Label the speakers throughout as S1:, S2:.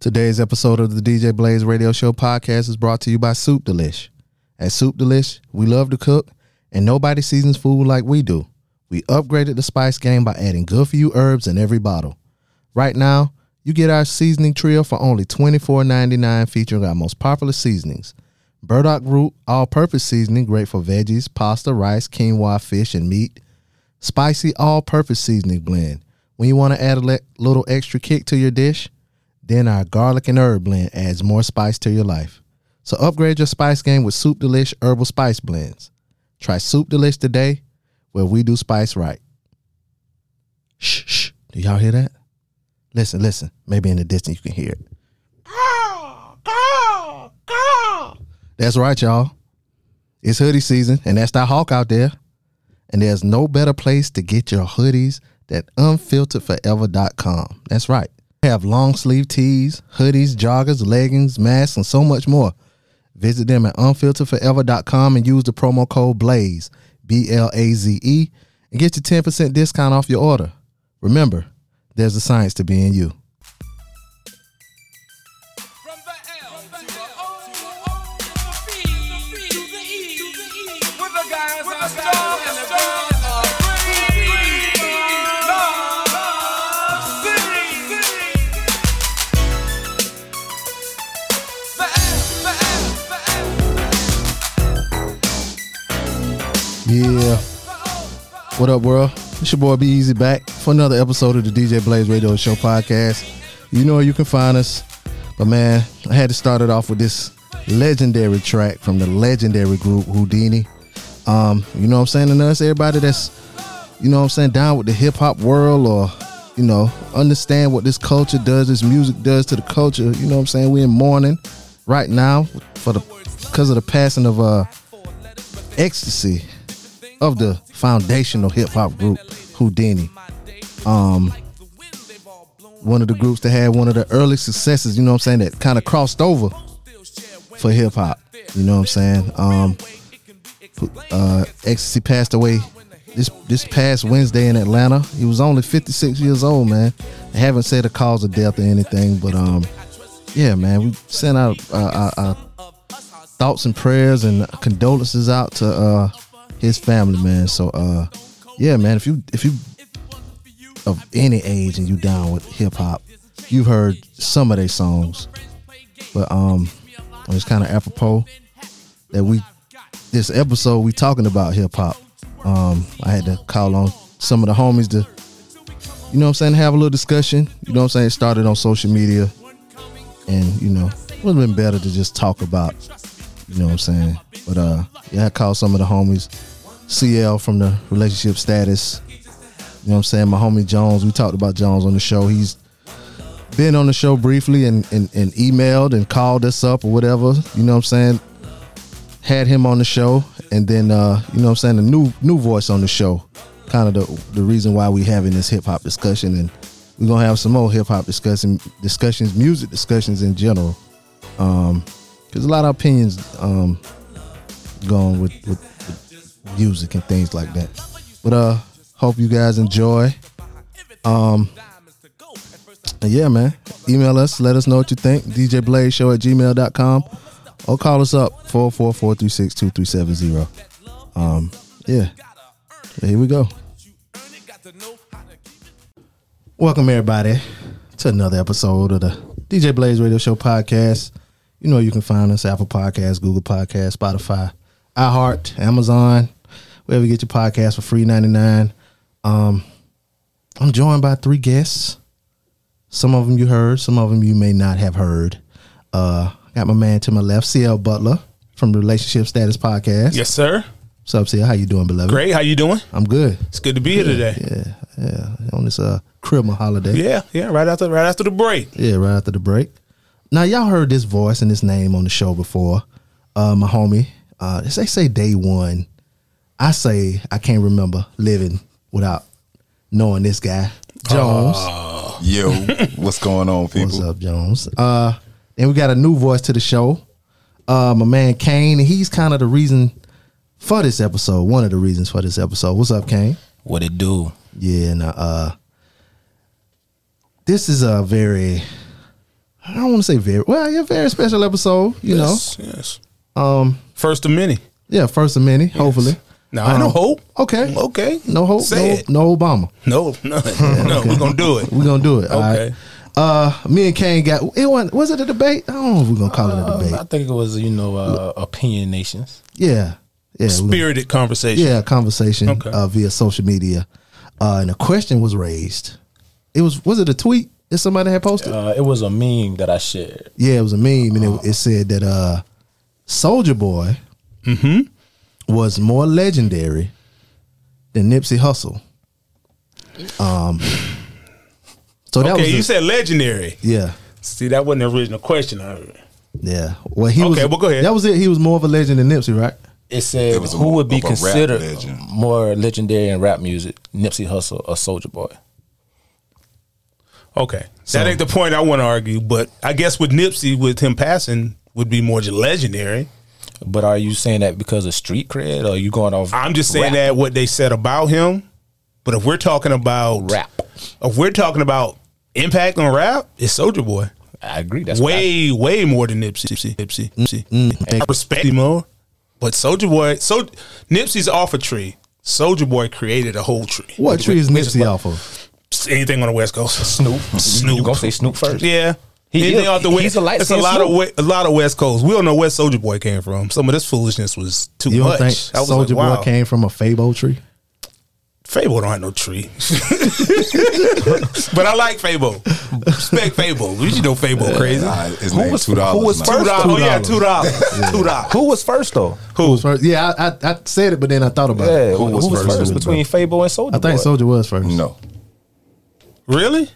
S1: Today's episode of the DJ Blaze Radio Show podcast is brought to you by Soup Delish. At Soup Delish, we love to cook, and nobody seasons food like we do. We upgraded the spice game by adding good for you herbs in every bottle. Right now, you get our seasoning trio for only $24.99 featuring our most popular seasonings. Burdock root, all-purpose seasoning great for veggies, pasta, rice, quinoa, fish, and meat. Spicy all-purpose seasoning blend. When you want to add a le- little extra kick to your dish, then our garlic and herb blend adds more spice to your life. So upgrade your spice game with Soup Delish herbal spice blends. Try Soup Delish today, where we do spice right. Shh, shh. Do y'all hear that? Listen, listen. Maybe in the distance you can hear it. That's right, y'all. It's hoodie season, and that's that hawk out there. And there's no better place to get your hoodies than unfilteredforever.com. That's right. They have long sleeve tees, hoodies, joggers, leggings, masks, and so much more. Visit them at unfilteredforever.com and use the promo code BLAZE, B L A Z E, and get your 10% discount off your order. Remember, there's a science to being you.
S2: From the L to the O to the O, the B, the B to the E to the E. With the guys, with the stars, and the girls are free. Love City. The L, the L, the L,
S1: Yeah.
S2: the O, the O.
S1: What up, world? It's your boy Be Easy back for another episode of the DJ Blaze Radio Show podcast. You know where you can find us, but man, I had to start it off with this legendary track from the legendary group Houdini. Um, you know what I'm saying? And us, everybody that's, you know what I'm saying, down with the hip hop world or, you know, understand what this culture does, this music does to the culture. You know what I'm saying? We're in mourning right now for the because of the passing of uh ecstasy of the foundational hip hop group Houdini. Um, one of the groups that had one of the early successes, you know what I'm saying, that kind of crossed over for hip hop. You know what I'm saying? Um, uh, Ecstasy passed away this this past Wednesday in Atlanta. He was only 56 years old, man. I haven't said a cause of death or anything, but um, yeah, man, we sent out uh, our, our thoughts and prayers and condolences out to uh his family, man. So uh yeah, man, if you if you of any age and you down with hip hop, you've heard some of their songs. But um it's kind of apropos that we this episode we talking about hip hop. Um I had to call on some of the homies to you know what I'm saying, have a little discussion. You know what I'm saying? It started on social media and you know, it would have been better to just talk about you know what I'm saying? But uh, yeah, I called some of the homies. CL from the relationship status. You know what I'm saying? My homie Jones. We talked about Jones on the show. He's been on the show briefly and, and, and emailed and called us up or whatever. You know what I'm saying? Had him on the show. And then uh, you know what I'm saying, the new new voice on the show. Kind of the the reason why we having this hip hop discussion and we're gonna have some more hip hop discussion discussions, music discussions in general. There's a lot of opinions um, going with, with, with music and things like that. But uh, hope you guys enjoy. Um, and yeah, man. Email us. Let us know what you think. DJBlazeShow at gmail.com or call us up 444-336-2370. Um, yeah. Here we go. Welcome everybody to another episode of the DJ Blaze Radio Show podcast. You know you can find us Apple Podcasts, Google Podcasts, Spotify, iHeart, Amazon, wherever you get your podcast for free ninety nine. Um, I'm joined by three guests. Some of them you heard, some of them you may not have heard. Uh, got my man to my left, CL Butler from Relationship Status Podcast.
S3: Yes, sir.
S1: What's up, CL? How you doing, beloved?
S3: Great. How you doing?
S1: I'm good.
S3: It's good to be here today.
S1: Yeah, yeah. On this uh Christmas holiday.
S3: Yeah, yeah. Right after, right after the break.
S1: Yeah, right after the break. Now y'all heard this voice and this name on the show before. Uh, my homie. Uh, they say day one. I say I can't remember living without knowing this guy Jones.
S4: Yo, what's going on,
S1: What's
S4: people?
S1: up, Jones? Uh, and we got a new voice to the show. Uh, my man Kane, and he's kind of the reason for this episode. One of the reasons for this episode. What's up, Kane?
S3: What it do?
S1: Yeah, and uh, this is a very I don't want to say very well, yeah, very special episode. You
S3: yes, Yes.
S1: know, Oh. um,
S3: First of many.
S1: yeah, first of many, hopefully.
S3: Now, I
S1: Um,
S3: know hope.
S1: Okay,
S3: Okay.
S1: no hope,
S3: Say
S1: no,
S3: it.
S1: no Obama.
S3: No, no, no. We're going to do it.
S1: We're gonna do it. all right?
S3: Okay.
S1: Uh, me and Kane got it. Was, was it a debate? I don't know if we're gonna call it a debate.
S5: I think it was you know uh, opinion nations.
S1: Yeah, yeah, we're gonna-
S3: Spirited conversation.
S1: yeah. Conversation
S3: Okay.
S1: uh, via social media, uh, and a question was raised. It was was it a tweet that somebody had posted?
S5: Uh, it was a meme that I shared.
S1: Yeah, it was a meme, and it, it said that uh, Soldier Boy
S3: Mm-hmm.
S1: was more legendary than Nipsey Hussle. Um, so that
S3: Okay,
S1: was
S3: you
S1: the-
S3: said legendary.
S1: yeah,
S3: See, that wasn't the original question I heard.
S1: yeah. Well, he was
S3: Okay, well, go ahead.
S1: That was it. He was more of a legend than Nipsey, right?
S5: It said
S4: It was a
S5: who
S4: more
S5: would be
S4: of a rap
S5: considered
S4: legend.
S5: more legendary in rap music, Nipsey Hussle or Soldier Boy?
S3: Okay. that ain't the point I want to argue, but I guess with Nipsey, with him passing, would be more legendary.
S5: But are you saying that because of street cred, or are you going off?
S3: I'm just saying that what they said about him. But if we're talking about
S5: rap.
S3: if we're talking about impact on rap, it's Soldier Boy.
S5: I agree. That's what I-
S3: way, way more than Nipsey. Nipsey, Nipsey, Nipsey. I respect him more, but Soldier Boy, so Nipsey's off a tree. Soldier Boy created a whole tree.
S1: What tree is
S5: which is
S1: Nipsey
S5: what-
S1: off of?
S3: Anything on the West Coast, Snoop, Snoop.
S5: You gonna say Snoop first?
S3: Yeah.
S5: He
S3: Anything
S5: is-
S3: off the
S5: he's
S3: West.
S5: a light
S3: it's a
S5: skinned
S3: lot of
S5: Snoop.
S3: we, a lot of West Coast. We don't know where Soldier Boy came from. Some of this foolishness was too
S1: You don't
S3: much.
S1: think
S3: I was
S1: Soldier
S3: like, wow.
S1: Boy came from a Fabo tree?
S3: Fable don't have no tree. but I like Fable. Respect Fable. You know Fable crazy.
S4: Nah, his name
S5: was-
S4: two dollars.
S5: who was
S3: Two
S5: first?
S3: dollars. Oh yeah,
S1: $2.
S3: two dollars. Two dollars.
S5: Who was first though?
S3: Who?
S1: First- yeah, I, I, I said it, but then I thought about
S5: Yeah,
S1: it.
S5: who, was, first, between Fable and Soldier?
S1: I think Soldier was first.
S4: No,
S3: Really?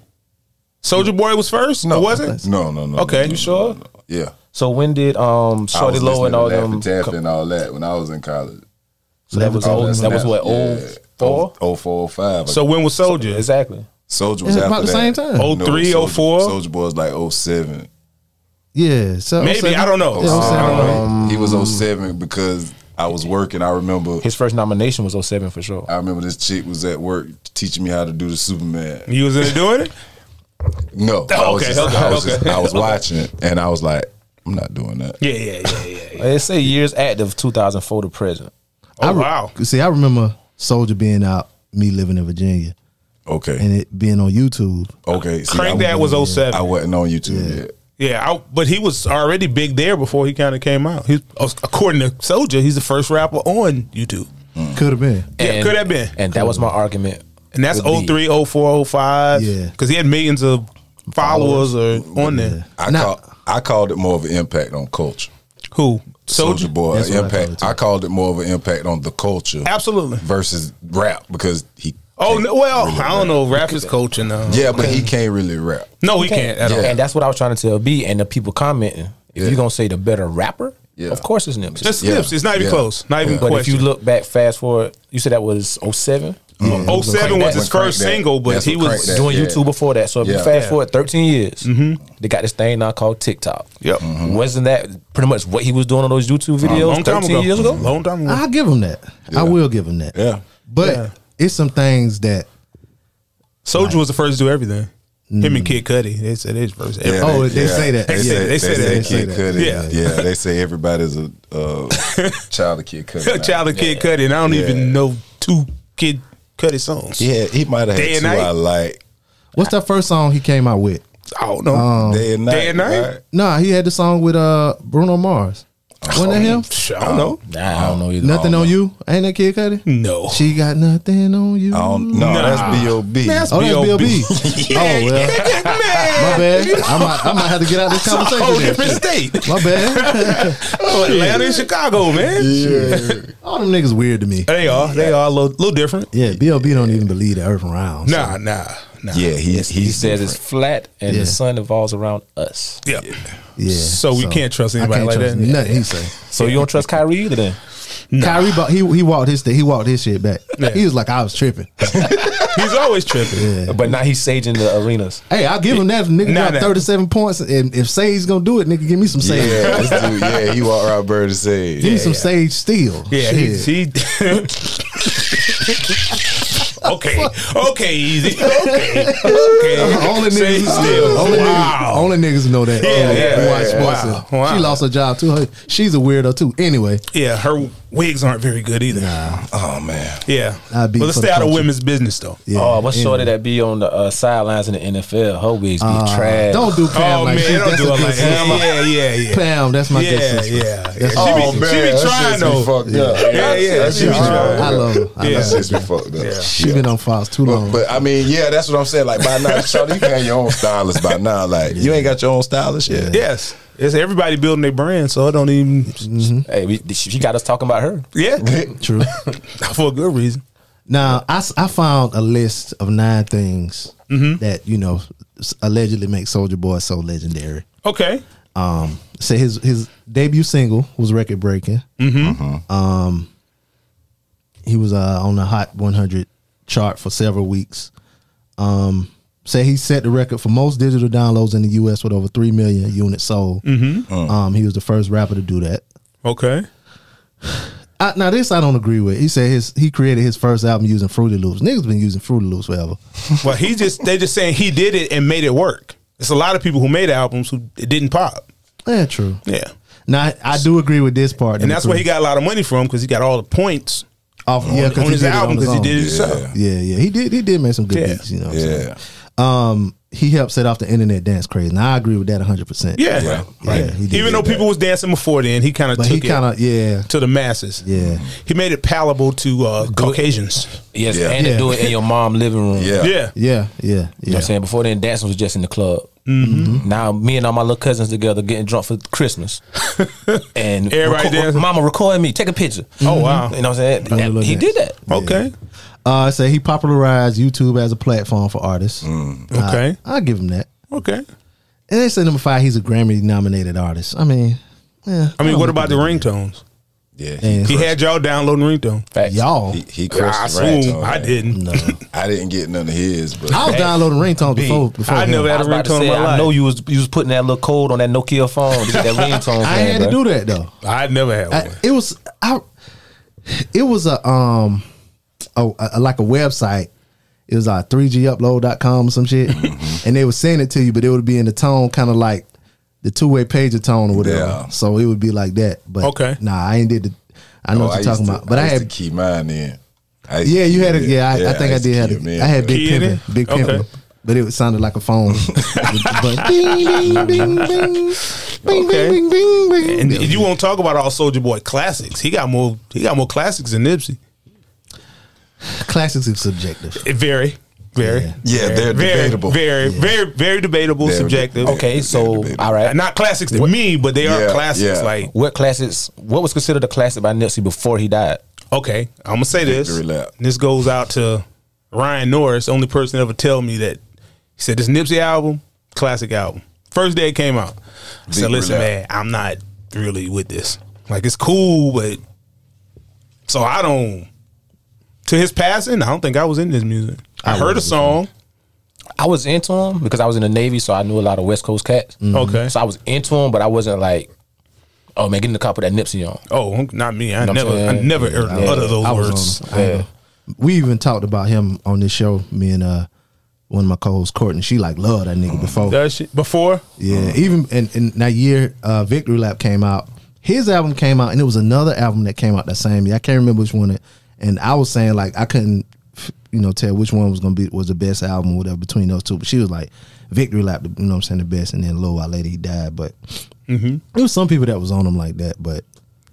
S3: Soldier Boy was first?
S4: no,
S3: No, was it?
S4: No, no, no.
S3: Okay.
S4: no, no,
S3: You
S5: sure?
S4: no, no. Yeah.
S5: So when did um
S4: I
S5: Shorty
S4: was
S5: Low
S4: listening
S5: and
S4: to
S5: all
S4: Laffy
S5: them?
S4: Taffy
S5: co-
S4: and all that when I was in college.
S5: so that was
S1: All
S5: old-
S1: that
S5: that was what old four.
S4: Oh four, oh five.
S3: So when was
S4: Oh.
S3: Soldier?
S5: Exactly.
S4: Soldier was
S1: It's
S4: after
S1: about the
S4: that.
S1: same time.
S3: Oh, three, oh, four?
S4: Soldier Boy was like oh seven.
S1: Yeah, so
S3: Maybe, I don't know.
S1: Yeah,
S3: I don't know.
S1: Um,
S4: He was oh seven because I was working. I remember.
S5: His first nomination was 07 for sure.
S4: I remember this chick was at work teaching me how to do the Superman.
S3: You was in there doing it?
S4: No, I
S3: Oh,
S4: was
S3: okay,
S4: just- I
S3: okay,
S4: was, just-
S3: okay.
S4: I was watching it and I was like, I'm not doing that.
S3: Yeah, yeah, yeah, yeah. yeah.
S5: It say years active 2004 to present.
S3: Oh
S1: I re-
S3: wow.
S1: See, I remember Soldier being out, me living in Virginia,
S4: Okay,
S1: and it being on YouTube.
S4: okay. see,
S3: Crank
S4: I
S3: Dad was
S4: wasn't-
S3: 07.
S4: I wasn't on YouTube yet.
S3: Yeah, I, but he was already big there before he kind of came out. He, uh, according to Soldier, he's the first rapper on YouTube.
S1: Could have been.
S5: Mm.
S3: Yeah, could have been.
S5: And that was my argument.
S3: And that's
S5: Could be.
S3: 03, 04, 05.
S1: Yeah.
S3: Because he had millions of followers or on there.
S4: I
S1: Now-
S4: call, I called it more of an impact on culture.
S3: Who?
S4: Soldier
S3: Soldier?
S4: Boy
S1: That's what I call it,
S4: impact.
S1: too.
S4: I, called it more of an impact on the culture
S3: Absolutely.
S4: versus rap because he.
S3: Oh,
S4: can't
S3: no, well,
S4: really
S3: I
S4: rap.
S3: don't know. Rap is culture now.
S4: Yeah, but he can't really rap.
S3: No, he can't at all.
S5: And that's what I was trying to tell B and the people commenting. If
S4: Yeah.
S5: you're gonna say the better rapper,
S4: Yeah.
S5: of course it's Nipsey.
S3: Just
S4: Yeah.
S3: Nipsey. It's not even
S4: Yeah.
S3: close. Not even
S4: Yeah.
S5: but
S3: question.
S5: if you look back fast forward, you said that was 07?
S3: Oh, 07 was
S4: Crank
S3: his
S4: That.
S3: first single, but
S4: That's
S3: he
S4: what
S3: was
S4: Crank That.
S5: Doing
S4: Yeah.
S5: YouTube before that. So if you
S4: Yeah.
S5: fast
S3: Yeah. Mm-hmm.
S5: forward 13 years, they got this thing now called TikTok.
S3: Yep.
S4: Mm-hmm.
S5: Wasn't that pretty much what he was doing on those YouTube
S3: a
S5: videos
S3: long time
S5: 13
S3: ago.
S5: years
S4: Mm-hmm.
S5: ago?
S3: Long time ago.
S1: I'll give him that. I will give him that.
S4: Yeah.
S1: But it's some things that
S3: Soldier was the first to do everything. Him and Kid Cudi, they said his first.
S4: Yeah,
S1: Oh, they say that.
S4: They,
S1: They
S4: say,
S3: say-
S4: they,
S3: they say that.
S4: say,
S3: They
S1: say
S4: Kid
S1: that.
S4: Cudi.
S3: Yeah.
S4: Yeah. they say everybody's a uh, child of Kid Cudi.
S3: every- Child of Kid Cudi, and I don't even know two Kid Cudi songs.
S4: Yeah, he might have
S3: Day
S4: had
S3: and
S4: two
S3: Night?
S4: I like.
S1: what's that first song he came out with?
S3: I don't know.
S4: Day and Night.
S3: Day and Night?
S4: right?
S1: Nah, he had the song with uh Bruno Mars. Wasn't
S3: Oh,
S1: that him?
S3: Psh, I don't know.
S5: Nah, I don't know either.
S1: Nothing
S3: Oh,
S1: on you? Ain't that Kid Cudi?
S3: No.
S1: She got nothing on you.
S4: I don't, no,
S3: Nah.
S4: that's B.O.B.
S3: That's
S1: Oh, that's
S3: B.O.B..
S1: B.O.B. oh, well. My bad. I might, I might have to get out of this
S3: A whole
S1: conversation.
S3: different
S1: then.
S3: state.
S1: My bad.
S3: Oh, Atlanta and Chicago, man.
S1: All them niggas weird to me.
S3: They are. They are a little, little different.
S1: Yeah, B.O.B. don't even believe the earth around.
S3: Nah, nah, nah.
S4: yeah, he, he's
S5: He says it's flat and
S1: Yeah.
S5: the sun evolves around us.
S3: Yeah.
S1: Yeah.
S3: So we can't trust
S1: I
S3: anybody
S1: can't
S3: like
S1: trust
S3: that.
S1: Nothing he say.
S5: So you don't trust Kyrie either then?
S1: Kyrie, bought, he he walked his thing. He walked his shit back. He was like, I was tripping.
S3: He's always tripping.
S5: But now he's saging the arenas.
S1: hey, I'll give him that. If nigga
S3: Nah,
S1: got
S3: nah.
S1: thirty seven points, and if Sage gonna do it, nigga, give me some
S4: yeah,
S1: Sage.
S4: this dude, yeah, he walked around Bird and said,
S1: Give me some Sage steel.
S3: Yeah,
S1: Shit.
S3: he, he Okay, okay, easy. Okay, okay.
S1: Only
S3: Say
S1: niggas,
S3: still.
S1: only,
S3: wow.
S1: niggas only niggas know that.
S3: Yeah,
S1: uh,
S3: yeah,
S1: Watch
S3: yeah, yeah.
S1: Spencer.
S3: Wow, wow.
S1: She lost her job too. Her, she's a weirdo too. Anyway,
S3: Yeah, her wigs aren't very good either.
S4: Oh man.
S3: Yeah,
S1: I
S3: but
S1: be
S3: let's
S1: for
S3: stay
S1: the
S3: out of
S1: culture.
S3: women's business though.
S1: yeah.
S5: oh, what's
S1: anyway.
S5: shorty that be on the uh, sidelines in the NFL? Her wigs be
S1: Uh,
S5: trash.
S1: Don't do Pam
S3: Oh
S1: like
S3: man,
S1: she,
S3: don't
S1: that's
S3: do
S1: a
S3: it like
S1: good
S3: that.
S1: sister.
S3: Yeah, yeah, yeah.
S1: Pam, that's my good
S3: yeah,
S1: sister.
S3: yeah, yeah.
S1: That's
S3: She be,
S4: Oh,
S3: she
S4: man,
S3: be
S4: that
S3: trying
S4: shit's been
S3: though.
S4: fucked up.
S3: Yeah, yeah,
S4: That shit's
S3: she be
S4: been
S3: trying.
S1: I love her. I
S3: Yeah.
S1: love
S4: That
S1: her.
S4: shit's been fucked up.
S1: She been on Fox too long.
S4: But, but I mean, yeah, that's what I'm saying. Like by now, Charlie, you can have your own stylist by now. Like you ain't got your own stylist yet.
S3: Yes, it's everybody building their brand, so I don't even.
S1: Mm-hmm.
S5: Hey, we, she she got us talking about her.
S3: Yeah,
S1: True.
S3: for a good reason.
S1: Now, I, s- I found a list of nine things
S3: Mm-hmm.
S1: that, you know, s- allegedly make Soldier Boy so legendary.
S3: Okay.
S1: Um, so his his debut single was record breaking. Mm-hmm. Um, he was uh, on the Hot 100 chart for several weeks. Um, say he set the record for most digital downloads in the U.S. with over three million units sold. Mm-hmm. Um, he was the first rapper to do that.
S3: Okay.
S1: I, now this I don't agree with. He said his he created his first album using Fruity Loops. Niggas been using Fruity Loops forever.
S3: Well, he just they just saying he did it and made it work. It's a lot of people who made albums who it didn't pop.
S1: Yeah, true.
S3: Yeah,
S1: Now I do agree with this part,
S3: and that's where he got a lot of money from because he got all the points
S1: off yeah,
S3: on
S1: 'cause he
S3: his
S1: did it
S3: album
S1: on his
S3: because he
S1: own.
S3: did it himself.
S1: Yeah, yeah, he did. He did make some good
S3: Yeah.
S1: beats. You know, what I'm saying? Um,
S4: Yeah.
S1: he helped set off the internet dance craze. Now I agree with that 100. percent
S3: Yeah,
S4: Yeah.
S1: Right. Yeah, he did
S3: Even though
S1: that.
S3: people was dancing before then, he kind of
S1: but
S3: took
S1: he
S3: it
S1: kind of yeah,
S3: to the masses.
S1: Yeah.
S3: he made it palatable to uh, Caucasians.
S5: Yes,
S4: Yeah.
S5: and
S1: Yeah.
S5: to do it in your mom living room.
S4: Yeah.
S3: Yeah,
S1: yeah, yeah,
S5: You know
S1: yeah. Mm-hmm.
S5: what I'm saying? Before then, dancing was just in the club. Now, me and all my little cousins together getting drunk for Christmas. and
S3: Everybody dancing.
S5: Mama recording me, take a picture.
S3: Oh, wow.
S5: You know what I'm saying?
S1: Doing a little
S5: he did
S1: dance.
S5: that.
S3: Okay.
S1: Uh, say he popularized YouTube as a platform for artists.
S3: Mm. Okay.
S1: I, will give him that.
S3: Okay.
S1: And they say number five, he's a Grammy nominated artist. I mean, yeah.
S3: I mean, what about the ringtones?
S4: Yeah.
S1: Yeah.
S4: He,
S3: He had y'all downloading ringtone.
S5: Facts.
S1: y'all?
S4: he, he
S3: I
S4: crushed the
S3: assume
S4: ringtone.
S3: I didn't.
S4: I didn't get none of his, but
S1: I was downloading ringtones before. before
S3: I
S1: him.
S3: never
S5: I
S3: had a
S5: was about to
S3: ringtone in
S5: say,
S3: my
S5: I
S3: life.
S5: know you was you was putting that little code on that Nokia phone to get that ringtone.
S1: I
S5: playing,
S1: had to
S5: bruh.
S1: do that though.
S3: I never had
S1: I,
S3: one.
S1: it was I. It was a um, a, a- like a website. It was uh, like 3gupload.com or some shit,
S4: Mm-hmm.
S1: and they would send it to you, but it would be in the tone kind of like the two way pager tone or whatever.
S4: Yeah.
S1: So it would be like that. But
S3: Okay.
S1: nah, I ain't did the. I know
S4: Oh,
S1: what
S4: I
S1: you're talking
S4: used to-
S1: about, but I,
S4: used to
S1: had.
S4: keep mine in. I used to
S1: Yeah, you
S4: keep
S1: had it.
S4: in.
S1: Yeah, I, I think I,
S4: used to
S1: did. Had
S4: keep
S1: it.
S4: mine,
S1: I had
S4: but-
S1: big
S3: Key in
S1: pimpin,
S3: it?
S1: big
S3: Okay.
S1: pimpin, but it sounded like a phone. but ding, ding, ding, ding, bing,
S3: Okay.
S1: bing, bing, bing, bing.
S3: And you won't talk about all Soldier Boy classics. He got more. He got more classics than Nipsey.
S1: classics is subjective.
S3: It very, very,
S4: Yeah,
S3: very,
S4: they're
S3: very,
S4: debatable.
S3: Very, very, very debatable.
S4: They're-
S3: subjective.
S5: Okay, so
S4: Yeah,
S5: all right.
S3: not classics to me, but they are
S4: Yeah,
S3: classics.
S4: yeah.
S3: Like
S5: What classics? What was considered a classic by Nipsey before he died?
S3: okay, I'm gonna say this.
S4: Victory lap.
S3: This goes out to Ryan Norris, only person to ever tell me that. He said this Nipsey album, classic album. First day it came out. I said,
S4: Victory
S3: listen,
S4: lap.
S3: man, I'm not really with this. Like it's cool, but so I don't. To his passing, I don't think I was in this music. I, heard a song.
S5: I was into him because I was in the Navy, so I knew a lot of West Coast cats.
S4: Mm.
S3: Okay.
S5: So I was into him, but I wasn't like, oh man, getting the cop with that Nipsey on.
S3: Oh, not me. I
S5: Know what I'm
S3: never, I
S5: saying?
S3: never heard
S1: Yeah,
S3: utter those
S1: I was
S3: words.
S1: on him. I ain't
S5: Yeah.
S1: gonna- we even talked about him on this show. Me and uh, one of my co-hosts, Courtney, she like loved that nigga before.
S3: That shit before.
S1: yeah, even and, and that year, uh, Victory Lap came out. His album came out, and it was another album that came out that same year. I can't remember which one. It, and I was saying like I couldn't, you know, tell which one was gonna be was the best album, or whatever between those two. But she was like Victory Lap, you know, what I'm saying the best. And then Low While Lady he died, but
S3: Mm-hmm.
S1: it was some people that was on him like that. But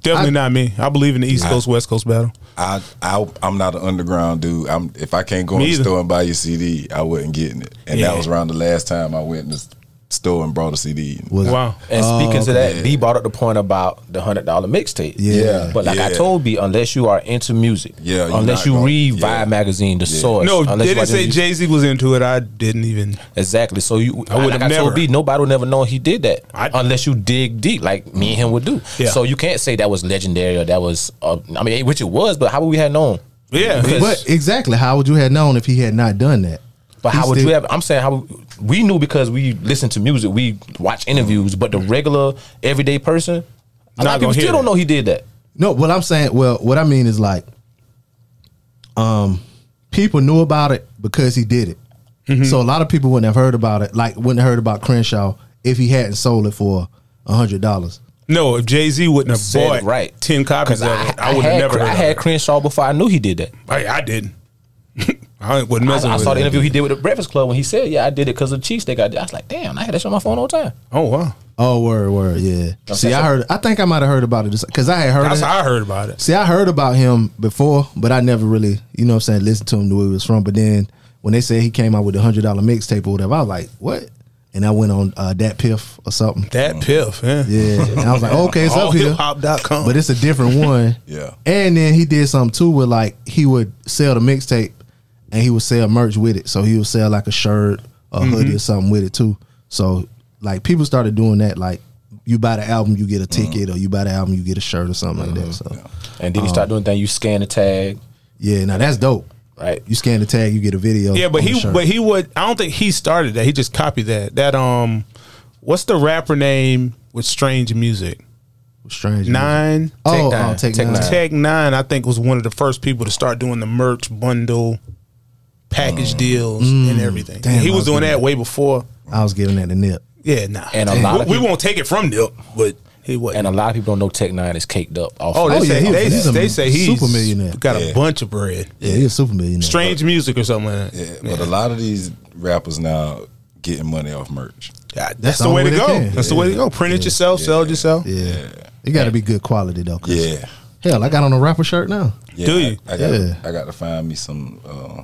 S3: Definitely not me. I believe in the East Coast West Coast battle.
S4: I, I I'm not an underground dude. I'm if I can't go
S3: Me
S4: in the
S3: either.
S4: store and buy your CD, I wasn't getting it. And
S3: Yeah.
S4: that was around the last time I went in the store and brought a CD.
S1: was
S3: Wow.
S5: And
S4: Oh,
S5: speaking to that, B brought up the point about the hundred dollar mixtape.
S1: Yeah.
S5: But like I
S4: Yeah.
S5: told B, unless you are into music,
S4: Yeah, you're
S5: unless
S4: not
S5: you
S4: gonna-
S5: read Vibe
S4: yeah.
S5: magazine, the source.
S3: No,
S5: unless
S3: they
S5: you
S3: didn't
S5: watch
S3: say
S5: the-
S3: Jay Z was into it. I didn't even.
S5: Exactly. So you, I
S3: would've
S5: would like I
S3: never.
S5: told B, nobody would never know he did that
S3: I-
S5: unless you dig deep, like me and him would do.
S3: Yeah.
S5: So you can't say that was legendary or that was. Uh, I mean, which it was, but how would we have known?
S3: Yeah.
S5: Because-
S1: But exactly, how would you have known if he had not done that?
S5: But
S1: He
S5: how would
S1: still-
S5: you have? I'm saying how we knew because we listen to music, we watch interviews, but the regular everyday person, a lot of
S3: Not gonna
S5: people
S3: hear
S5: still don't
S3: that.
S5: know he did that.
S1: No, what I'm saying, well, what I mean is like, um, people knew about it because he did it.
S5: Mm-hmm.
S1: So a lot of people wouldn't have heard about it, like wouldn't have heard about Crenshaw if he hadn't sold it for a hundred dollars.
S3: No, if Jay Z wouldn't have
S5: Said
S3: bought
S5: it right.
S3: ten copies
S5: Because
S3: of
S5: I,
S3: it,
S5: I,
S3: I would have
S5: had,
S3: never heard
S5: I
S3: of
S5: had
S3: it.
S5: Crenshaw before I knew he did that.
S3: Hey, I didn't. I wasn't
S5: I,
S3: messing
S5: I
S3: with
S5: saw the
S3: it.
S5: interview he did with the Breakfast Club when he said, "Yeah, I did it because of the cheesesteak." I, did. I was like, "Damn, I had that shit on my phone all the time."
S3: Oh wow,
S1: Oh, word, word, yeah. See, I heard. I think I might have heard about it because I had heard.
S3: that's
S1: it.
S3: how I heard about it.
S1: See, I heard about him before, but I never really, you know, what I'm saying, listened to him knew where he was from. But then when they said he came out with a hundred dollar mixtape or whatever, I was like, what? And I went on uh, that piff or something.
S5: Mm.
S3: That piff, yeah.
S1: Yeah, and I was like, okay, it's
S3: All
S1: up here,
S3: hiphop.com.
S1: but it's a different one.
S4: Yeah.
S1: And then he did something too, where like he would sell the mixtape, and he would sell merch with it. So he would sell like a shirt, a hoodie, or something with it too. So like people started doing that, like. You buy the album, you get a ticket, or you buy the album, you get a shirt, or something like that. So,
S5: And
S3: Uh-huh.
S5: then he started doing thing. You scan the tag,
S1: yeah, now that's dope.
S5: right?
S1: You scan the tag, you get a video.
S3: Yeah, but
S1: on the
S3: he
S1: shirt.
S3: but he would I don't think he started that. He just copied that. That um what's the rapper name with strange music?
S1: strange.
S3: Nine
S1: Oh,
S5: Tech
S1: oh,
S5: Nine.
S1: Tech
S5: Tech
S1: Nine.
S5: Nine.
S3: Tech Nine, I think, was one of the first people to start doing the merch bundle package deals and everything.
S1: Mm. Damn,
S3: he
S1: I
S3: was
S1: was
S3: doing
S1: getting
S3: that way before.
S1: I was giving that a nip.
S3: Yeah, nah.
S5: And a lot
S3: we,
S5: of
S3: we
S5: people-
S3: won't take it from Nip, but he was.
S5: And a lot of people don't know Tech Nine is caked up. Off
S3: oh, they
S1: Oh, yeah,
S3: say
S1: he-
S3: they,
S1: he's a
S3: they say he's
S1: super millionaire.
S3: Got
S4: Yeah.
S3: a bunch of bread.
S1: Yeah, he's a super millionaire.
S3: Strange music or something like that.
S4: Yeah, but a lot of these rappers now getting money off merch.
S3: Yeah, That's,
S1: That's
S3: the
S1: the
S3: way to
S1: only
S3: go.
S1: way they can.
S3: That's the way to go. Print it yourself, sell it yourself.
S1: Yeah. It got to be good quality though. 'cause-
S4: Yeah.
S1: Hell, I got on a rapper shirt now.
S4: yeah
S3: Do
S4: I-
S3: you?
S4: I, gotta,
S1: Yeah.
S4: I gotta find me some. Uh,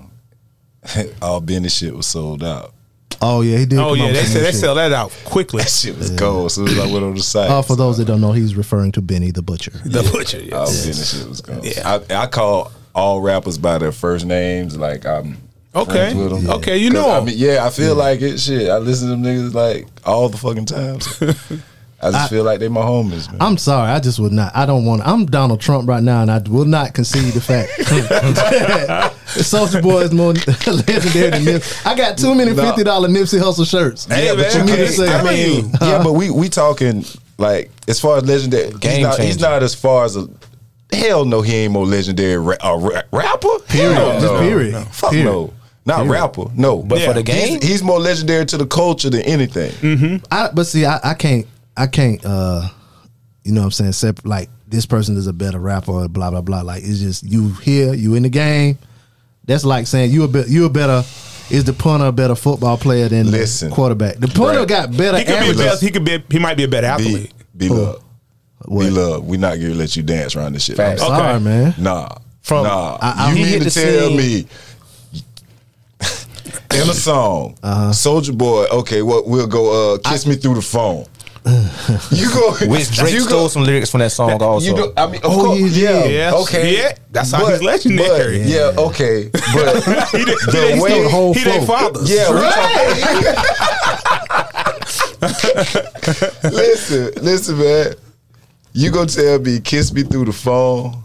S4: all business shit was sold out.
S1: Oh yeah, he did.
S3: Oh
S1: come out
S3: yeah,
S1: with
S3: they
S1: some
S3: say
S1: new
S3: they
S1: shit.
S3: sell that out quickly.
S4: That shit was gold. As soon as I went on the site,
S1: Oh, for those that don't know, he's referring to Benny the Butcher.
S3: The butcher.
S4: all
S3: Yes.
S4: business shit was gold.
S3: Yeah.
S4: I, I call all rappers by their first names. Like I'm
S3: Okay.
S4: friends with 'em.
S3: Okay, you
S4: 'Cause,
S3: know
S4: I
S3: 'em.
S4: mean, yeah, I feel like it. Shit, I listen to them niggas like all the fucking times. I just feel like they my homies, man.
S1: I'm sorry, I just would not. I don't want. I'm Donald Trump right now, and I will not concede the fact that Soldier Boy is more legendary than Nipsey. I got too many
S4: No.
S1: fifty dollar Nipsey Hustle shirts.
S3: Hey,
S1: For
S3: man,
S1: me to
S3: hey,
S1: say-
S3: I
S4: I mean, yeah, but we we talking like as far as legendary. He's
S5: Game
S4: not, he's
S5: changer.
S4: not as far as a hell no. He ain't more legendary ra- uh, ra- rapper.
S1: Period.
S4: Hell
S1: Just
S4: no.
S1: period.
S4: No. Fuck
S1: Period.
S4: no. Not rapper. No. But
S5: for the game?
S4: he's, he's more legendary to the culture than anything.
S1: I but see, I, I can't, I can't, uh, you know what I'm saying? Sep- like this person is a better rapper, or blah blah blah. Like it's just you here, you in the game. That's like saying you a be- you a better is the punter a better football player than
S4: Listen,
S1: the quarterback. The punter
S4: bruh.
S1: got better
S3: He could be a
S1: averages.
S3: best, he could be he might be a better
S4: Be,
S3: athlete.
S4: be
S1: Who?
S4: love.
S1: What?
S4: Be love. We not gonna let you dance around this shit.
S5: Facts.
S1: I'm sorry,
S3: Okay.
S1: man.
S4: Nah.
S5: From-
S4: nah.
S5: I- I-
S4: you
S5: He
S4: mean
S5: hit
S4: to
S5: the
S4: tell
S5: scene.
S4: me in a song, Soldier Boy, okay, what we'll go uh kiss me through the phone. you go
S5: Which Drake
S4: you
S5: stole
S4: go,
S5: some lyrics from that song also.
S4: you uh, do, I mean, of
S1: Oh,
S4: course,
S1: he did.
S4: yeah,
S3: Yes.
S4: okay,
S3: Yeah, that's how he's legendary.
S4: but- yeah. okay, but
S3: He did, he
S4: The
S3: did,
S4: way-
S3: he
S4: the
S1: whole
S3: he did
S1: flow.
S3: fathers.
S4: yeah, we talking. listen, listen, man. You gonna tell me kiss me through the phone?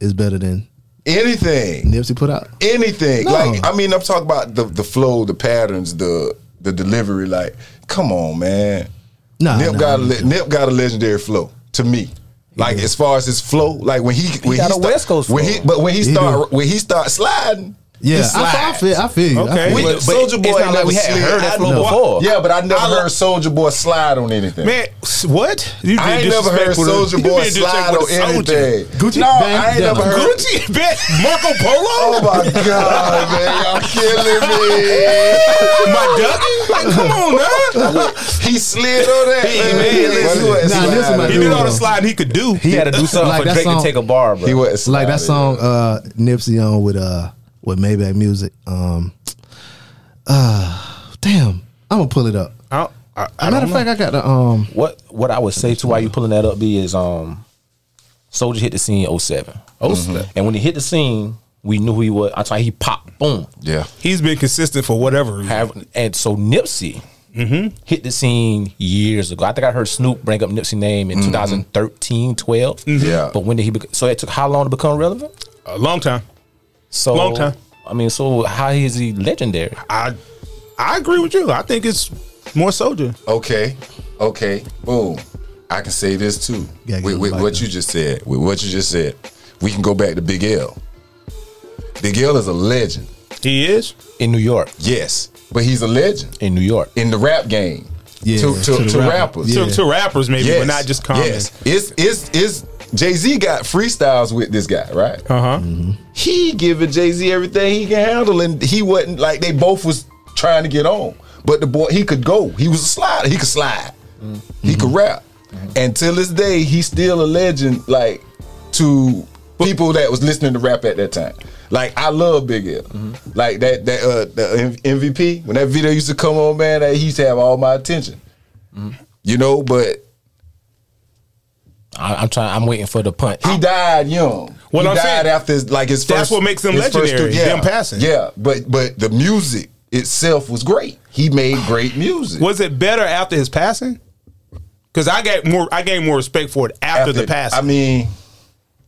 S1: Is better than
S4: Anything?
S1: Nipsey put out.
S4: anything.
S1: No.
S4: Like I mean, I'm talking about the the flow, the patterns, the the delivery. Like, come on, man.
S1: Nah,
S4: Nip
S1: nah,
S4: got a
S1: I'm
S4: le- Nip got a legendary flow to me. Like as far as his flow, like when he when
S5: got
S4: he
S5: a West Coast
S4: when
S5: flow.
S4: he but when he,
S1: He
S4: start when he start sliding,
S1: Yeah, I,
S4: he
S1: I
S4: slides.
S1: feel, I feel you. I
S3: Okay.
S1: feel
S4: We-
S1: you.
S5: But- but
S4: Soulja
S5: it's
S4: Boy
S5: not like
S4: never
S5: we hadn't
S4: slid.
S5: heard that
S4: I
S5: flow
S4: know.
S5: before.
S4: Yeah, but I never
S3: I lo-
S4: heard Soldier Boy slide on anything.
S3: Man, s- what? You
S4: I
S3: being
S4: ain't never heard
S3: disrespectful to-
S4: Soldier
S3: you
S4: Boy
S3: being
S4: slide on
S3: disrespectful to Soulja.
S4: anything.
S1: Gucci
S4: no,
S1: Bang
S4: I ain't
S1: Della.
S4: never heard.
S3: Gucci, bet Marco Polo,
S4: Oh my god, man, y'all killing me.
S3: my duck. Like, come on, man.
S4: He slid on that.
S3: Hey, man, listen.
S1: Nah, this is my
S3: He
S1: dude.
S3: did all the sliding he could do.
S5: he had to do something
S1: Like
S5: for
S1: that
S5: Drake
S1: song-
S5: to take a bar, bro.
S4: He was
S1: like that song uh Nipsey on with uh with Maybach Music. Um uh damn. I'm gonna pull it up.
S3: I, I, I
S1: Matter
S3: don't
S1: of
S3: know.
S1: fact, I got the um
S5: what what I would say to why you pulling that up B is um Soldier hit the scene 07. 07. And when he hit the scene, we knew who he was. That's why he popped, boom.
S4: Yeah.
S3: he's been consistent for whatever reason.
S5: Have, and so Nipsey hit the scene years ago. I think I heard Snoop bring up Nipsey's name in 2013, 12.
S4: Yeah.
S5: But when did he bec so it took how long to become relevant?
S3: a long time.
S5: So
S3: Long time.
S5: I mean, so how is he legendary?
S3: I I agree with you. I think it's more soldier.
S4: Okay. Okay. Boom. I can say this too.
S1: Yeah,
S4: with
S1: give
S4: with
S1: him
S4: what
S1: back
S4: you just said. With what you just said. We can go back to Big L. The Gill is a legend.
S3: He is.
S5: in New York.
S4: Yes, but he's a legend
S5: In New York.
S4: in the rap game.
S1: Yeah,
S4: to, to,
S1: to the
S4: to
S1: rapper.
S4: rappers.
S1: Yeah.
S3: To, to rappers maybe,
S4: Yes,
S3: but not just common.
S4: Yes, it's it's it's Jay Z got freestyles with this guy, right?
S3: Uh huh.
S4: He giving Jay Z everything he can handle, and he wasn't like they both was trying to get on. But the boy, he could go. He was a slider. He could slide. He
S3: Mm-hmm.
S4: could rap. And till this day, he's still a legend. Like to people that was listening to rap at that time. Like I love Big L.
S3: Mm-hmm.
S4: Like that that uh, the M- MVP when that video used to come on, man, that he used to have all my attention.
S3: Mm-hmm.
S4: You know, but
S5: I, I'm trying. I'm waiting for the punch.
S4: He died young.
S3: What
S4: he
S3: I'm
S4: died
S3: saying-
S4: after his, like his first.
S3: That's what makes them
S4: his first
S3: legendary,
S4: two-
S3: them passing.
S4: Yeah, but but the music itself was great. He made great music.
S3: Was it better after his passing? Because I got more. I gained more respect for it after, the passing.
S4: I mean,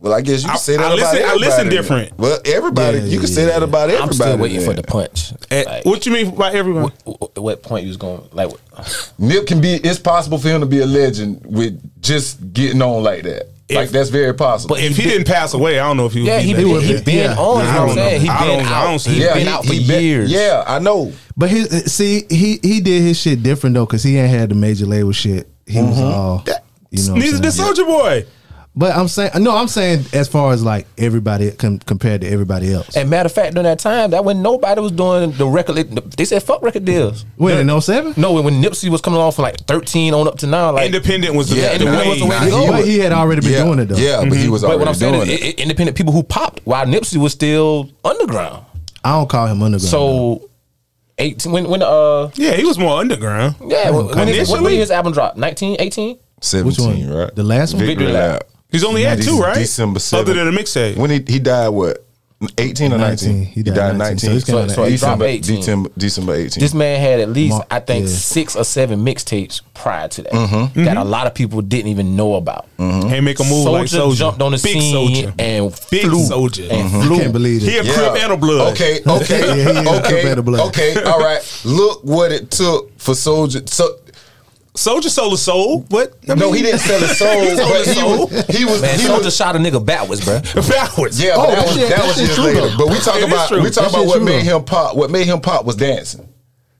S4: well, I guess you
S3: I-
S4: can say that
S3: I
S4: about
S3: listen- I
S4: everybody.
S3: listen different.
S4: Well, everybody,
S1: Yeah,
S4: you can
S1: yeah,
S4: say that about everybody.
S5: I'm still waiting for
S4: then.
S5: the punch.
S3: At-
S5: Like,
S3: what you mean by everyone?
S5: wh- what point you was going? Like, what-
S4: Nip can be. It's possible for him to be a legend with just getting on like that. like that's very possible.
S3: But if he didn't pass away, I don't know if he would
S5: yeah,
S3: be
S5: he
S3: legend.
S5: been, he
S1: Yeah.
S5: been
S1: Yeah.
S5: on.
S3: I
S5: You know what
S3: don't
S5: I'm saying?
S3: know.
S5: He
S3: I
S5: been
S3: don't- I don't
S5: out.
S3: see
S5: He
S3: it.
S5: been out for years.
S4: Yeah, I know.
S1: But his see, he he did his shit different though, cause he ain't had the major label shit. He was all you know. what I'm
S3: Neither
S1: saying?
S3: did Soldier Boy.
S1: But I'm saying no, I'm saying as far as like everybody com- compared to everybody else.
S5: And matter of fact, during that time, that when nobody was doing the record, they said fuck record deals.
S1: Wait, in 07?
S5: No, when, when Nipsey was coming on from like 13 on up to now, like
S3: Independent was the,
S4: Yeah,
S3: the
S5: Independent
S3: way.
S5: was the way to
S4: Nah,
S5: go.
S4: he
S1: But
S4: was-
S1: he had already been
S4: Oh. yeah,
S1: doing it though.
S4: Yeah, but he was
S5: But
S3: Oh,
S4: already
S5: what I'm saying
S4: doing
S5: is,
S4: it.
S5: i- i- independent people who popped while Nipsey was still underground.
S1: I don't call him underground.
S3: Mm-hmm.
S5: So, 18 when when uh
S3: Yeah, he was more underground.
S5: yeah when, when, his, when
S3: Initially?
S5: his album dropped 19 18
S1: which one?
S4: Seventeen, right?
S1: The last one?
S4: Victory
S5: Victory
S4: Lap.
S5: Lap.
S3: He's only had
S4: Dec-
S3: two, right?
S4: December
S3: Other
S4: 7th.
S3: than the mixtape.
S5: Mm-hmm.
S4: When he he died, what? Eighteen or
S1: 19.
S4: nineteen?
S1: He died 19. So he's
S5: kinda like-
S4: December,
S5: Dropped 18.
S4: December, December eighteen.
S5: this man had at least
S1: Mar-
S5: I think
S1: yeah.
S5: six or seven mixtapes prior to that that a lot of people didn't even know about.
S3: Hey, make Mm-hmm. a move like
S5: Soulja
S3: Soldier.
S5: jumped on the
S3: Big
S5: scene
S3: Soldier.
S5: and
S3: Big
S5: flew
S3: Soldier. Mm-hmm.
S5: and
S1: I
S5: flew.
S1: can't believe
S3: He a
S1: it.
S3: crib and a blood.
S4: Okay,
S1: Yeah, he
S4: okay,
S1: is a crip
S4: okay,
S1: and a blood.
S4: okay. All right. Look what it took for Soldier. So
S3: Soldier sold his soul. What? I
S4: no,
S3: mean-
S4: he didn't sell his soul,
S3: He sold
S4: but
S3: his
S4: he
S3: soul.
S4: was he was,
S5: Man,
S4: he
S5: Soldier
S4: was
S5: shot a nigga backwards, bro.
S3: backwards.
S4: yeah.
S1: Oh,
S4: but
S1: that
S4: that was
S1: shit- that
S4: that was
S1: shit
S4: years
S1: true,
S4: later.
S1: though.
S4: But we talk
S3: It is
S4: about
S3: true.
S4: we
S1: That
S4: talk
S1: shit
S4: about what
S1: true,
S4: made
S1: though.
S4: him pop. What made him pop was dancing.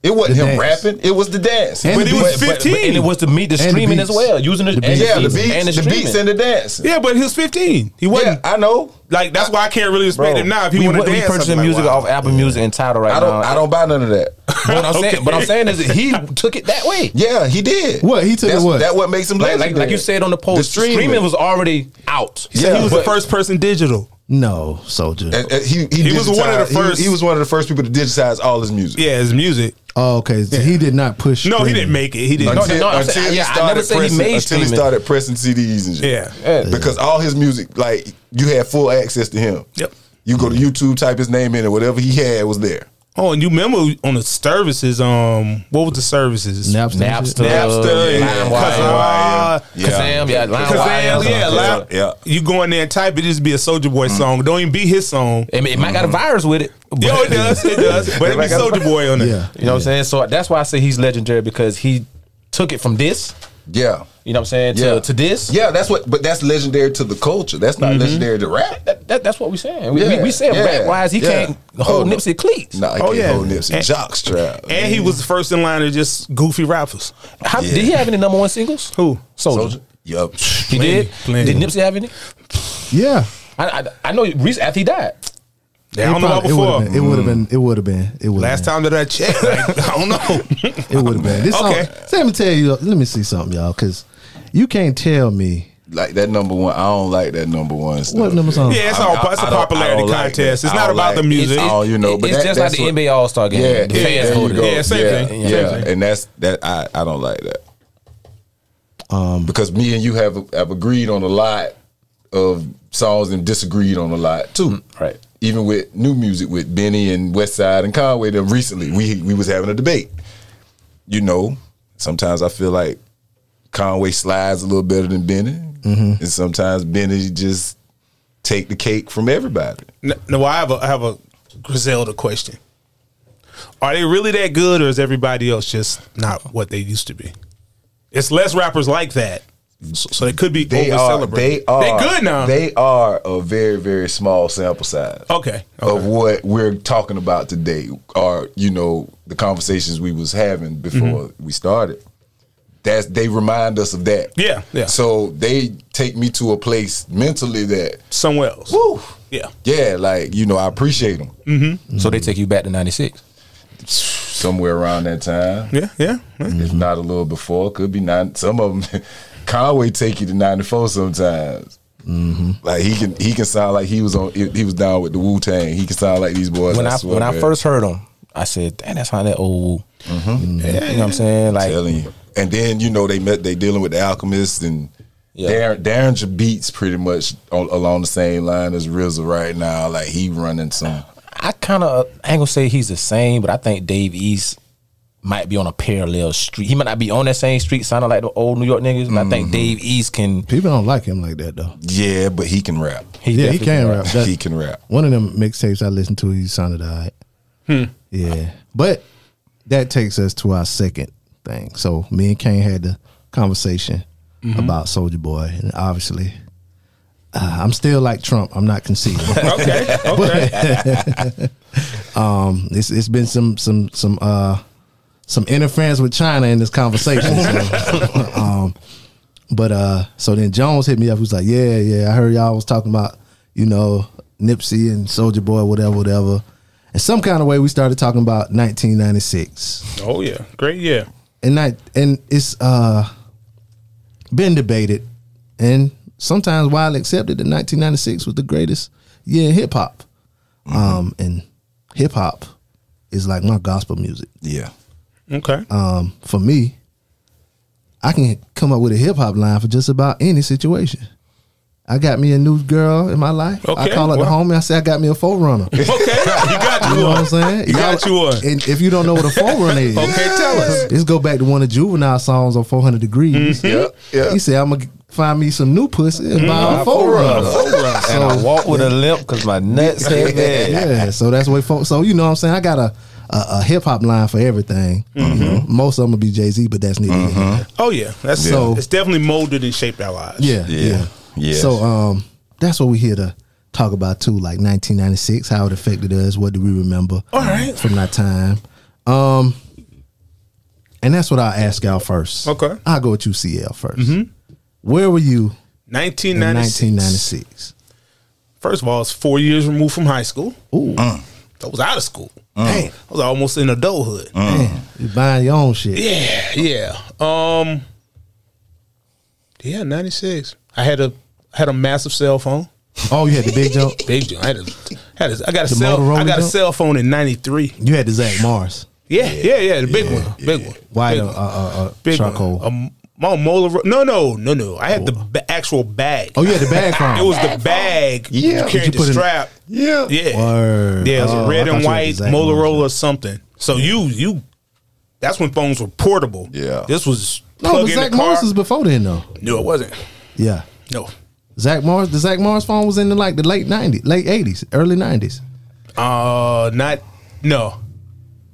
S4: It wasn't
S1: The
S4: him
S1: dance.
S4: rapping. It was the dance.
S1: And
S3: But
S1: the
S3: he was
S1: beats.
S5: But- but-
S3: 15.
S5: and it was the meet the
S1: the
S5: streaming as
S1: beats.
S5: well, using the,
S1: The
S5: and
S1: beats.
S4: yeah, the
S5: season,
S4: beats,
S5: and
S4: the beats,
S5: streaming.
S4: and the dance.
S3: Yeah, but he was 15. He wasn't.
S4: Yeah, I know.
S3: like, that's why I can't really respect
S5: Bro,
S3: him now if
S5: we,
S3: he wanted
S5: we
S3: to dance.
S5: purchasing
S3: I'm like,
S5: music
S3: wow.
S5: off Apple Music and title right
S4: I don't.
S5: now.
S4: I don't buy none of that.
S5: But I'm saying, but I'm
S3: Okay.
S5: saying is that he took it that way.
S4: Yeah, he did.
S1: What? He took it
S4: That's,
S1: what?
S4: That what makes him
S5: Like,
S4: legendary.
S5: like, like you said on the post,
S4: The streaming.
S5: streaming. was already out.
S3: He said
S4: Yeah,
S3: he was
S4: but-
S3: the first person digital.
S1: No, soldier.
S4: And- and Uh, he,
S3: He was one of the
S4: digitized- he was-
S3: first-
S4: He, was one of the first people to digitize all his music.
S3: Yeah, his music.
S1: Oh, okay. So he did not push.
S3: No, he
S1: streaming.
S3: didn't make it. He didn't.
S4: Until,
S5: no, I'm
S4: until
S5: saying-
S4: he
S5: yeah, I
S4: started
S5: never said he
S4: pressing,
S5: made
S4: until he
S5: streaming.
S4: started pressing CDs and shit.
S3: Yeah.
S4: because all his music, like you had full access to him.
S3: Yep.
S4: You go to YouTube, type his name in, and whatever he had was there.
S3: Oh, and you remember on the services? Um, what was the services?
S1: Napster. and shit?
S5: Napster.
S3: Napster,
S5: Yeah.
S3: and
S5: LimeWire.
S3: Kazaa.
S4: Yeah.
S5: Kazam, yeah,
S3: Kazam,
S5: LimeWire.
S3: yeah, Lime-
S4: Yeah.
S3: You go in there and type it, just be a Soldier Boy
S5: Mm.
S3: song. Don't even be his song.
S5: It, it might got a virus with it. But,
S3: Mm-hmm. Yo, it does, it does. But it be Soldier Boy on it.
S1: Yeah.
S5: You know what I'm saying? So that's why I say he's legendary because he took it from this.
S4: Yeah,
S5: You know what I'm saying?
S4: yeah.
S5: To, to this.
S4: Yeah, that's what. But that's legendary to the culture. That's
S5: Mm-hmm.
S4: not legendary to rap.
S5: That, that, that's what we saying. We,
S4: Yeah,
S5: we, we said
S4: yeah,
S5: rap wise, he
S4: yeah.
S5: can't hold
S4: Oh, no.
S5: Nipsey cleats.
S4: Nah, I
S3: Oh,
S4: can't
S3: yeah.
S4: hold Nipsey.
S3: And-
S4: Jockstrap.
S3: And he was the first in line of just goofy rappers.
S5: How, Did he have any number one singles?
S3: Who?
S5: Soldier.
S4: Yup.
S5: He
S3: Plenty,
S5: did.
S3: plenty.
S5: Did Nipsey have any?
S1: Yeah.
S5: I I, I know recently after he died.
S3: Yeah, I don't
S1: It
S3: know about
S1: probably- it
S3: before.
S1: would've been- It would have been. It would have been. It would.
S3: Last time that I checked, like, I don't know.
S1: It would have been. This
S3: Okay.
S1: song- so let me tell you. Let me see something, y'all, because you can't tell me
S4: Like that number one. I don't like that number one. Stuff.
S1: what number song.
S3: Yeah, it's
S4: I-
S3: all
S4: I-
S3: it's a
S4: I don't- I
S3: popularity
S4: don't like
S3: contest.
S4: that.
S3: it's
S4: I
S3: not
S4: don't
S3: about the
S4: like-
S3: music.
S4: it's- Oh, you know, but
S5: it's
S4: that-
S5: just like
S4: that's
S5: the
S4: what-
S5: NBA All Star game.
S4: Yeah,
S5: the
S4: yeah,
S5: fans
S4: there you
S5: voted.
S4: go.
S3: Yeah, same
S4: yeah,
S3: thing.
S4: Yeah,
S3: Same thing.
S4: and that's that. I I don't like that. Um, because me and you have have agreed on a lot of songs and disagreed on a lot too.
S5: Right.
S4: Even with new music with Benny and Westside and Conway, them recently we we was having a debate. You know, sometimes I feel like Conway slides a little better than Benny, and sometimes Benny just take the cake from everybody.
S3: No, no, I have a I have a Griselda question. Are they really that good, or is everybody else just not what they used to be? It's less rappers like that So, so they could be
S4: They
S3: over
S4: are,
S3: celebrated.
S4: they are.
S3: good now.
S4: They are a very, very small sample size.
S3: okay. okay.
S4: of what we're talking about today are you know the conversations we was having before
S5: Mm-hmm.
S4: we started that's they remind us of that
S3: Yeah, yeah.
S4: so they take me to a place mentally that
S3: Somewhere else.
S4: whew,
S3: Yeah.
S4: yeah like you know i appreciate them
S5: Mm. So they take you back to '96.
S4: somewhere around that time
S3: Yeah. Yeah. yeah.
S5: Mm-hmm.
S4: if not a little before could be nine some of them conway take you to 94 sometimes
S5: Mm-hmm.
S4: Like he can, he can sound like he was on. He was down with the Wu Tang. He can sound like these boys.
S5: When I,
S4: swear,
S5: when I
S4: man.
S5: first heard them, I said, "Damn, that's how that old."
S4: Mm-hmm.
S5: You know what I'm saying? Like
S4: telling you. And then you know they met. They dealing with the alchemists and
S5: Yeah.
S4: Dar- Derringer beats pretty much on, along the same line as RZA right now. Like he running some.
S5: I kind of I ain't gonna say he's the same, but I think Dave East might be on a parallel street. He might not be on that same street, sounding like the old New York niggas. But I think Dave East can.
S1: People don't like him like that though.
S4: Yeah, but he can rap.
S1: yeah,
S5: definitely
S1: he can rap. That-
S4: he can rap.
S1: One of them mixtapes I listened to, he sounded all right.
S4: Hmm.
S1: Yeah. But that takes us to our second thing. So me and Kane had the conversation
S4: Mm-hmm.
S1: about Soldier Boy. And obviously, uh, I'm still like Trump. I'm not conceding.
S3: Okay. Okay.
S1: it's, it's been some some some uh some interference with China in this conversation. so, um, but uh, so then Jones hit me up. He was like, "Yeah, yeah, I heard y'all was talking about you know Nipsey and Soldier Boy, whatever, whatever." And some kind of way, we started talking about 1996,
S3: oh yeah. Great. Yeah.
S1: and that and it's uh been debated, and sometimes while accepted that 1996 was the greatest year in hip hop,
S3: Mm-hmm.
S1: um, and hip hop is like my gospel music
S4: Yeah,
S3: Okay.
S1: um, for me, I can come up with a hip hop line for just about any situation. I got me a new girl in my life. I
S3: Okay,
S1: call it the
S3: well.
S1: homie. I say I got me a forerunner. You
S3: okay. You got you
S1: know what I'm
S3: one.
S1: saying?
S3: You got you one.
S1: And if you don't know what a forerunner is,
S3: Okay. Tell us.
S1: let's go back to one of Juvenile songs on 400 Degrees.
S4: yeah,
S3: Mm-hmm.
S4: yeah.
S1: He said, I'm going to find me some new pussy and buy a forerunner.
S5: And I walk with a limp because my nuts said that.
S1: yeah, so that's what folks. So you know what I'm saying? I got a a, a hip hop line for everything.
S3: Mm-hmm.
S1: You know, most of them will be Jay Z, but that's neither. here nor there.
S3: Oh yeah. That's
S1: So-
S3: It's definitely molded and shaped our lives.
S1: Yeah, yeah,
S4: Yeah, yes.
S1: So um, that's what we here to talk about too, like 1996, how it affected us, what do we remember?
S3: All right.
S1: from that time. Um, and that's what I ask y'all first.
S3: Okay. Mm-hmm.
S1: I'll go with you, CL 1st Where were you in
S3: 1996.
S1: 1996?
S3: First of all, it's four years removed from high school.
S1: Ooh,
S3: I was out of school.
S4: Uh,
S1: Damn.
S3: I was almost in adulthood.
S1: man, you buying your own shit.
S3: Yeah, yeah. Um Yeah, 96. I had a had a massive cell phone.
S1: Oh, you had the big jump.
S3: Big John. I had a, had a, I got a
S1: The
S3: cell
S1: Motorola
S3: I got a
S1: jump?
S3: cell phone in 93.
S1: You had the Zach Mars.
S3: Yeah, yeah, yeah, the big one. Big one.
S1: Why
S3: big
S1: the uh,
S3: one.
S1: uh, uh,
S3: big
S1: charcoal?
S3: One. Um, my Motorola. No, no, no, no. I had the ba- actual bag.
S1: oh, you had the bag from.
S3: It was the bag.
S4: Yeah.
S3: You carried
S1: Did you
S3: the
S1: put in-
S3: strap.
S4: yeah,
S3: Yeah.
S1: Word.
S3: Yeah, it was
S1: Oh,
S3: a red
S1: I thought
S3: and
S1: you had the
S3: white
S1: Zach
S3: Motorola
S1: Mars.
S3: or something. So you you that's when phones were portable.
S4: Yeah.
S3: This was
S1: No,
S3: plug
S1: but
S3: in the
S1: Zach
S3: car.
S1: Mars was before then though.
S3: no, it wasn't.
S1: Yeah.
S3: No.
S1: Zach Mars, the Zach Mars phone was in the like the late nineties, late eighties, early nineties.
S3: Uh not no.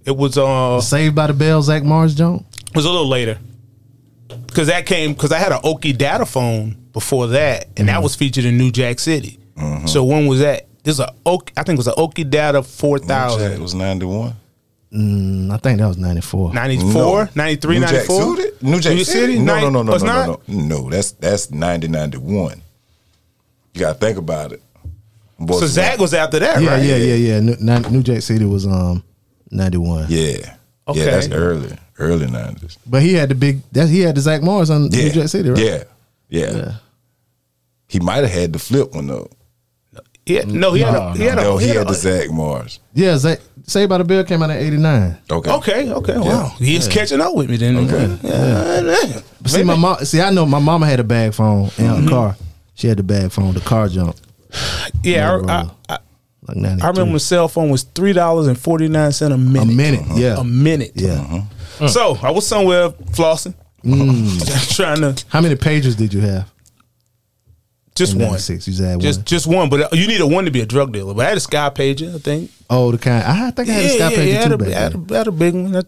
S3: It was uh it
S1: Saved by the Bell, Zach Mars Jones.
S3: was a little later. Cause that came because I had an Oki data phone before that, and
S1: Mm-hmm.
S3: that was featured in New Jack City.
S4: Mm-hmm.
S3: So when was that? This is a Oki, I think it was an Oki data four
S4: It
S3: thousand.
S4: was ninety one.
S1: Mm, I think that was ninety four.
S3: 94, 93,
S4: New Jack
S3: 94?
S4: City? New Jack
S3: New
S4: City? No,
S3: Nine-
S4: no, no, no,
S3: was
S4: no,
S3: not?
S4: no, no, no. That's that's ninety ninety one. You gotta think about it. Boys
S3: So Zach was after that,
S1: Yeah,
S3: right?
S1: yeah, yeah, yeah. New, Nin- New Jack City was um ninety one.
S4: Yeah,
S3: Okay.
S4: yeah. That's early, early nineties.
S1: But he had the big that he had the Zach Mars on
S4: Yeah.
S1: New Jack City, right?
S4: Yeah. Yeah.
S1: Yeah.
S4: He might have had the flip one though.
S3: Yeah, no, he had
S5: No,
S3: a, he had a,
S4: No, he had
S3: a-
S4: the Zach Mars.
S1: Yeah, Zach Saved by the Bell came out in eighty nine.
S4: Okay.
S3: Okay, okay, wow, he is catching up with me then. Yeah, yeah.
S1: But see my mom see I know my mama had a bag phone in
S3: Mm-hmm.
S1: her car. She had the bag phone, the car jump.
S3: yeah I, I,
S1: Motorola.
S3: I,
S1: Like ninety.
S3: I remember the cell phone was three dollars and forty nine cent a minute.
S1: a minute. Yeah.
S3: A minute.
S1: yeah.
S3: So I was somewhere
S1: Mm.
S3: flossing, trying to
S1: How many pages did you have?
S3: Just
S1: in
S3: one.
S1: 96. You said
S3: Just
S1: one.
S3: just one, but uh, you need a one to be a drug dealer. But I had a Sky Pager, I think.
S1: Oh, the kind. I think I had a Sky Pager
S3: I had
S1: too
S3: a,
S1: back
S3: I had
S1: then.
S3: a, I had a big one. That-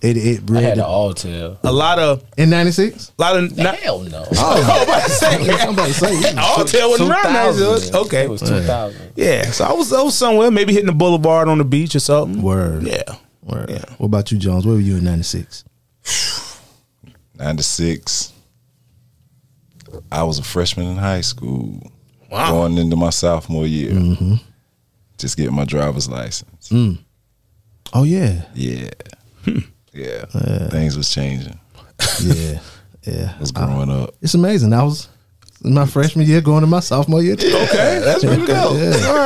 S1: It, it
S5: I had
S1: read
S5: an
S1: the,
S5: all tail.
S3: A lot of,
S1: in 96?
S3: lot of. Not,
S5: Hell no.
S3: oh, I'm about to say,
S1: Somebody say it.
S3: all tail wasn't around. that
S5: 2000.
S3: good. Okay,
S5: It was 2000.
S3: yeah. So I was, I was somewhere, maybe hitting the boulevard on the beach or something.
S1: Word.
S3: Yeah.
S1: Word. What about you, Jones? Where were you in 96?
S4: 96. I was a freshman in high school.
S3: Wow.
S4: Going into my sophomore year.
S1: Mm-hmm.
S4: Just getting my driver's license.
S1: Mm. Oh, yeah.
S4: Yeah.
S1: Hmm.
S4: yeah. Things was changing.
S1: Yeah. yeah.
S4: I was growing up.
S1: It's amazing. I was in my freshman year going to my sophomore year.
S4: Okay, that's pretty dope.
S1: Yeah. All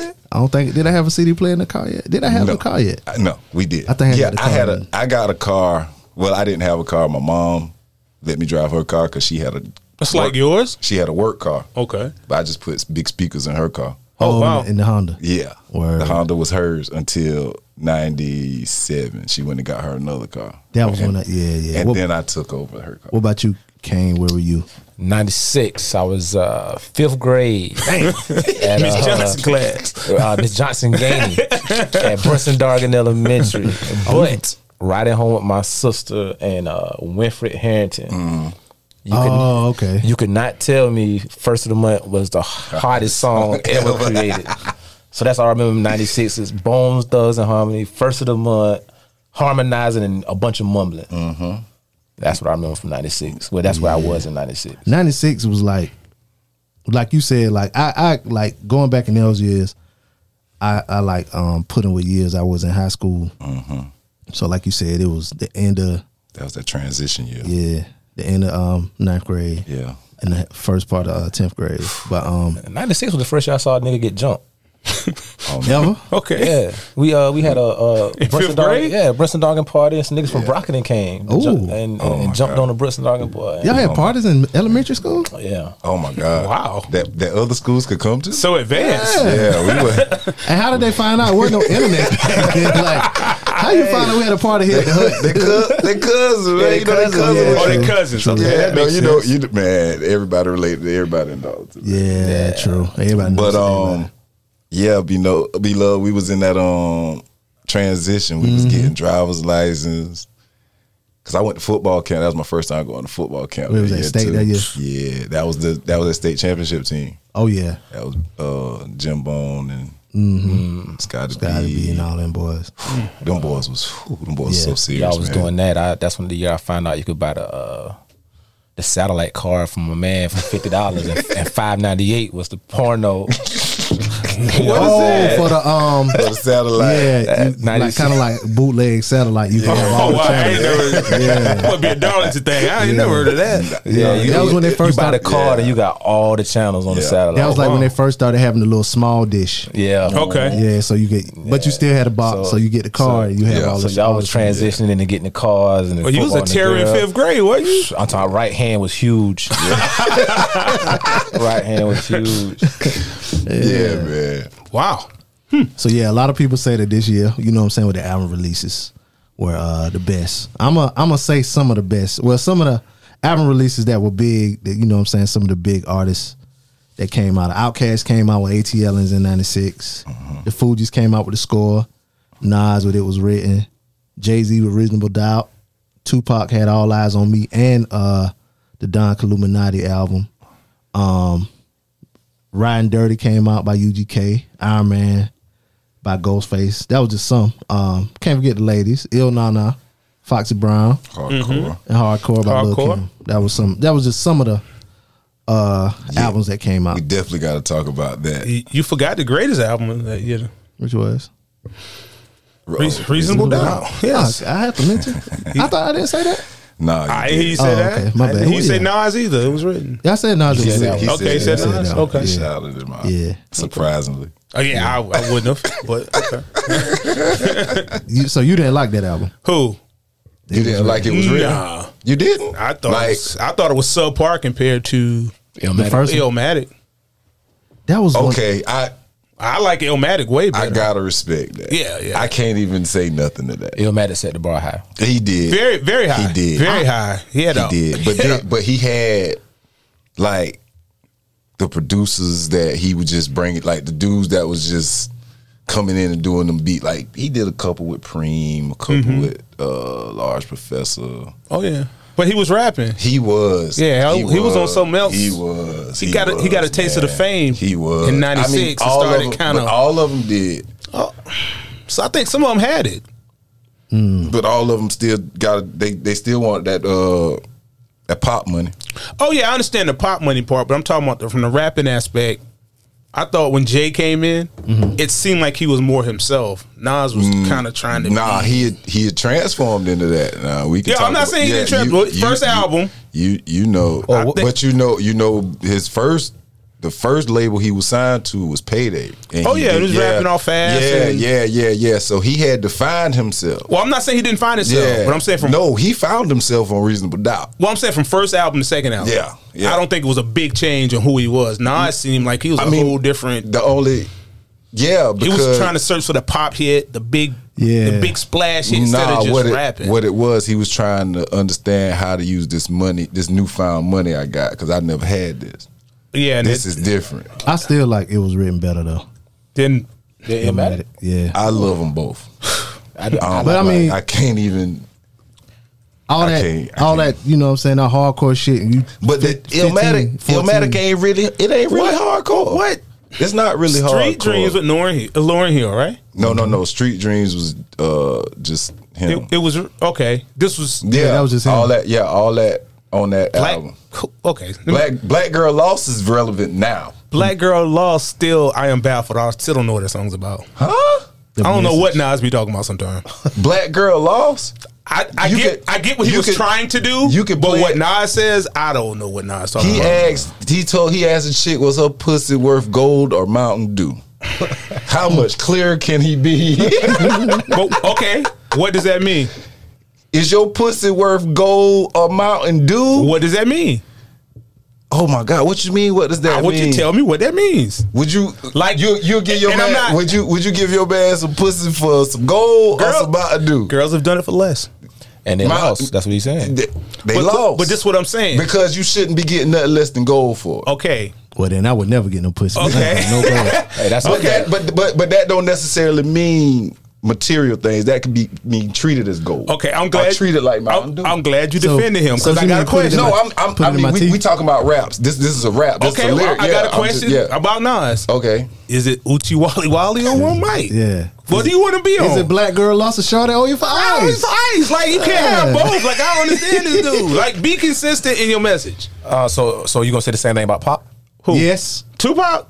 S1: right. I don't think did I have a CD player in the car yet? Did I have a car yet?
S4: I- No, we did.
S1: I think I
S4: yeah,
S1: got a
S4: I had
S1: car.
S4: a. I got a car. Well, I didn't have a car. My mom let me drive her car because she had a.
S3: That's
S4: work-
S3: like yours.
S4: She had a work car,
S3: Okay.
S4: but I just put big speakers in her car.
S3: Oh,
S1: in
S3: wow.
S1: the- in the Honda.
S4: Yeah,
S1: Word.
S4: the Honda was hers until '97. She went and got her another car.
S1: That was
S4: and,
S1: when I yeah, yeah.
S4: And
S1: What,
S4: then I took over her car.
S1: what about you, Kane? Where were you?
S5: 96. I was uh, fifth grade. Dang.
S3: Miss Johnson class.
S5: uh, Miss Johnson Gainey at Brunson Dargan Elementary. But riding home with my sister and uh, Winfred Harrington, you,
S1: Oh, okay.
S5: could, you could not tell me First of the Month was the hottest song ever created. So that's all I remember from 96 is Bones, Thugs, and Harmony, First of the Month, harmonizing and a bunch of mumbling. That's what I remember from 96. Well, that's where I was in 96.
S1: 96 was like like you said like i i like going back in those years i i like um put in with years i was in high school
S4: Mm-hmm.
S1: so like you said it was the end of
S4: That was that transition year. Yeah.
S1: yeah the end of um ninth grade and the first part of uh, 10th grade but um
S5: 96 was the first year I saw a nigga get jumped.
S1: ever
S3: Okay.
S5: Yeah, we uh we had a uh Brunson
S3: fifth
S5: Dog,
S3: grade?
S5: yeah Brunson Doggin party and some niggas from Brockton came
S1: Ooh.
S5: ju- and, and,
S4: Oh,
S5: and
S4: my
S5: jumped
S4: God.
S5: on the Brunson Doggin boy.
S1: y'all had parties in elementary school
S5: yeah.
S4: Oh my God.
S3: Wow.
S4: That that other schools could come to.
S3: So advanced.
S4: yeah, we were.
S1: and how did they find out wasn't no internet back then? like how you find out we had a party here at the hood
S4: they cous- they cousins, man.
S1: they
S4: you know, they
S1: cousins, yeah.
S4: cousins. with
S3: Oh,
S4: you.
S3: they
S1: True,
S3: cousins.
S1: true.
S3: Okay,
S4: Yeah, no,
S3: that makes
S4: you
S3: sense.
S4: know, you man, everybody related to everybody in Dalton. man.
S1: yeah, true everybody knows
S4: But
S1: everybody.
S4: um, yeah, be no, be love. We was in that um transition. We
S1: Mm-hmm.
S4: was getting driver's license because I went to football camp. That was my first time going to football camp.
S1: We was at state
S4: too.
S1: that year?
S4: Yeah, that was the that was that state championship team.
S1: oh yeah
S4: That was uh Jim Bone and
S1: Mm-hmm.
S4: Scotty
S1: gotta be
S4: B.
S1: and all them boys
S4: Them boys was whew, them boys
S1: Yeah.
S4: so serious.
S5: Y'all was
S4: man.
S5: doing that. I, that's when the year I found out you could buy the uh the satellite card from a man for fifty dollars and, and five ninety eight was the porno.
S1: oh, for the um,
S4: The satellite.
S1: yeah, you,
S5: That
S1: like kind of like bootleg satellite. You can have all
S3: Oh,
S1: the
S3: wow. I ain't
S1: channels.
S3: never. That would be a Darlington thing. I ain't never heard of that.
S5: Yeah, you,
S1: that was when they
S5: you
S1: first
S5: buy the
S1: started-
S5: card and you got all the channels on the
S4: Yeah.
S5: satellite.
S1: That was like when they first started having the little small dish.
S5: yeah.
S3: Okay.
S1: Yeah, so you get, but you still had a box, so,
S5: So-
S1: you get the car and you have all
S5: So
S1: the.
S5: y'all
S1: all
S5: was
S1: the-
S5: transitioning into getting the cars and the
S3: Well, you was
S5: football
S3: a
S5: and the
S3: terror in
S5: girl.
S3: fifth grade, wasn't you?
S5: I'm talking right hand was huge. right hand was huge.
S4: yeah, man.
S3: Wow.
S1: So yeah, a lot of people say that this year, you know, what I'm saying with the album releases were uh, the best. I'm a I'm gonna say some of the best. Well, some of the album releases that were big, that, you know, what I'm saying some of the big artists that came out. Outkast came out with ATLs in '96. The Fugees came out with the score. Nas with it was written. Jay Z with Reasonable Doubt. Tupac had All Eyes on Me and uh, the Don Illuminati album. Um, Riding Dirty came out by UGK. Iron Man by Ghostface. That was just some. Um, can't forget the ladies. Il Nana, Foxy Brown,
S4: Hardcore.
S3: Mm-hmm.
S1: and Hardcore by Lil
S3: Hardcore.
S1: Kim. That was some. That was just some of the uh, albums that came out.
S4: We definitely got to talk about that.
S3: You you forgot the greatest album uh, of that year.
S1: Which was
S3: Re- Reasonable Doubt. Yes.
S1: Fuck, I have to mention. I thought I didn't say that.
S4: Nah, you
S3: I
S4: did.
S3: didn't hear you say
S1: Oh,
S3: that.
S1: okay. My
S3: I
S1: bad.
S3: didn't hear you
S1: Well,
S3: say
S1: yeah.
S3: Nas either. It was written.
S1: I said Nas.
S4: He
S1: was
S4: said-
S1: lit.
S4: he
S3: Okay,
S4: said
S3: he said
S4: that.
S3: Nas?
S4: He
S3: Okay.
S4: shouted him out.
S1: Yeah.
S4: Surprisingly.
S3: Oh yeah, I, I wouldn't have. But okay.
S1: You- so you didn't like that album.
S3: who?
S4: You didn't like it was real?
S3: Nah.
S4: You didn't?
S3: I thought it
S4: like
S3: was, I thought it was subpar compared to
S1: The first one-
S3: Illmatic.
S1: that was one-
S4: okay, I
S3: I like Illmatic way
S4: I
S3: better.
S4: gotta respect that.
S3: Yeah, yeah.
S4: I can't even say nothing to that.
S5: Illmatic set the bar high.
S4: He did.
S3: very, very high.
S4: He did.
S3: Very high. He had
S4: he
S3: a,
S4: did. But
S3: he had
S4: then, but he had like the producers that he would just bring it, like the dudes that was just coming in and doing them beat. Like he did a couple with Preem, a couple
S3: Mm-hmm.
S4: with uh, Large Professor.
S3: Oh yeah, but he was rapping.
S4: He was.
S3: Yeah, he was on something else.
S4: He was.
S3: He got a- he got a taste of the fame
S4: He was
S3: in 96 and
S4: all
S3: started
S4: them-
S3: kinda-
S4: but All of them did,
S3: So I think some of them had it. Mm.
S4: but all of them still got. They they still want that uh that pop money.
S3: Oh yeah, I understand the pop money part, but I'm talking about the, from the rapping aspect. I thought when Jay came in,
S4: Mm-hmm.
S3: it seemed like he was more himself. Nas was kind of trying to.
S4: Mm. Nah,
S3: be-
S4: he had, he had transformed into that. Nah, we can
S3: Yeah,
S4: talk
S3: I'm not
S4: about-
S3: saying he
S4: yeah,
S3: didn't trans- but first album.
S4: You you know,
S5: I think-
S4: but you know you know his first. The first label he was signed to was Payday. And
S3: Oh, yeah, he was rapping all fast
S4: Yeah,
S3: and-
S4: yeah, yeah, yeah. So he had to find himself.
S3: Well, I'm not saying he didn't find himself, but I'm saying from
S4: no, he found himself on Reasonable Doubt.
S3: Well, I'm saying from first album to second album.
S4: Yeah, yeah.
S3: I don't think it was a big change in who he was. Nas seemed like he was a whole different.
S4: The only, yeah,
S3: He
S4: because
S3: was trying to search for the pop hit, the big,
S1: Yeah.
S3: the big splash hit instead of just
S4: what it,
S3: rapping.
S4: What it was, he was trying to understand how to use this money, this newfound money I got because I never had this.
S3: yeah, and
S4: This
S3: this
S4: is different.
S1: I still like it was written better though.
S3: then
S5: It, it mattered.
S1: Yeah.
S4: I love them both.
S5: I, do-
S4: I don't-
S1: But I
S4: like,
S1: mean-
S4: I can't even.
S1: all
S4: I
S1: that,
S4: can't- I
S1: all
S4: can't.
S1: that, you know what I'm saying, that hardcore shit. You
S4: But the
S1: fif- 15, 14.
S4: Illmatic, Illmatic ain't really. It ain't really hardcore.
S3: What?
S4: It's not really hardcore.
S3: Street Dreams with Lauren Hill, uh, Lauryn Hill, right?
S4: no, no, no. Street Dreams was uh just him.
S3: It, it was okay. This was
S4: yeah,
S1: that was just him.
S4: all that. Yeah, all that on that
S3: black.
S4: album.
S3: Okay,
S4: Black Black Girl Lost is relevant now.
S3: Black Girl Lost. Still, I am baffled. I still don't know what that song's about.
S4: Huh?
S1: The
S3: I don't know what
S1: message.
S3: Nas be talking about sometimes.
S4: Black Girl Lost?
S3: I, I
S4: You
S3: get
S4: could-
S3: I get what he
S4: you
S3: was
S4: could-
S3: trying to do.
S4: you could
S3: but
S4: play
S3: what
S4: it-
S3: Nas says, I don't know what Nas talking
S4: He
S3: about.
S4: asked he told he asked the chick was her pussy worth gold or Mountain Dew? How much clearer can he be?
S3: but, okay, what does that mean?
S4: Is your pussy worth gold or Mountain Dew?
S3: What does that mean?
S4: Oh my god, what you mean? What does that
S3: I
S4: mean?
S3: want you to tell me what that means.
S4: Would you
S3: Like-
S4: like you? You give your
S3: and I'm
S4: man?
S3: not-
S4: would you? Would you give your man some pussy for some gold or
S3: Girl-
S4: some Mountain Dew?
S3: Girls have done it for less.
S5: and they
S4: My-
S5: lost. That's what he's saying.
S4: They, they
S3: But,
S4: lost.
S3: but this is what I'm saying. Oh,
S4: because you shouldn't be getting nothing less than gold for. it.
S3: okay.
S1: Well, then I would never get no pussy.
S3: Okay.
S1: no gold.
S5: Hey, that's
S4: But
S5: okay.
S4: that, but but but that don't necessarily mean material things. That could be mean treated as gold.
S3: Okay, I'm glad
S4: Or treated like Mountain Dew.
S3: I'm, I'm glad you
S1: So-
S3: defended him
S1: so
S3: because I
S1: you
S3: got a
S1: mean put it in
S3: question.
S1: my-
S4: no, I'm, I'm,
S1: put it
S4: I
S1: in
S4: mean,
S1: my
S4: we,
S1: teeth.
S4: we talking about raps. This this is a rap. This is
S3: okay,
S4: a
S3: well,
S4: lyric.
S3: I
S4: Yeah,
S3: got a
S4: I'm just-
S3: question
S4: yeah.
S3: about Nas.
S4: okay.
S3: Is it Uchi Wally Wally or one mic?
S1: Yeah.
S3: What do you want to be on?
S1: Is it black girl lost a shot at all you for
S3: Oh, it's
S1: eyes?
S3: ice. Like you can't have
S1: Yeah.
S3: both. Like I don't understand this dude. Like be consistent in your message.
S5: Uh, so so you gonna say the same thing about Pop?
S3: Who?
S1: Yes.
S3: Tupac.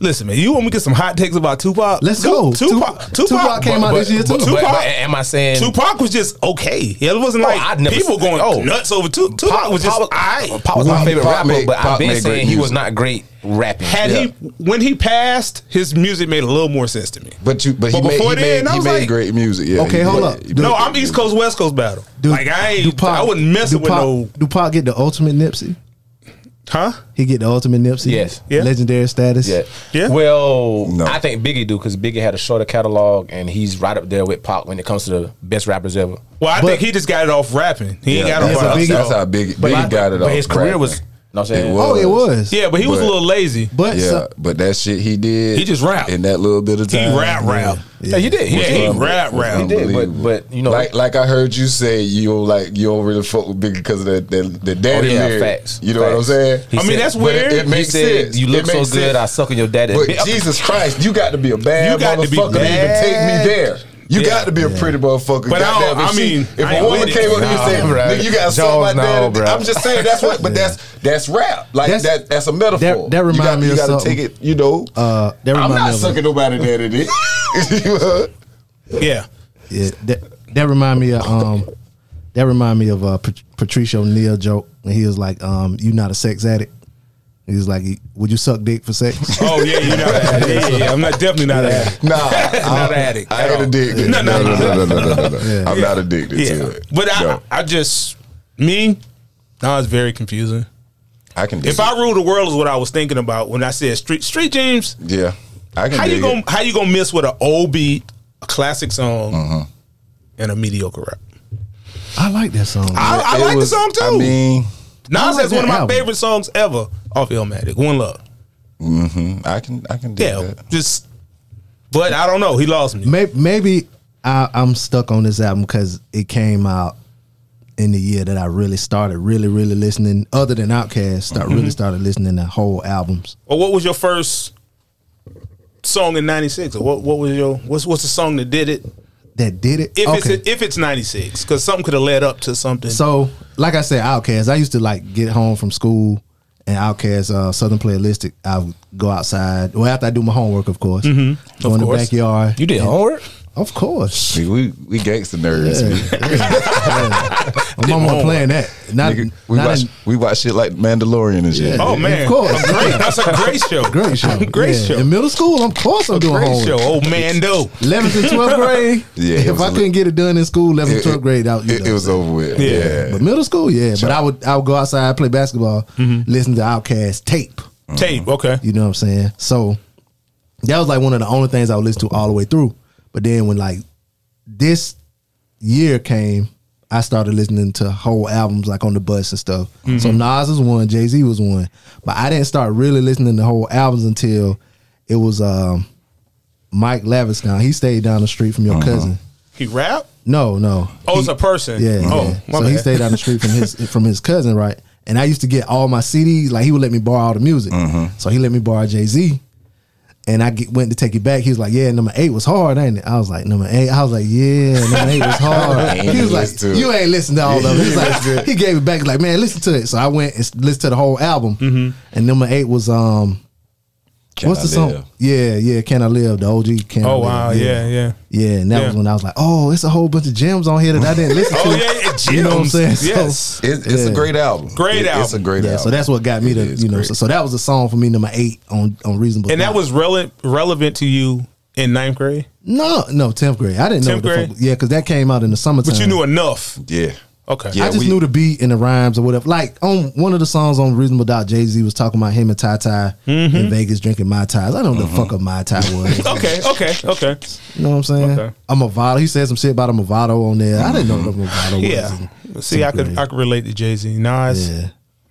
S3: Listen, man, you want me to get some hot takes about Tupac?
S1: Let's go.
S3: Tupac.
S1: Tup-
S3: Tupac,
S1: Tupac came out this year, too.
S5: But,
S3: Tupac,
S5: but am I saying
S3: Tupac was just okay. Yeah, it wasn't
S5: Oh,
S3: like
S5: I'd never
S3: people
S5: s-
S3: going
S5: oh.
S3: nuts over Tup- Tupac. was just
S5: Pop,
S3: I.
S5: Pop was my
S4: Pop-
S5: favorite
S4: Pop
S5: rapper,
S4: made-
S5: but
S4: Pop
S5: I've been
S4: made great
S5: saying he was
S4: music.
S5: not great rapping.
S3: Had
S4: Yeah.
S3: he when he passed, his music made a little more sense to me.
S4: But you but he
S3: But
S4: made,
S3: before
S4: he
S3: then,
S4: made,
S3: I
S4: he
S3: was
S4: made
S3: like-
S4: great music. Yeah,
S1: Okay,
S4: he
S1: hold
S4: made-
S1: up.
S4: he
S1: Do-
S3: no,
S4: made
S3: I'm
S4: great
S3: East Coast West Coast battle. like I ain't, I wasn't messing with
S1: Tupac-
S3: no
S1: Tupac get the ultimate Nipsey.
S3: huh.
S1: He get the ultimate Nipsey.
S5: Yes.
S3: Yeah.
S1: Legendary status.
S5: Yeah.
S3: Yeah.
S5: Well,
S4: No.
S5: I think Biggie do because Biggie had a shorter catalog and he's right up there with Pop when it comes to the best rappers ever.
S3: Well, I
S1: But-
S3: think he just got it off rapping. He ain't
S4: Yeah,
S3: got it
S4: that's,
S3: off.
S1: a Biggie-
S4: how,
S3: other
S4: that's
S3: stuff.
S4: how big
S5: But
S4: Biggie
S5: I-
S4: got it
S5: but
S4: off.
S5: his career was.
S4: crack.
S5: No, I'm saying
S4: It
S1: Oh, it was.
S3: Yeah, but he was a
S4: But-
S3: little lazy.
S1: But
S4: yeah,
S1: so-
S4: but that shit he did,
S3: He just rapped.
S4: in that little bit of
S3: He
S4: time.
S3: rap rap.
S5: Yeah, he did. He
S3: Yeah,
S5: did.
S3: he
S4: unbe-
S3: rap
S4: was
S3: rap.
S5: He did, but
S4: Unbelievable.
S5: but you know,
S4: Like like I heard you say, you don't like you don't really fuck with Biggie because of that that, that daddy
S5: Oh, yeah,
S4: lyric.
S5: facts.
S4: You know what I'm
S5: Facts.
S4: saying?
S5: He
S3: I mean,
S5: said-
S3: that's
S4: But
S3: weird.
S4: It, it
S5: he
S4: makes
S5: said,
S4: sense.
S5: "You look
S4: It
S5: so
S4: makes
S5: good, I
S4: sense.
S5: suck on your daddy."
S4: But
S5: Bitch,
S4: Jesus Christ, you got to be a bad
S3: You got to be
S4: motherfucker to, even
S3: bad.
S4: take me there. You
S3: Yeah.
S4: got to be a pretty motherfucker.
S3: But I don't-
S4: Goddamn, if
S3: I
S4: she-
S3: mean,
S4: if
S3: I
S4: a
S3: ain't
S4: woman
S3: with it.
S4: came up to me and said,
S5: Nah, bruh.
S4: "Nigga, you got to suck my
S5: Jones, no,
S4: daddy,"
S5: bruh.
S4: I'm just saying that's what. But that's that's rap. Like
S1: That's-
S4: that that's a metaphor.
S1: that- that
S4: You
S1: remind
S4: gotta-
S1: me
S4: You
S1: of
S4: got to
S1: something.
S4: take it. You know,
S1: uh, that
S4: I'm
S1: remind me
S4: not
S1: of
S4: sucking nobody daddy dick.
S3: Yeah.
S1: Yeah, that that remind me of um, that remind me of uh, Pat- Patricio Neal joke when he was like, um, "You not a sex addict." He was like, "Would you suck dick for sex?"
S3: Oh yeah, you know that. Yeah, yeah, I'm not definitely not that.
S4: Nah,
S3: Not
S4: I-
S3: an addict.
S4: I
S3: at
S4: ain't
S3: all.
S4: addicted.
S3: No, no, no,
S4: no, no, no, no.
S1: Yeah.
S4: I'm not addicted to
S3: Yeah,
S4: it.
S3: but I,
S4: No,
S3: I just me. Nah, it's very confusing.
S4: I can. dig
S3: If I rule the world is what I was thinking about when I said street street James.
S4: it. yeah, I can.
S3: How you
S4: dig
S3: gonna
S4: it.
S3: how you gonna miss with an old beat, a classic song, and a mediocre rap?
S1: I like that song.
S3: I, I
S4: It
S3: like
S4: was-
S3: the song too.
S4: I mean.
S3: Nas
S1: I like
S3: has one of
S1: that
S3: my
S1: album.
S3: favorite songs ever. off Illmatic. One love.
S4: I can I can do
S3: Yeah,
S4: that.
S3: just. But I don't know. He lost me.
S1: Maybe, maybe I, I'm stuck on this album because it came out in the year that I really started really, really listening. Other than Outkast, start really started listening to whole albums.
S3: Or what was your first song in '96? Or what what was your what's what's the song that did it?
S1: That did it.
S3: If it's if it's '96, because something could have led up to something.
S1: So, like I said, Outcast. I used to like get home from school and Outcast uh, Southern Playalistic. I would go outside. Well, after I do my homework, of course. Mm-hmm. Go in
S3: course.
S1: the backyard.
S5: You did homework?
S1: Of course.
S4: See, we we gangster nerds.
S1: Yeah,
S4: We-
S1: yeah, yeah. My mom
S3: homework.
S1: was playing that. Not,
S4: nigga, we
S1: not
S4: watch
S1: in-
S4: we watch shit like Mandalorian and shit.
S1: Yeah.
S3: oh man,
S1: of course.
S3: A great, that's a great show.
S1: great show.
S3: great
S1: Yeah.
S3: show.
S1: In middle school, of course I'm doing
S3: great
S1: homework.
S3: show. Oh man, though.
S1: 11th and 12th grade.
S4: Yeah, it
S1: if
S4: was
S1: I
S4: a
S1: couldn't get it done in school, 11th and
S4: It,
S1: 12th
S4: it-
S1: grade, out. you
S4: it,
S1: know.
S4: it was over with.
S3: Yeah.
S4: Yeah.
S1: But middle school, yeah. But I would I would go outside, play basketball,
S4: Mm-hmm.
S1: listen to Outcast tape.
S3: Tape. Okay.
S1: You know what I'm saying? So that was like one of the only things I would listen to all the way through. But then when like this year came, I started listening to whole albums like on the bus and stuff. So
S3: Mm-hmm.
S1: Nas was one, Jay Z was one, but I didn't start really listening to whole albums until it was um, Mike Laviscon. He stayed down the street from your cousin.
S3: He rap.
S1: No, no.
S3: Uh-huh. Oh, it's a person.
S1: Yeah.
S3: Oh,
S1: yeah.
S3: my
S1: so he
S3: bad.
S1: stayed down the street from his from his cousin, right? And I used to get all my CDs. Like he would let me borrow all the music. So he let me borrow Jay Z, and I get, went to take it back. He was like, "Yeah, number eight was hard, ain't it?" I was like, "Number eight. I was like, "Yeah, number eight was hard."
S4: Ain't
S1: he was like,
S4: listen to it.
S1: "You ain't listened to all of it." He, was like, he gave it back. Like, man, listen to it. So I went and s- listened to the whole album. And number eight was um,
S4: Can
S1: what's
S4: I
S1: the song?
S4: live?
S1: Yeah, yeah, "Can I Live?" The OG. Can I
S3: Oh
S1: Live.
S3: wow. Yeah. Yeah.
S1: Yeah, and that
S3: Yeah.
S1: was when I was like, "Oh, it's a whole bunch of gems on here that I didn't listen to."
S3: Oh yeah. yeah.
S1: You know what I'm
S3: Gems.
S1: saying? So-
S3: Yes.
S4: It, it's
S1: Yeah.
S4: a great album.
S3: Great
S4: It- It's a
S3: album.
S4: great
S1: Yeah,
S4: album.
S1: so that's what got me to
S4: It is
S1: you know.
S4: great.
S1: So, so that was a song for me, number eight on on reasonable.
S3: And that was relevant relevant to you in ninth grade,
S1: no, no, tenth grade. I didn't know.
S3: 10th
S1: the
S3: grade?
S1: fuck- yeah, because that came out in the summertime.
S3: but you knew enough.
S4: yeah.
S3: Okay.
S4: Yeah.
S1: I just
S4: we-
S1: knew the beat and the rhymes or whatever. Like on one of the songs on Reasonable Doubt, Jay Z was talking about him and Ty Ty in Vegas drinking my ties. I don't know the fuck a my tie was.
S3: Mm-hmm. Okay. Okay. Okay.
S1: You know what I'm saying?
S3: Okay.
S1: A Movado. He said some shit about a Movado on there. I didn't know what a Movado
S3: Yeah.
S1: was. in
S3: See, I
S1: tenth
S3: could
S1: grade.
S3: I could relate to Jay Z. Nas.
S1: Yeah.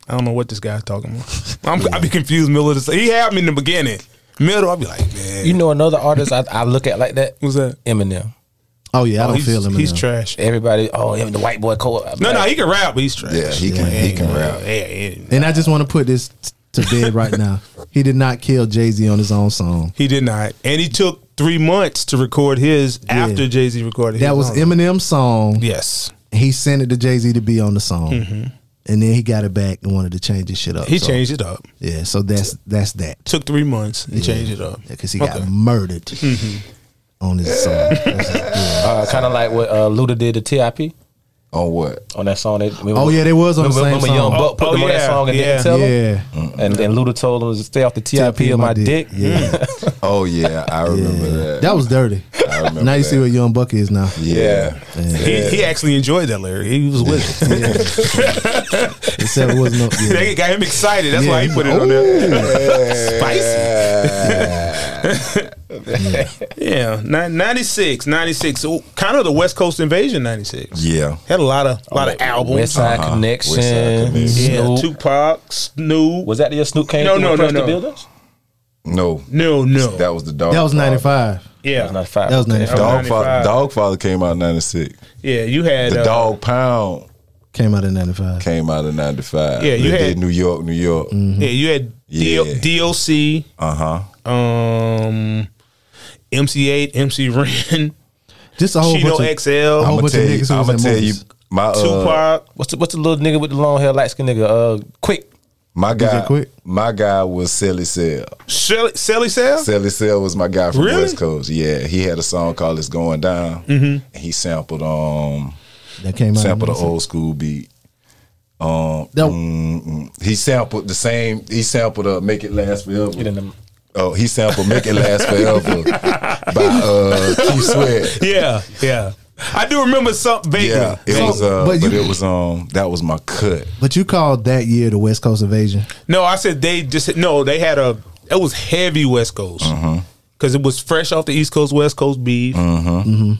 S3: I don't know what this guy's talking about. I'm, I'd be confused middle of the. He had me in the beginning. Middle, I'd be like, man,
S5: You know another artist I, I look at like that?
S3: what's that?
S5: Eminem.
S1: Oh yeah, I don't
S3: he's,
S1: feel him.
S3: He's
S1: now.
S3: trash.
S5: Everybody, oh, him, the white boy co op.
S3: No, no, he can rap, but he's trash.
S4: Yeah, he can. He can rap.
S3: Yeah, yeah.
S1: And I just want to put this t- to bed right now. He did not kill Jay Z on his own song.
S3: He did not, and he took three months to record his after Jay Z recorded.
S1: That
S3: his
S1: was
S3: own.
S1: Eminem's song.
S3: Yes,
S1: He sent it to Jay Z to be on the song, and then he got it back and wanted to change his shit up.
S3: Mm-hmm. he
S1: So,
S3: changed it up.
S1: Yeah, so that's that's that
S3: Took three months and changed it up.
S1: because he
S3: Okay. Mm-hmm.
S1: got murdered on his song. That's just- yeah.
S5: Uh, kind of like what uh, Luda did to TIP
S4: On what?
S5: on that song. That,
S1: Oh yeah, they was on the
S5: remember,
S1: same
S5: remember
S1: song.
S5: Young Buck
S3: Oh,
S5: put
S3: oh,
S5: them on
S3: yeah,
S5: that song and
S3: yeah.
S5: didn't tell him?
S1: yeah,
S5: And then Luda told him to stay off the TIP of my dick.
S1: Yeah,
S3: Mm.
S4: Oh yeah, I remember
S1: yeah.
S4: that.
S1: that was dirty.
S4: I remember
S1: Now you
S4: that.
S1: see what Young Buck is now.
S4: Yeah.
S3: He, he actually enjoyed that lyric. He was with it.
S1: Except it was no.
S3: they
S1: Yeah.
S3: got him excited. That's why he
S1: Yeah. Oh.
S3: put it on there. Spicy.
S4: Yeah.
S3: Yeah, ni- 96, 96. So kind of the West Coast invasion, 96.
S4: yeah.
S3: Had a lot of lot of
S5: West
S3: albums.
S5: Side
S4: Uh-huh.
S5: Connection.
S4: West Side Connection.
S3: Yeah,
S5: Snoop.
S3: Tupac, Snoop.
S5: Was that the year Snoop came
S3: No,
S5: through
S3: no,
S5: and
S3: no,
S5: pressed
S3: no.
S5: the buildings?
S4: No.
S3: no, no.
S4: That was the dog.
S1: That was
S4: Father.
S1: ninety five.
S5: That was
S3: yeah.
S5: 95.
S1: That was
S5: Okay.
S1: 95.
S4: Dog father,
S3: 95.
S4: dog father came out in ninety six.
S3: Yeah, you had
S4: The
S3: uh,
S4: dog pound
S1: Came out in ninety five.
S4: came out in ninety five.
S3: Yeah, you
S4: they
S3: had-
S4: did New York, New York.
S1: Mm-hmm.
S3: Yeah, you had
S4: Yeah.
S3: D-
S4: Uh huh.
S3: DOC, um, MC8, MC Ren,
S1: Just a whole bunch
S3: Chino
S1: of,
S3: XL,
S1: whole
S4: I'ma
S1: bunch of
S4: tell
S1: niggas
S4: you.
S1: who was
S4: I'ma
S1: in
S4: tell you.
S1: movies.
S4: My uh,
S3: Tupac.
S5: What's the, what's the little nigga with the long hair, light skinned nigga? Uh, Quick.
S4: my guy.
S1: Quick?
S4: My guy was Silly Cell.
S3: Shelly Sally Sell?
S4: Sally Cell was my guy from
S3: Really?
S4: West Coast. Yeah, he had a song called "It's Going Down," mm-hmm. and he sampled um
S1: that came out. in
S4: sampled the
S1: 95.
S4: old Mm. school beat.
S1: That-
S4: He sampled the same. He sampled uh, "Make It Last
S5: Get in
S4: Forever."
S5: the-
S4: Oh, he sampled "Make It Last Forever" by uh, Keith Sweat.
S3: Yeah, yeah. I do remember something vaguely.
S4: Yeah, it was. Uh,
S1: but
S4: but,
S1: you-
S4: it was um that was my cut.
S1: But you called that year the West Coast Invasion.
S3: No, I said they just no. They had a it was heavy West Coast
S4: Uh-huh.
S3: because it was fresh off the East Coast West Coast beef.
S4: Uh-huh.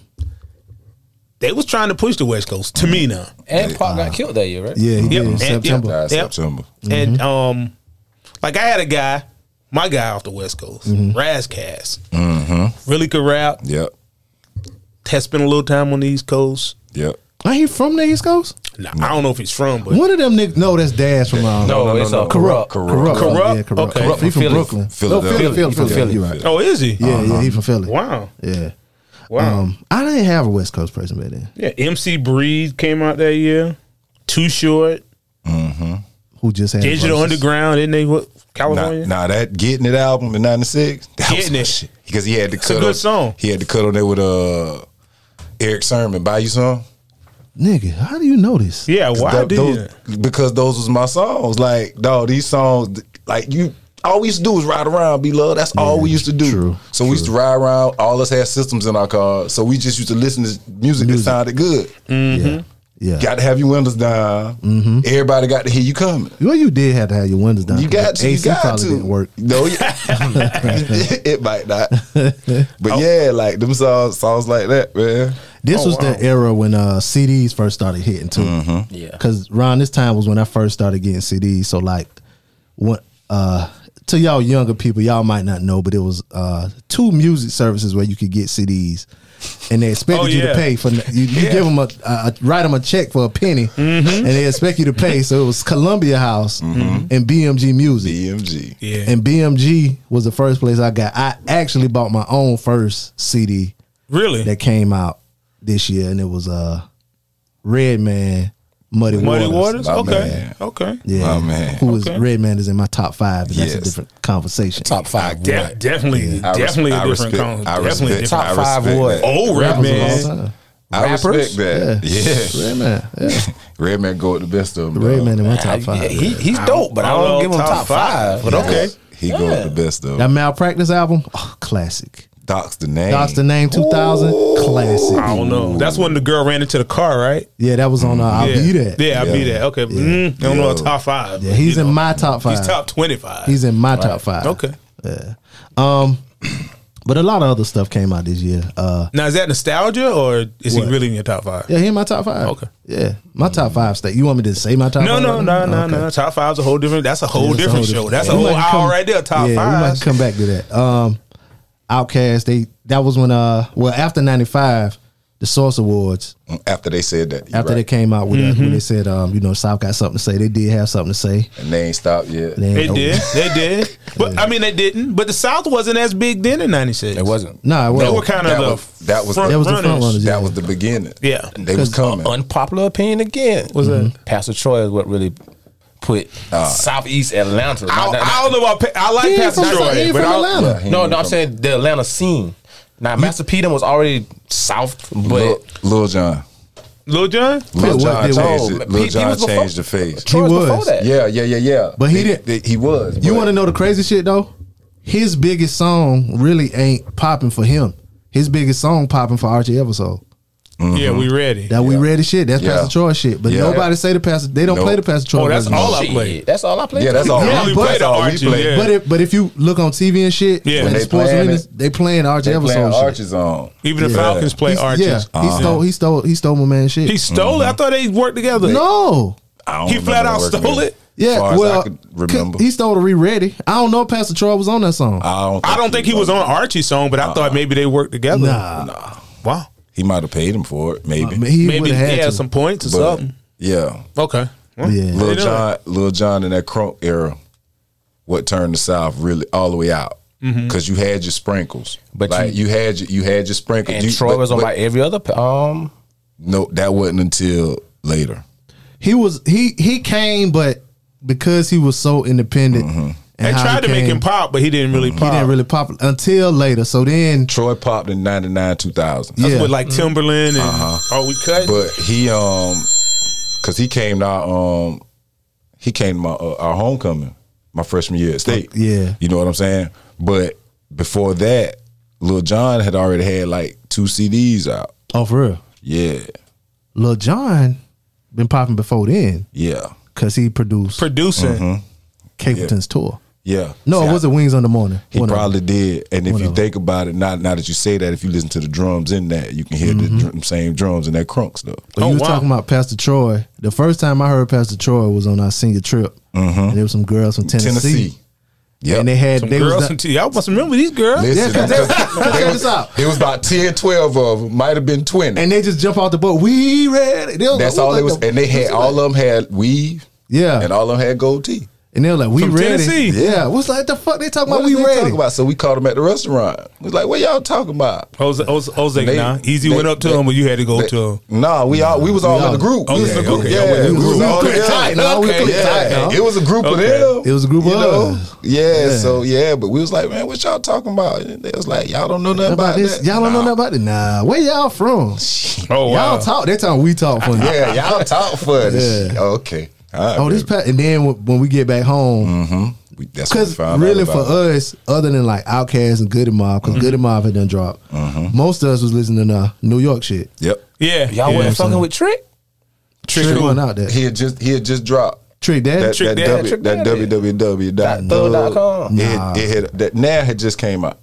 S3: They was trying to push the West Coast to me now.
S5: And Pop got killed that year, right?
S1: Yeah, he
S3: Yep.
S1: did in
S4: uh,
S3: And- yep.
S1: September.
S4: Last
S3: Yep.
S4: September.
S3: And um, Like I had a guy, my guy off the West Coast, Razcast,
S4: Uh-huh.
S3: really could rap.
S4: Yep.
S3: Has spent a little time on the East Coast.
S4: Yep.
S1: Ain't he from the East Coast?
S3: Now, I don't know if he's from, but
S1: One of them niggas. No, that's Dash from
S3: Oh,
S1: um,
S5: No, it's a corrupt.
S1: Corrupt.
S3: Corrupt?
S1: Yeah, corrupt.
S3: Okay.
S1: He from
S5: Philly.
S1: Brooklyn. No,
S4: Philadelphia.
S1: Philly. Philly.
S5: He from
S1: Philly.
S5: Philly.
S1: You're right.
S3: oh, is he?
S1: Yeah,
S3: Oh,
S1: yeah,
S4: Uh-huh.
S1: he from Philly.
S3: Wow,
S1: Yeah.
S3: wow.
S1: Um, I didn't have a West Coast person back then.
S3: yeah, MC Breed came out that year. Too short.
S1: Who just had
S3: Digital
S1: verses.
S3: Underground, didn't they? What
S4: Nah,
S3: California?
S4: nah, that getting it album, the '96, that
S3: Getting
S4: my
S3: It.
S4: shit. because he had to
S3: a
S4: cut.
S3: good
S4: on-
S3: song.
S4: He had to cut on there with uh Eric Sermon. Buy you some.
S1: Nigga, how do you know this?
S3: Yeah, why
S4: Th-
S3: did
S4: those-
S3: you?
S4: Because those was my songs. Like, dog, these songs, like you. All we used to do was ride around, be love. That's all we used to do.
S1: true,
S4: so we used to ride around. All us had systems in our cars, so we just used to listen to music, that sounded good.
S1: Mm-hmm.
S3: Mm-hmm.
S1: Yeah. Yeah.
S4: Got to have your windows down.
S1: Mm-hmm.
S4: Everybody got to hear you coming.
S1: well, you did have to have your windows down.
S4: You got to.
S1: AC
S4: you got
S1: Uh-huh. probably
S4: to.
S1: didn't work.
S4: No, yeah. it might not. But yeah, like them songs, songs like that, man.
S1: This
S3: Oh,
S1: was the era when uh, CDs first started hitting too.
S3: Mm-hmm.
S5: Yeah.
S1: Because around this time was when I first started getting CDs. So like, what uh, to y'all younger people, y'all might not know, but it was uh, two music services where you could get CDs, and they expected
S3: Oh,
S1: you to
S3: yeah. Mm-hmm.
S1: pay for you. You give them a, a write them a check for a penny, and they expect you to pay. So it was Columbia House and BMG Music.
S4: BMG.
S3: Yeah.
S1: And BMG was the first place I got. I actually bought my own first CD
S3: Really?
S1: that came out this year, and it was uh Red Man Muddy,
S3: Muddy
S1: Waters.
S3: Waters?
S4: my
S3: Okay.
S4: man.
S3: Okay.
S1: Yeah,
S4: My man.
S1: who is
S3: Okay.
S1: Red Man is in my top five, and that's a
S4: Yes.
S1: different conversation.
S5: Top five.
S3: De-
S5: what?
S3: Definitely,
S4: I res-
S3: definitely
S4: I
S3: a different
S4: respect-
S3: con-
S4: I
S3: Definitely
S4: respect-
S3: a
S5: Top
S3: different.
S4: I
S5: five
S4: respect
S5: what?
S4: that.
S3: Old rap
S1: Rappers of all
S3: man.
S1: time.
S4: I
S5: Rappers?
S4: respect that. Yeah.
S1: Red Man, yeah.
S4: Red man go with the best of them.
S1: Red
S4: dog.
S1: Man in my top
S5: Yeah,
S1: five.
S5: he, he's dope, but I
S3: I
S5: don't
S3: love
S5: give him
S3: top
S5: top
S3: five.
S5: five.
S3: But
S5: Yeah.
S3: okay.
S4: He go with the best of
S1: that
S4: them.
S1: malpractice album, oh, classic.
S4: Doc's the name.
S1: That's the name, two thousand, classic.
S3: I don't know. That's when the girl ran into the car, right?
S1: Yeah, that was on. Uh, I'll
S3: yeah.
S1: be that.
S3: Yeah, I'll be
S4: Yeah.
S3: that. Okay. Mm, I don't know. Top five.
S1: Yeah, he's
S3: You
S1: in
S3: know,
S1: my top five.
S3: He's top twenty-five.
S1: He's in my top five.
S3: okay.
S1: But a lot of other stuff came out this year. Uh,
S3: Now is that nostalgia or is
S1: What?
S3: he really in your top five?
S1: yeah, he in my top five.
S3: Okay.
S1: Yeah, my top five state. You want me to say my top?
S3: No,
S1: five
S3: no,
S1: right now?
S3: no, no,
S1: Okay.
S3: no. Top five's a whole different. That's a whole
S1: Yeah, that's
S3: different show. That's a
S1: We
S3: whole
S1: might
S3: hour
S1: come-
S3: right there. Top
S1: yeah, We might
S3: five.
S1: come back to that. Um, Outcast. They that was when uh well after '95 the Source Awards
S4: After they said that.
S1: after they came out with
S3: Mm-hmm.
S1: that when they said um you know South got something to say they did have something to say. oh,
S4: And they ain't stopped yet.
S1: They ain't
S3: They
S1: over.
S3: did. They did. But I mean, they didn't. But the South wasn't as big then in '96.
S5: It wasn't.
S1: Nah, it
S3: They
S1: wasn't.
S3: were kind
S4: That
S3: of the
S4: was- that was-
S3: front
S1: That was the front
S3: runners.
S1: runners. Yeah.
S4: That was the beginning.
S3: Yeah. uh,
S4: They was coming.
S5: Unpopular opinion again. Was that Pastor Troy is what really put Southeast Atlanta.
S3: I,
S5: not-
S3: don't-
S5: not-
S3: I don't know about. Pa- I like
S1: He ain't
S3: Pastor
S1: from- he
S3: Troy,
S1: ain't
S3: but
S1: from
S3: I,
S1: Atlanta.
S4: Yeah, he
S5: no,
S4: ain't
S5: no, I'm
S4: from-
S5: saying the Atlanta scene. Now, Master P done was already South, but
S4: Lil, Lil John.
S3: Lil John.
S4: Lil
S1: what
S4: John
S1: did-
S4: changed
S5: oh,
S4: it. Lil
S5: Pete- he
S4: John
S5: was before-
S4: changed the face.
S5: Troy
S1: He
S5: was before
S1: was.
S5: that.
S4: Yeah, yeah, yeah, yeah.
S1: But he
S4: They-
S1: didn't-
S4: they- He was.
S1: You
S4: but-
S1: want to know the crazy shit though? His biggest song really ain't popping for him. His biggest song popping for Archie Eversole.
S3: Yeah, we ready.
S1: Mm-hmm. That we read the shit. That's
S4: Yeah.
S1: Pastor Troy shit. But
S4: Yeah.
S1: nobody say the Pastor. They don't
S4: Nope.
S1: play the Pastor Troy.
S3: Oh, that's
S1: version.
S3: all I
S5: Shit,
S3: played.
S5: That's all I played.
S4: Yeah, that's all.
S3: Yeah,
S4: we
S3: we played
S4: that's all we
S3: Archie,
S4: played.
S3: yeah.
S1: But if but if you look on TV and shit,
S3: Yeah.
S1: when
S3: They
S1: the sports
S4: playing
S1: arenas, they playing Archie
S4: They playing
S1: Eversole. shit.
S4: Archie's on.
S3: Even the
S4: Yeah.
S3: Falcons play
S1: He's-
S3: Archie. Uh-huh.
S1: Yeah, he stole, he stole, he stole my man's shit.
S3: He stole it. I thought they worked together.
S1: no,
S4: I don't
S3: He
S4: remember
S3: flat
S4: the
S3: out
S4: working
S3: stole
S4: name.
S3: it?
S1: yeah,
S4: As far as
S1: well,
S4: I could remember.
S1: he stole the re-ready. I don't know. if Pastor Troy was on that song.
S4: I don't.
S3: I don't think he was on Archie's song, but I thought maybe they worked together.
S1: Nah.
S3: Wow.
S4: He might have paid him for it, maybe.
S1: But Uh, he
S3: Maybe
S1: would
S3: he
S1: have
S3: had
S1: had to.
S3: some points or
S4: but
S3: something.
S4: yeah,
S3: Okay. Well,
S1: Yeah.
S4: Lil
S3: They done.
S4: John, Lil John in that crunk era, what turned the South really all the way out because you had your sprinkles, but
S5: Mm-hmm. But
S4: like you, had your, you had your sprinkles.
S5: And
S4: you,
S5: Troy
S4: but-
S5: was on
S4: but
S5: by every other. p- Um,
S4: No, that wasn't until later.
S1: He was he he came, but because he was so independent, and
S3: Mm-hmm. They
S1: how
S3: tried
S1: he
S3: to make
S1: came,
S3: him pop, but he didn't really pop.
S1: He didn't really pop until later. So then,
S4: Troy popped in '99, 2000.
S1: yeah,
S3: With like Timberland and oh, we cut.
S4: Mm-hmm. Uh-huh. But he um, cause he came to our um, he came to my uh, our homecoming, my freshman
S5: Oh,
S4: year at state.
S1: Yeah.
S4: you know what I'm saying. But before that, Lil John had already had like two CDs out.
S1: oh for real,
S4: Yeah,
S1: Lil John been popping before then
S4: yeah,
S1: because he produced
S3: Producing.
S4: mm-hmm.
S1: Capleton's tour.
S4: yeah.
S1: No,
S4: See,
S1: it
S4: I-
S1: wasn't Wings on the Morning.
S4: He
S1: One of them.
S4: probably did. And if
S1: One
S4: you
S1: of them.
S4: think about it, now, now that you say that, if you listen to the drums in that, you can hear
S1: Mm-hmm.
S4: the drum, same drums and that crunk stuff.
S1: But
S3: Oh,
S1: you were
S3: wow.
S1: talking about Pastor Troy. The first time I heard Pastor Troy was on our senior trip, and there were some girls from Tennessee,
S4: Mm-hmm. Tennessee. Yep.
S1: And they had
S3: Some
S1: they
S3: girls,
S1: was
S3: some
S1: not,
S3: t- y'all must remember these girls.
S4: Listen,
S1: Yeah, 'cause
S4: I'm
S1: they-
S4: just-
S1: check
S4: they
S1: this
S4: was-
S1: out.
S4: It was about 10, 12 of them. Might have been 20.
S1: and they just jump off the boat. We read it. They was
S4: That's
S1: like,
S4: all
S1: what
S4: it was.
S1: the-
S4: And they had, all of them had weave
S1: yeah,
S4: and all of them had gold teeth.
S1: and they were like, we
S3: From
S1: read
S3: Tennessee.
S1: it. Yeah, what's like the fuck they talking
S4: What
S1: about?
S4: we
S1: We read
S4: talking
S1: it.
S4: about? So we called them at the restaurant. We was like, what y'all talking about?
S3: Jose, Jose, Jose
S4: They-
S3: nah. Easy
S4: they-
S3: went up to
S4: they-
S3: him, but you had to go to him.
S4: Nah, we all we was all in the group.
S3: Oh,
S4: We
S3: it's
S4: was
S3: a group.
S4: Yeah,
S3: Okay,
S4: we
S3: we
S4: was
S1: was
S4: all
S1: clicked
S4: together.
S1: tight, nah, we
S4: Okay,
S1: clicked tight,
S4: yeah.
S1: nah.
S4: It was a group
S3: Okay.
S4: of them.
S1: It was a group
S4: you
S1: of
S4: know?
S1: us.
S4: Yeah, so yeah, but we was like, man, what y'all talking about? And they was like, y'all don't know nothing about,
S1: About this,
S4: that.
S1: y'all don't know
S4: Nah.
S1: nothing about it. Nah, where y'all from?
S3: Oh wow.
S1: Y'all talk. That time we talk funny.
S4: Yeah, y'all talk for this.
S1: Yeah.
S4: Okay. All right,
S1: Oh, this
S4: baby.
S1: pa- and then when when we get back
S4: Mm-hmm.
S1: home,
S4: We- that's what we
S1: Because
S4: found
S1: really,
S4: out
S1: for
S4: about.
S1: us, other than like Outkast and Good and Mob, because Good and Mob had done drop, most of us was listening to uh, New York shit.
S4: Yep.
S3: yeah.
S5: Y'all
S3: yeah.
S5: wasn't fucking with Trick.
S1: Trick
S3: who?
S1: one out there.
S4: He had just he had just dropped
S1: Trick
S4: that
S1: that.
S3: Trick
S4: that,
S3: Daddy,
S4: w,
S5: Trick
S4: that
S5: Daddy.
S4: www
S5: Dot thug dot com.
S4: It, had- it had that now had just came out.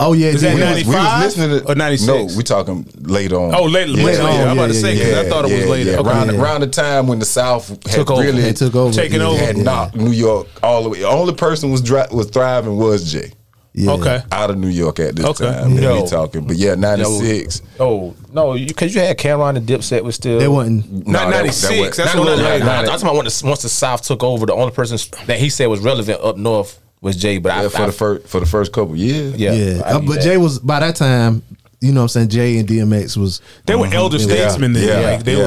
S1: Oh yeah,
S3: Is that
S1: dude.
S4: We was, we was
S3: 95
S4: listening to
S3: or 96?
S4: No, we talking later on.
S3: Oh, later,
S4: Yeah,
S3: later.
S1: yeah,
S3: later. I'm about to
S1: yeah,
S3: say because I thought it was
S4: yeah,
S3: later.
S4: Yeah.
S3: Okay.
S4: Around,
S1: Yeah.
S4: around the time when the South had
S5: Took over.
S4: really
S1: They took over.
S3: Taking
S1: yeah.
S3: over.
S4: had knocked New York all the way. The only person was dri- was thriving was Jay
S1: Yeah.
S3: Okay.
S4: out of New York at this
S3: Okay.
S4: time. that
S5: No.
S4: We talking, but yeah, ninety six.
S5: Oh no, because you, had Cameron and Dipset was still.
S1: They wasn't.
S3: Not 96, that's a
S5: No, no,
S3: little
S5: no,
S3: later.
S5: no, I was talking about once the, once the South took over, the only person that he said was relevant up north was Jay. But I,
S4: for
S5: I,
S4: the first for the first couple years.
S5: yeah,
S1: Yeah,
S5: I
S1: Uh,
S5: knew
S1: but
S5: that.
S1: Jay was by that time. You know what I'm saying? Jay and DMX was.
S3: They were elder statesmen then.
S4: Mm-hmm. yeah,
S3: like, they
S4: yeah.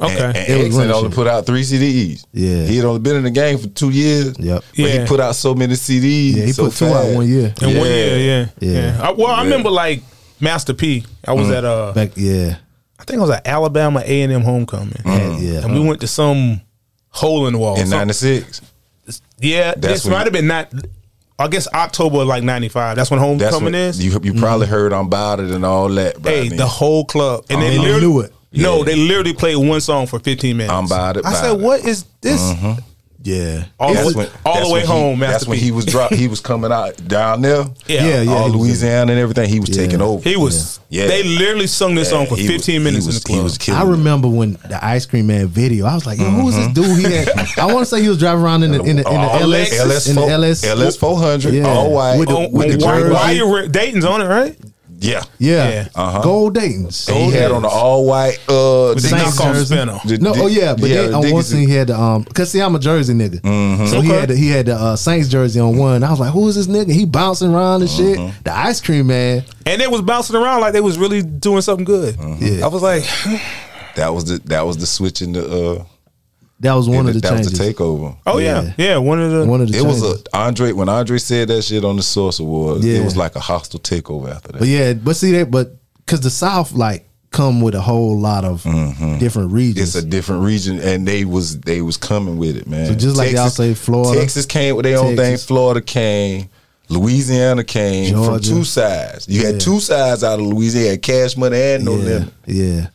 S3: were. Okay.
S1: It was
S4: And, and X had
S1: running
S4: only
S1: shit.
S4: put out three CDs.
S1: Yeah.
S4: he had only been in the game for two years.
S1: Yep.
S4: but
S3: Yeah.
S4: he put out so many CDs.
S1: Yeah, he
S4: so
S1: put two out
S4: fast.
S1: one year.
S3: In one
S4: Yeah. Mm-hmm.
S3: year, yeah.
S1: Yeah.
S3: I, well, I remember like Master P. I was at uh,
S1: Back yeah,
S3: I think I was at Alabama A and M homecoming,
S1: yeah.
S3: and we went to some hole in the wall.
S4: Mm-hmm. in
S3: some-
S4: '96.
S3: yeah, this
S4: when-
S3: might have been not. I guess October of like '95. That's when
S4: That's
S3: homecoming
S4: when
S3: is.
S4: you you probably
S1: Mm-hmm.
S4: heard on about it and all that. But
S3: hey, the whole club, and
S1: And Oh, they
S3: literally-
S1: knew it.
S3: No, they literally played one song for 15 minutes.
S4: I'm about it,
S3: I
S4: about
S3: said,
S4: it.
S3: "What is this?"
S1: yeah,
S3: All,
S4: That's
S3: the,
S4: when-
S3: all
S4: that's
S3: the
S4: when
S3: way
S4: he-
S3: home, Master
S4: That's when
S3: P.
S4: he was drop. He was coming out down there.
S3: Yeah.
S1: Yeah, yeah.
S4: all
S1: he was-
S4: Louisiana and everything. He was taking over.
S3: He was.
S4: Yeah.
S3: They literally sung this song for
S4: He was-
S3: 15
S4: he
S3: minutes
S4: was-
S3: in the club.
S4: He was killing.
S1: I
S4: it. Mm-hmm.
S1: remember when the Ice Cream Man video. I was like, Yo, who's this dude? He had. I want to say he was driving around in the in the, in the
S4: All
S1: LS,
S4: LS,
S1: in the
S4: LS,
S1: LS,
S4: four hundred,
S1: Yeah.
S4: all white,
S1: With the-
S3: on,
S1: with
S3: on
S1: the
S3: wire-
S1: jersey.
S3: wire ri- Dayton's on it, right?
S4: yeah,
S1: Yeah.
S3: Yeah.
S4: Uh-huh.
S1: Gold Dayton's.
S4: And he
S1: Gold
S4: had
S1: Dayton's.
S4: on the all white. Uh,
S3: With the
S1: Saints
S3: knock on
S1: jersey.
S3: spinner.
S4: The-
S1: no,
S4: the-
S1: oh yeah, but
S4: yeah,
S1: then
S4: the
S1: on one
S4: Dickies-
S1: scene he had the um, cause see I'm a Jersey nigga,
S4: Mm-hmm.
S1: so he
S3: Okay.
S1: had the, he had the uh, Saints jersey on one. I was like, who is this nigga? He bouncing around and
S4: Mm-hmm.
S1: shit. The ice cream man,
S3: And they was bouncing around like they was really doing something good.
S4: Mm-hmm.
S1: Yeah.
S3: I was like,
S4: That was the that was the switch in the uh,
S1: that was one
S4: in
S1: of the,
S4: that
S1: changes.
S4: was the takeover.
S3: oh yeah, yeah,
S1: Yeah.
S3: one of the
S1: One of the
S4: It was
S1: changes.
S4: a Andre when Andre said that shit on the Source Awards.
S1: Yeah.
S4: It was like a hostile takeover after that.
S1: but yeah, but see that, but cause the South like come with a whole lot of different regions.
S4: Mm-hmm. it's a different region, and they was they was coming with it, man.
S1: So just like y'all say, Florida,
S4: Texas came with their own thing.
S1: Texas.
S4: Florida came, Louisiana came from
S1: Georgia.
S4: two sides. You
S1: Yeah.
S4: had two sides out of Louisiana: Cash Money and No
S1: yeah,
S4: Limit.
S1: yeah.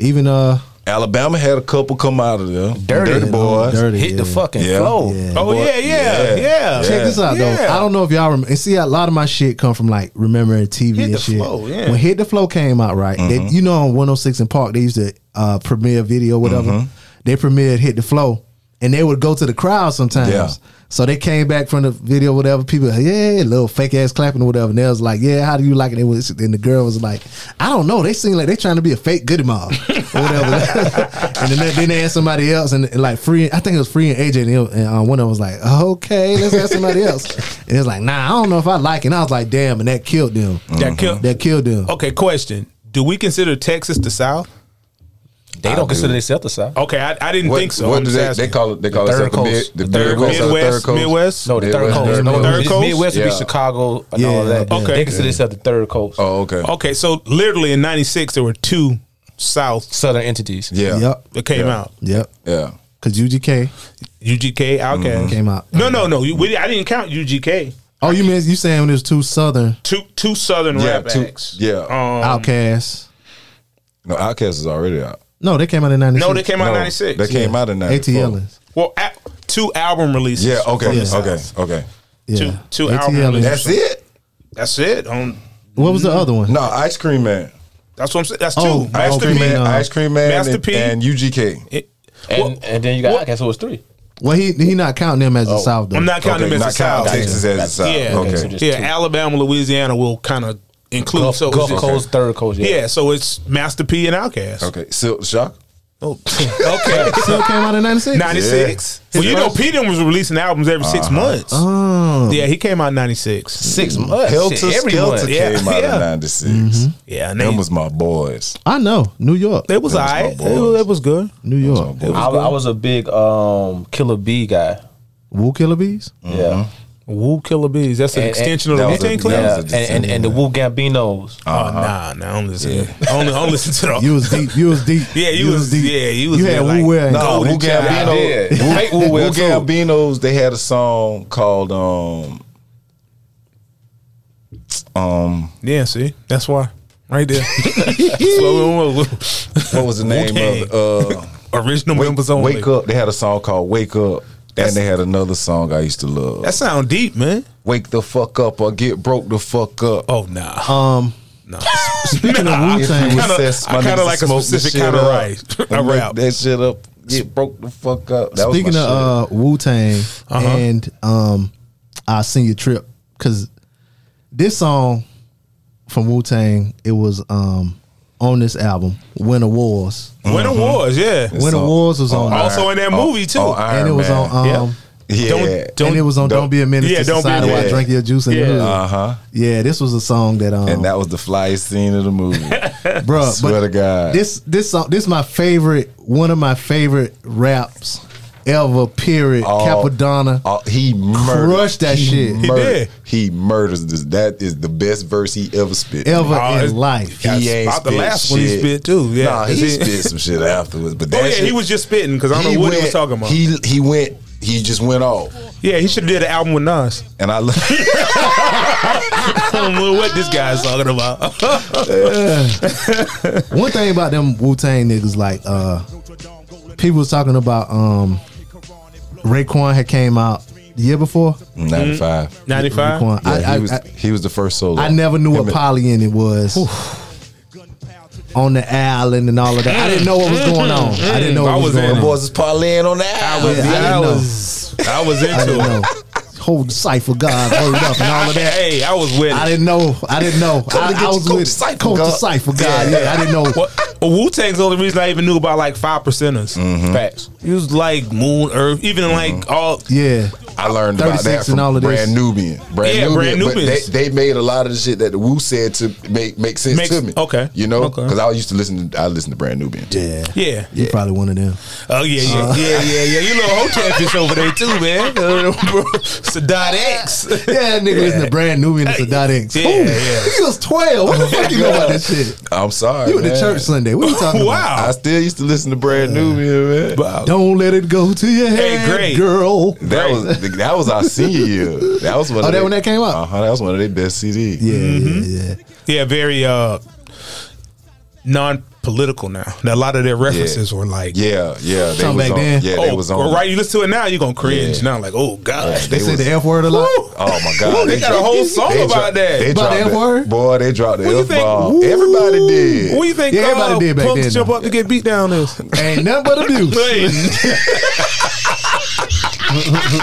S1: Even uh,
S4: Alabama had a couple come out of there.
S5: Dirty.
S4: dirty boys.
S1: Dirty,
S5: hit the
S1: yeah.
S5: fucking
S4: Yeah.
S5: flow.
S1: Yeah.
S3: Oh yeah, yeah, yeah.
S4: Yeah.
S1: Check this out though.
S3: Yeah.
S1: I don't know if y'all remember. And see, a lot of my shit come from like remembering TV
S3: Hit
S1: and
S3: the
S1: shit.
S3: Flow, yeah. Mm-hmm.
S1: When Hit the Flow came out, right? They, you know, on 106 in Park, they used to uh, premiere video, whatever.
S3: Mm-hmm.
S1: They premiered Hit the Flow, and they would go to the crowd sometimes.
S4: Yeah.
S1: So they came back from the video, whatever. People, yeah, little fake ass clapping or whatever. And they was like, yeah, how do you like it? They was, and the girl was like, I don't know. They seem like they trying to be a fake goody mob or whatever. and then, they- then they asked somebody else, and, and, like free, I think it was free and AJ, and, it was- and uh, one of them was like, okay, let's ask somebody else. And it's like, nah, I don't know if I like it. And I was like, damn, and that killed them.
S4: Mm-hmm.
S3: That killed.
S1: That killed them.
S3: Okay, question: Do we consider Texas the South?
S5: They don't consider themselves the South.
S3: Okay, I, I didn't
S4: What,
S3: think so.
S4: what
S3: I'm
S4: do
S3: just
S4: they,
S3: asking.
S4: they call it? They call
S5: The
S4: it
S5: third
S4: something
S5: coast.
S4: mid- the
S5: The
S4: third
S5: third
S4: coast, or the third
S3: Midwest,
S4: coast.
S3: Midwest.
S5: No, the third
S4: Midwest,
S5: coast.
S4: third
S5: No,
S3: Third
S5: it's
S3: coast?
S5: Midwest would
S4: Yeah.
S5: be Chicago and all
S1: Yeah.
S5: that.
S3: Okay.
S5: They consider themselves the third coast.
S4: Oh, okay.
S3: Okay, so literally in '96 there were two South
S5: Southern entities.
S4: Yeah. Mhm.
S1: Yep.
S3: that came out:
S1: Yep.
S4: Yeah.
S1: Because UGK
S3: UGK, Outkast.
S1: came out.
S3: No, no, no. You- we- I didn't count UGK.
S1: Oh, you mean you saying there's two Southern
S3: Two two Southern
S4: Yeah,
S3: rap
S4: two-
S3: acts.
S4: yeah.
S3: Um,
S1: outcasts?
S4: No, Outkast is already out.
S1: No, they came out in 96.
S3: no, they came out in
S4: No,
S3: '96.
S4: They came out in '94.
S1: ATLers.
S3: Well, a- two album releases.
S4: Yeah.
S3: from
S4: Okay.
S3: the
S4: Okay.
S3: South.
S4: Okay.
S1: Yeah.
S3: Two- two
S1: ATL
S3: albums.
S1: is-
S4: That's it.
S3: That's it. Um,
S1: What was the other one?
S4: No, Ice Cream Man.
S3: that's what I'm saying. That's two.
S1: Oh,
S4: Ice
S3: Master
S4: Cream
S3: P.
S4: Man,
S1: uh,
S4: Ice Cream Man,
S3: Master
S4: and,
S3: P.
S4: and UGK.
S3: It-
S5: And,
S3: well,
S5: and then you got
S3: what-
S5: Outkast, who was three.
S1: Well, he he not counting them
S4: Oh.
S1: as the South. Though.
S3: I'm not counting
S4: Okay,
S3: them
S4: not
S3: as a South.
S4: counting Texas as the South.
S3: Yeah,
S4: Okay.
S5: So just
S3: yeah.
S5: two.
S3: Alabama, Louisiana will kind of include.
S5: Gulf,
S3: so it's
S5: Gulf
S3: just-
S5: Coast, third coast. Yeah.
S3: Yeah, so it's Master P and Outkast.
S4: Okay, Silk Shock.
S3: Oh, okay.
S1: Still came out in '96.
S3: 96.
S4: Yeah.
S3: Well, you know, P. Diddy was releasing albums every six
S4: Uh-huh.
S3: months.
S1: Oh,
S3: Yeah, he came out in 96.
S5: Six months.
S4: Helter
S5: Shit, every
S4: Skelter
S5: month.
S3: yeah.
S4: came out
S3: Yeah.
S4: in '96.
S3: Yeah, and
S4: Them
S3: they-
S4: was my boys.
S1: I know New York,
S3: it was
S4: them was my
S3: alright. It,
S4: boys.
S3: was- it was good.
S1: New
S4: my
S1: York.
S4: boys.
S5: I, I was a big um, Killer B guy.
S1: Woo Killer Bees.
S4: Uh-huh.
S5: Yeah.
S3: Woo Killer Bees. That's an
S5: And- and-
S3: extension of
S4: that
S3: the
S4: was a-
S3: Wu-Tang
S4: that
S3: Clan.
S5: Yeah,
S4: was a
S5: and, and, and the Wu Gambinos.
S3: Oh, nah, nah. I don't listen. I, only, I don't listen to the.
S1: You was deep. You was deep.
S3: yeah, you, was, Yeah, you was.
S1: You had
S3: there, like,
S1: Wu Wear. and
S4: No,
S1: Golden
S4: Oh, Wu
S1: Child.
S5: Child. I
S4: Gambino.
S5: did.
S4: Wu,
S5: Fake Wu
S4: Wu
S5: Will, too.
S4: Gambinos. They had a song called um um
S3: Yeah, see, that's why. Right there. That's why we don't want-
S4: what was the name of the, uh
S3: Original members
S4: Wake,
S3: only.
S4: Wake Up. They had a song called Wake Up.
S3: That's-
S4: and they had another song I used to love.
S3: That sound deep, man.
S4: Wake the fuck up or get broke the fuck up.
S3: Oh nah.
S1: Um,
S3: no.
S1: speaking of Wu
S4: If you
S1: Tang,
S3: kinda-
S4: assess my
S3: I kinda
S4: niggas
S3: like a
S4: smoke the
S3: specific
S4: shit
S3: kinda
S4: up
S3: right. I
S4: and make
S3: rap.
S4: That shit up. Get broke the fuck up. That was
S1: speaking
S4: my
S1: of
S4: shit.
S1: uh, Wu Tang
S3: Uh-huh.
S1: and um, I seen your trip because this song from Wu Tang it was um on this album Winter Wars.
S3: Winter
S4: Uh-huh.
S3: Wars, yeah. Oh,
S4: It's
S1: Winter
S4: on-
S1: Wars was on,
S4: on
S1: there,
S4: Iron-
S3: Also in that
S4: on-
S3: movie, too.
S4: on Oh, Iron
S1: uh, and it was
S4: Man.
S1: on um.
S4: Yeah.
S3: Don't- don't-
S1: and it was on "Don't, Be a Menace
S3: Yeah,
S1: to
S3: Don't Be a
S1: Society While I
S4: Menace.
S1: Drink Your Juice in
S3: Yeah.
S1: the Hood."
S4: uh huh.
S1: Yeah, this was a song that um,
S4: And that was the flyest scene of the movie.
S1: bro.
S4: Swear to God.
S1: this this song, this is my favorite, one of my favorite raps ever. Period.
S4: All-
S1: Capadonna.
S4: all- Uh, he murdered.
S1: Crushed that
S4: he
S1: shit. He
S4: murdered-
S3: did.
S4: He murders this. That is the best verse he ever spit.
S1: Ever
S3: Oh,
S1: in
S3: it's-
S1: life,
S4: He ain't
S3: About the
S4: spit
S3: last one he
S4: shit.
S3: spit, too, yeah.
S4: nah, he
S3: 'Cause he-
S4: spit some shit afterwards. But that
S3: Oh yeah,
S4: shit,
S3: he was just spitting because I don't know what he was
S4: went-
S3: talking about.
S4: He he went. He just went off,
S3: yeah, he should have did an album with Nas.
S4: and I love.
S3: I don't know what this guy's talking about.
S1: One thing about them Wu Tang niggas, like uh, people was talking about um, Raekwon had came out the year before.
S4: Ninety five.
S3: Ninety five.
S1: Raekwon,
S4: Mm, Yeah,
S1: Mm-hmm. I, I,
S4: he was
S1: I,
S4: he was the first solo.
S1: I never knew
S4: Him
S1: what
S4: and-
S1: poly in it was. On the island and all of that. I didn't know what was going on. I didn't know
S3: I
S1: what was
S3: was in
S1: going
S3: it.
S1: on.
S4: Boys is parlaying on that.
S3: I was,
S1: Yeah, I didn't know.
S3: I, was, I was
S1: I didn't
S3: into it.
S1: know. Whole cipher God word up and all of that.
S3: Hey, I was with
S1: I
S3: it.
S1: didn't know. I didn't know.
S4: to
S1: I,
S4: get
S1: I
S4: you
S1: was
S4: Coach
S1: with
S4: Cypher
S1: Coach
S4: God.
S1: Cipher God. Yeah. I didn't know.
S3: Wu Tang's the only reason I even knew about like five percenters.
S1: Mm-hmm.
S5: Facts.
S3: He was like Moon Earth, even like all.
S1: Yeah,
S4: I learned about
S1: 36
S4: that
S1: and
S4: from
S1: all of this.
S4: Brand Nubian. Brand
S3: Yeah, Brand
S4: but
S3: Nubians.
S4: They, they made a lot of the shit that the Wu said to make make sense
S3: Makes-
S4: to me.
S3: okay.
S4: you know,
S3: Okay.
S4: because I used to listen. to I listened to Brand Nubian.
S1: yeah, Uh-huh.
S3: Yeah.
S1: You probably one of them.
S3: Oh yeah, yeah, yeah, yeah, yeah. You little hotel fish over there too, man. Sadat X.
S1: Yeah, that nigga listen to brand new and Sadat X.
S3: Yeah,
S1: Ooh,
S3: yeah.
S1: He was twelve. What the fuck you know about this shit?
S4: I'm sorry.
S1: You in the
S4: man.
S1: church Sunday? What are you talking about?
S3: Wow.
S4: I still used to listen to Brand Nubian, man.
S3: Wow.
S1: Don't let it go to your
S3: Hey,
S1: head,
S3: great.
S1: girl.
S4: That was that was our senior year. That was one.
S1: Oh,
S4: of
S1: that when that came out?
S4: Uh huh. That was one of their best CDs.
S1: Yeah, yeah, yeah.
S3: Yeah, very uh non-political now. A lot of their references were like,
S4: yeah, yeah. They
S1: Something
S4: was
S1: back
S4: on,
S1: then.
S4: Yeah,
S3: oh,
S4: they was on.
S3: right. You listen to it now, you're gonna cringe. Now, like, oh god,
S1: They, said
S4: was-
S1: the F word a lot.
S4: Oh my god,
S3: Ooh, they got a
S4: dropped-
S3: whole song
S4: they
S3: about
S4: dropped-
S3: that.
S4: They
S1: About
S4: dropped
S1: the F-word?
S4: Boy, they dropped the
S3: What do you
S4: F
S3: think?
S4: bomb.
S3: Ooh.
S4: Everybody did.
S3: What do you think?
S1: Yeah, everybody
S3: uh,
S1: did back
S3: punks
S1: then,
S3: jump
S1: though.
S3: up to get beat down. Is
S1: Ain't nothing but abuse.
S3: Wait,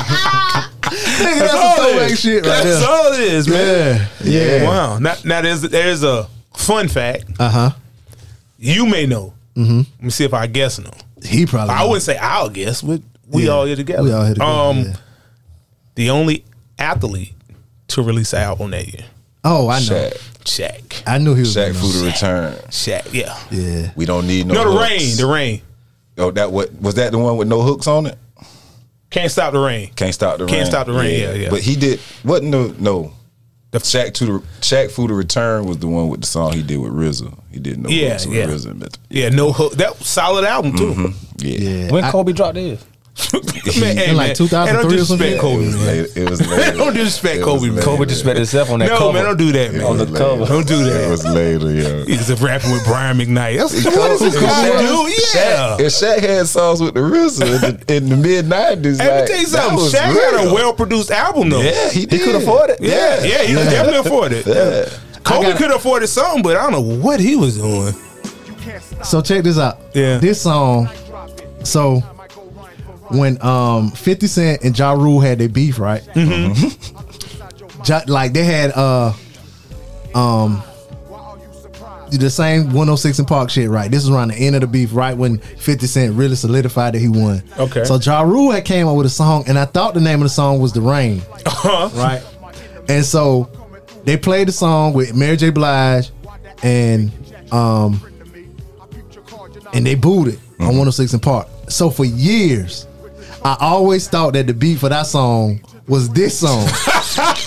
S1: Nigga, that's
S3: that's
S1: some
S3: all
S1: throwback
S3: it is.
S1: shit right
S3: that's
S1: there.
S3: all it is, man.
S1: Yeah, yeah.
S3: Wow. Now, now there's there's a fun fact
S1: Uh huh.
S3: you may know. Mm-hmm. Let me see if I guess no.
S1: He probably.
S3: I wouldn't say I'll guess. We we
S1: Mm-hmm. Yeah.
S3: all here together.
S1: We all here together,
S3: Um,
S1: yeah.
S3: the only athlete to release an album that year,
S1: Oh, I know.
S4: Shaq,
S3: Shaq.
S1: I knew he was.
S4: Shaq
S1: gonna know.
S4: Fu to return.
S3: Shaq. Yeah.
S1: Yeah.
S4: We don't need no.
S3: No, the
S4: hooks.
S3: rain. The rain.
S4: Oh, that what was that the one with no hooks on it?
S3: Can't stop the rain.
S4: Can't stop the rain.
S3: Can't Stop the Rain, yeah, yeah.
S4: But he did. Wasn't no no. The Shaq to the Shaq Fu to return was the one with the song he did with RZA. He did no
S3: Yeah,
S4: hooks with
S3: yeah.
S4: RZA. But
S3: Yeah. No hook. That was solid album too.
S1: Mm-hmm.
S4: yeah,
S1: Yeah.
S5: When
S1: I-
S5: Kobe dropped his?
S3: Man, hey,
S1: In like
S3: man.
S1: 2003
S3: Hey, don't
S1: or something?
S3: disrespect Kobe,
S4: It was later. It was
S3: man.
S4: later.
S3: Don't disrespect
S4: It
S3: Kobe.
S4: was later.
S5: Kobe just bet himself on that
S3: No,
S5: cover.
S3: man, don't do that,
S4: It
S3: man.
S5: on
S4: was
S5: the
S4: later.
S5: cover.
S3: Don't do that.
S4: It was later, yeah.
S3: He's rapping with Brian McKnight. That's what is this
S4: If
S3: guy
S4: Shaq-
S3: do? Yeah.
S4: Shaq, if Shaq had songs with the RZA in the, in the mid nineties,
S3: Hey, let me
S4: like,
S3: tell you
S4: that
S3: something.
S4: was
S3: Shaq had a
S4: real.
S3: well produced album though.
S4: Yeah, he,
S1: He could
S4: did.
S1: afford
S4: it.
S3: Yeah, yeah, he could definitely afford it.
S1: I
S3: Kobe
S1: gotta-
S3: could afford his song, but I don't know what he was doing.
S1: So check this out.
S3: Yeah.
S1: This song. So when um 50 Cent and Ja Rule had their beef, right? Mm-hmm. Ja- like they had uh um the same 106 and Park shit, right? This is around the end of the beef, right when 50 Cent really solidified that he won.
S3: Okay.
S1: So Ja Rule had came up with a song, and I thought the name of the song was The Rain.
S3: Uh-huh.
S1: Right. And so they played the song with Mary J. Blige and um and they booed it on
S3: Mm-hmm.
S1: 106 and Park. So for years, I always thought that the beat for that song was this song.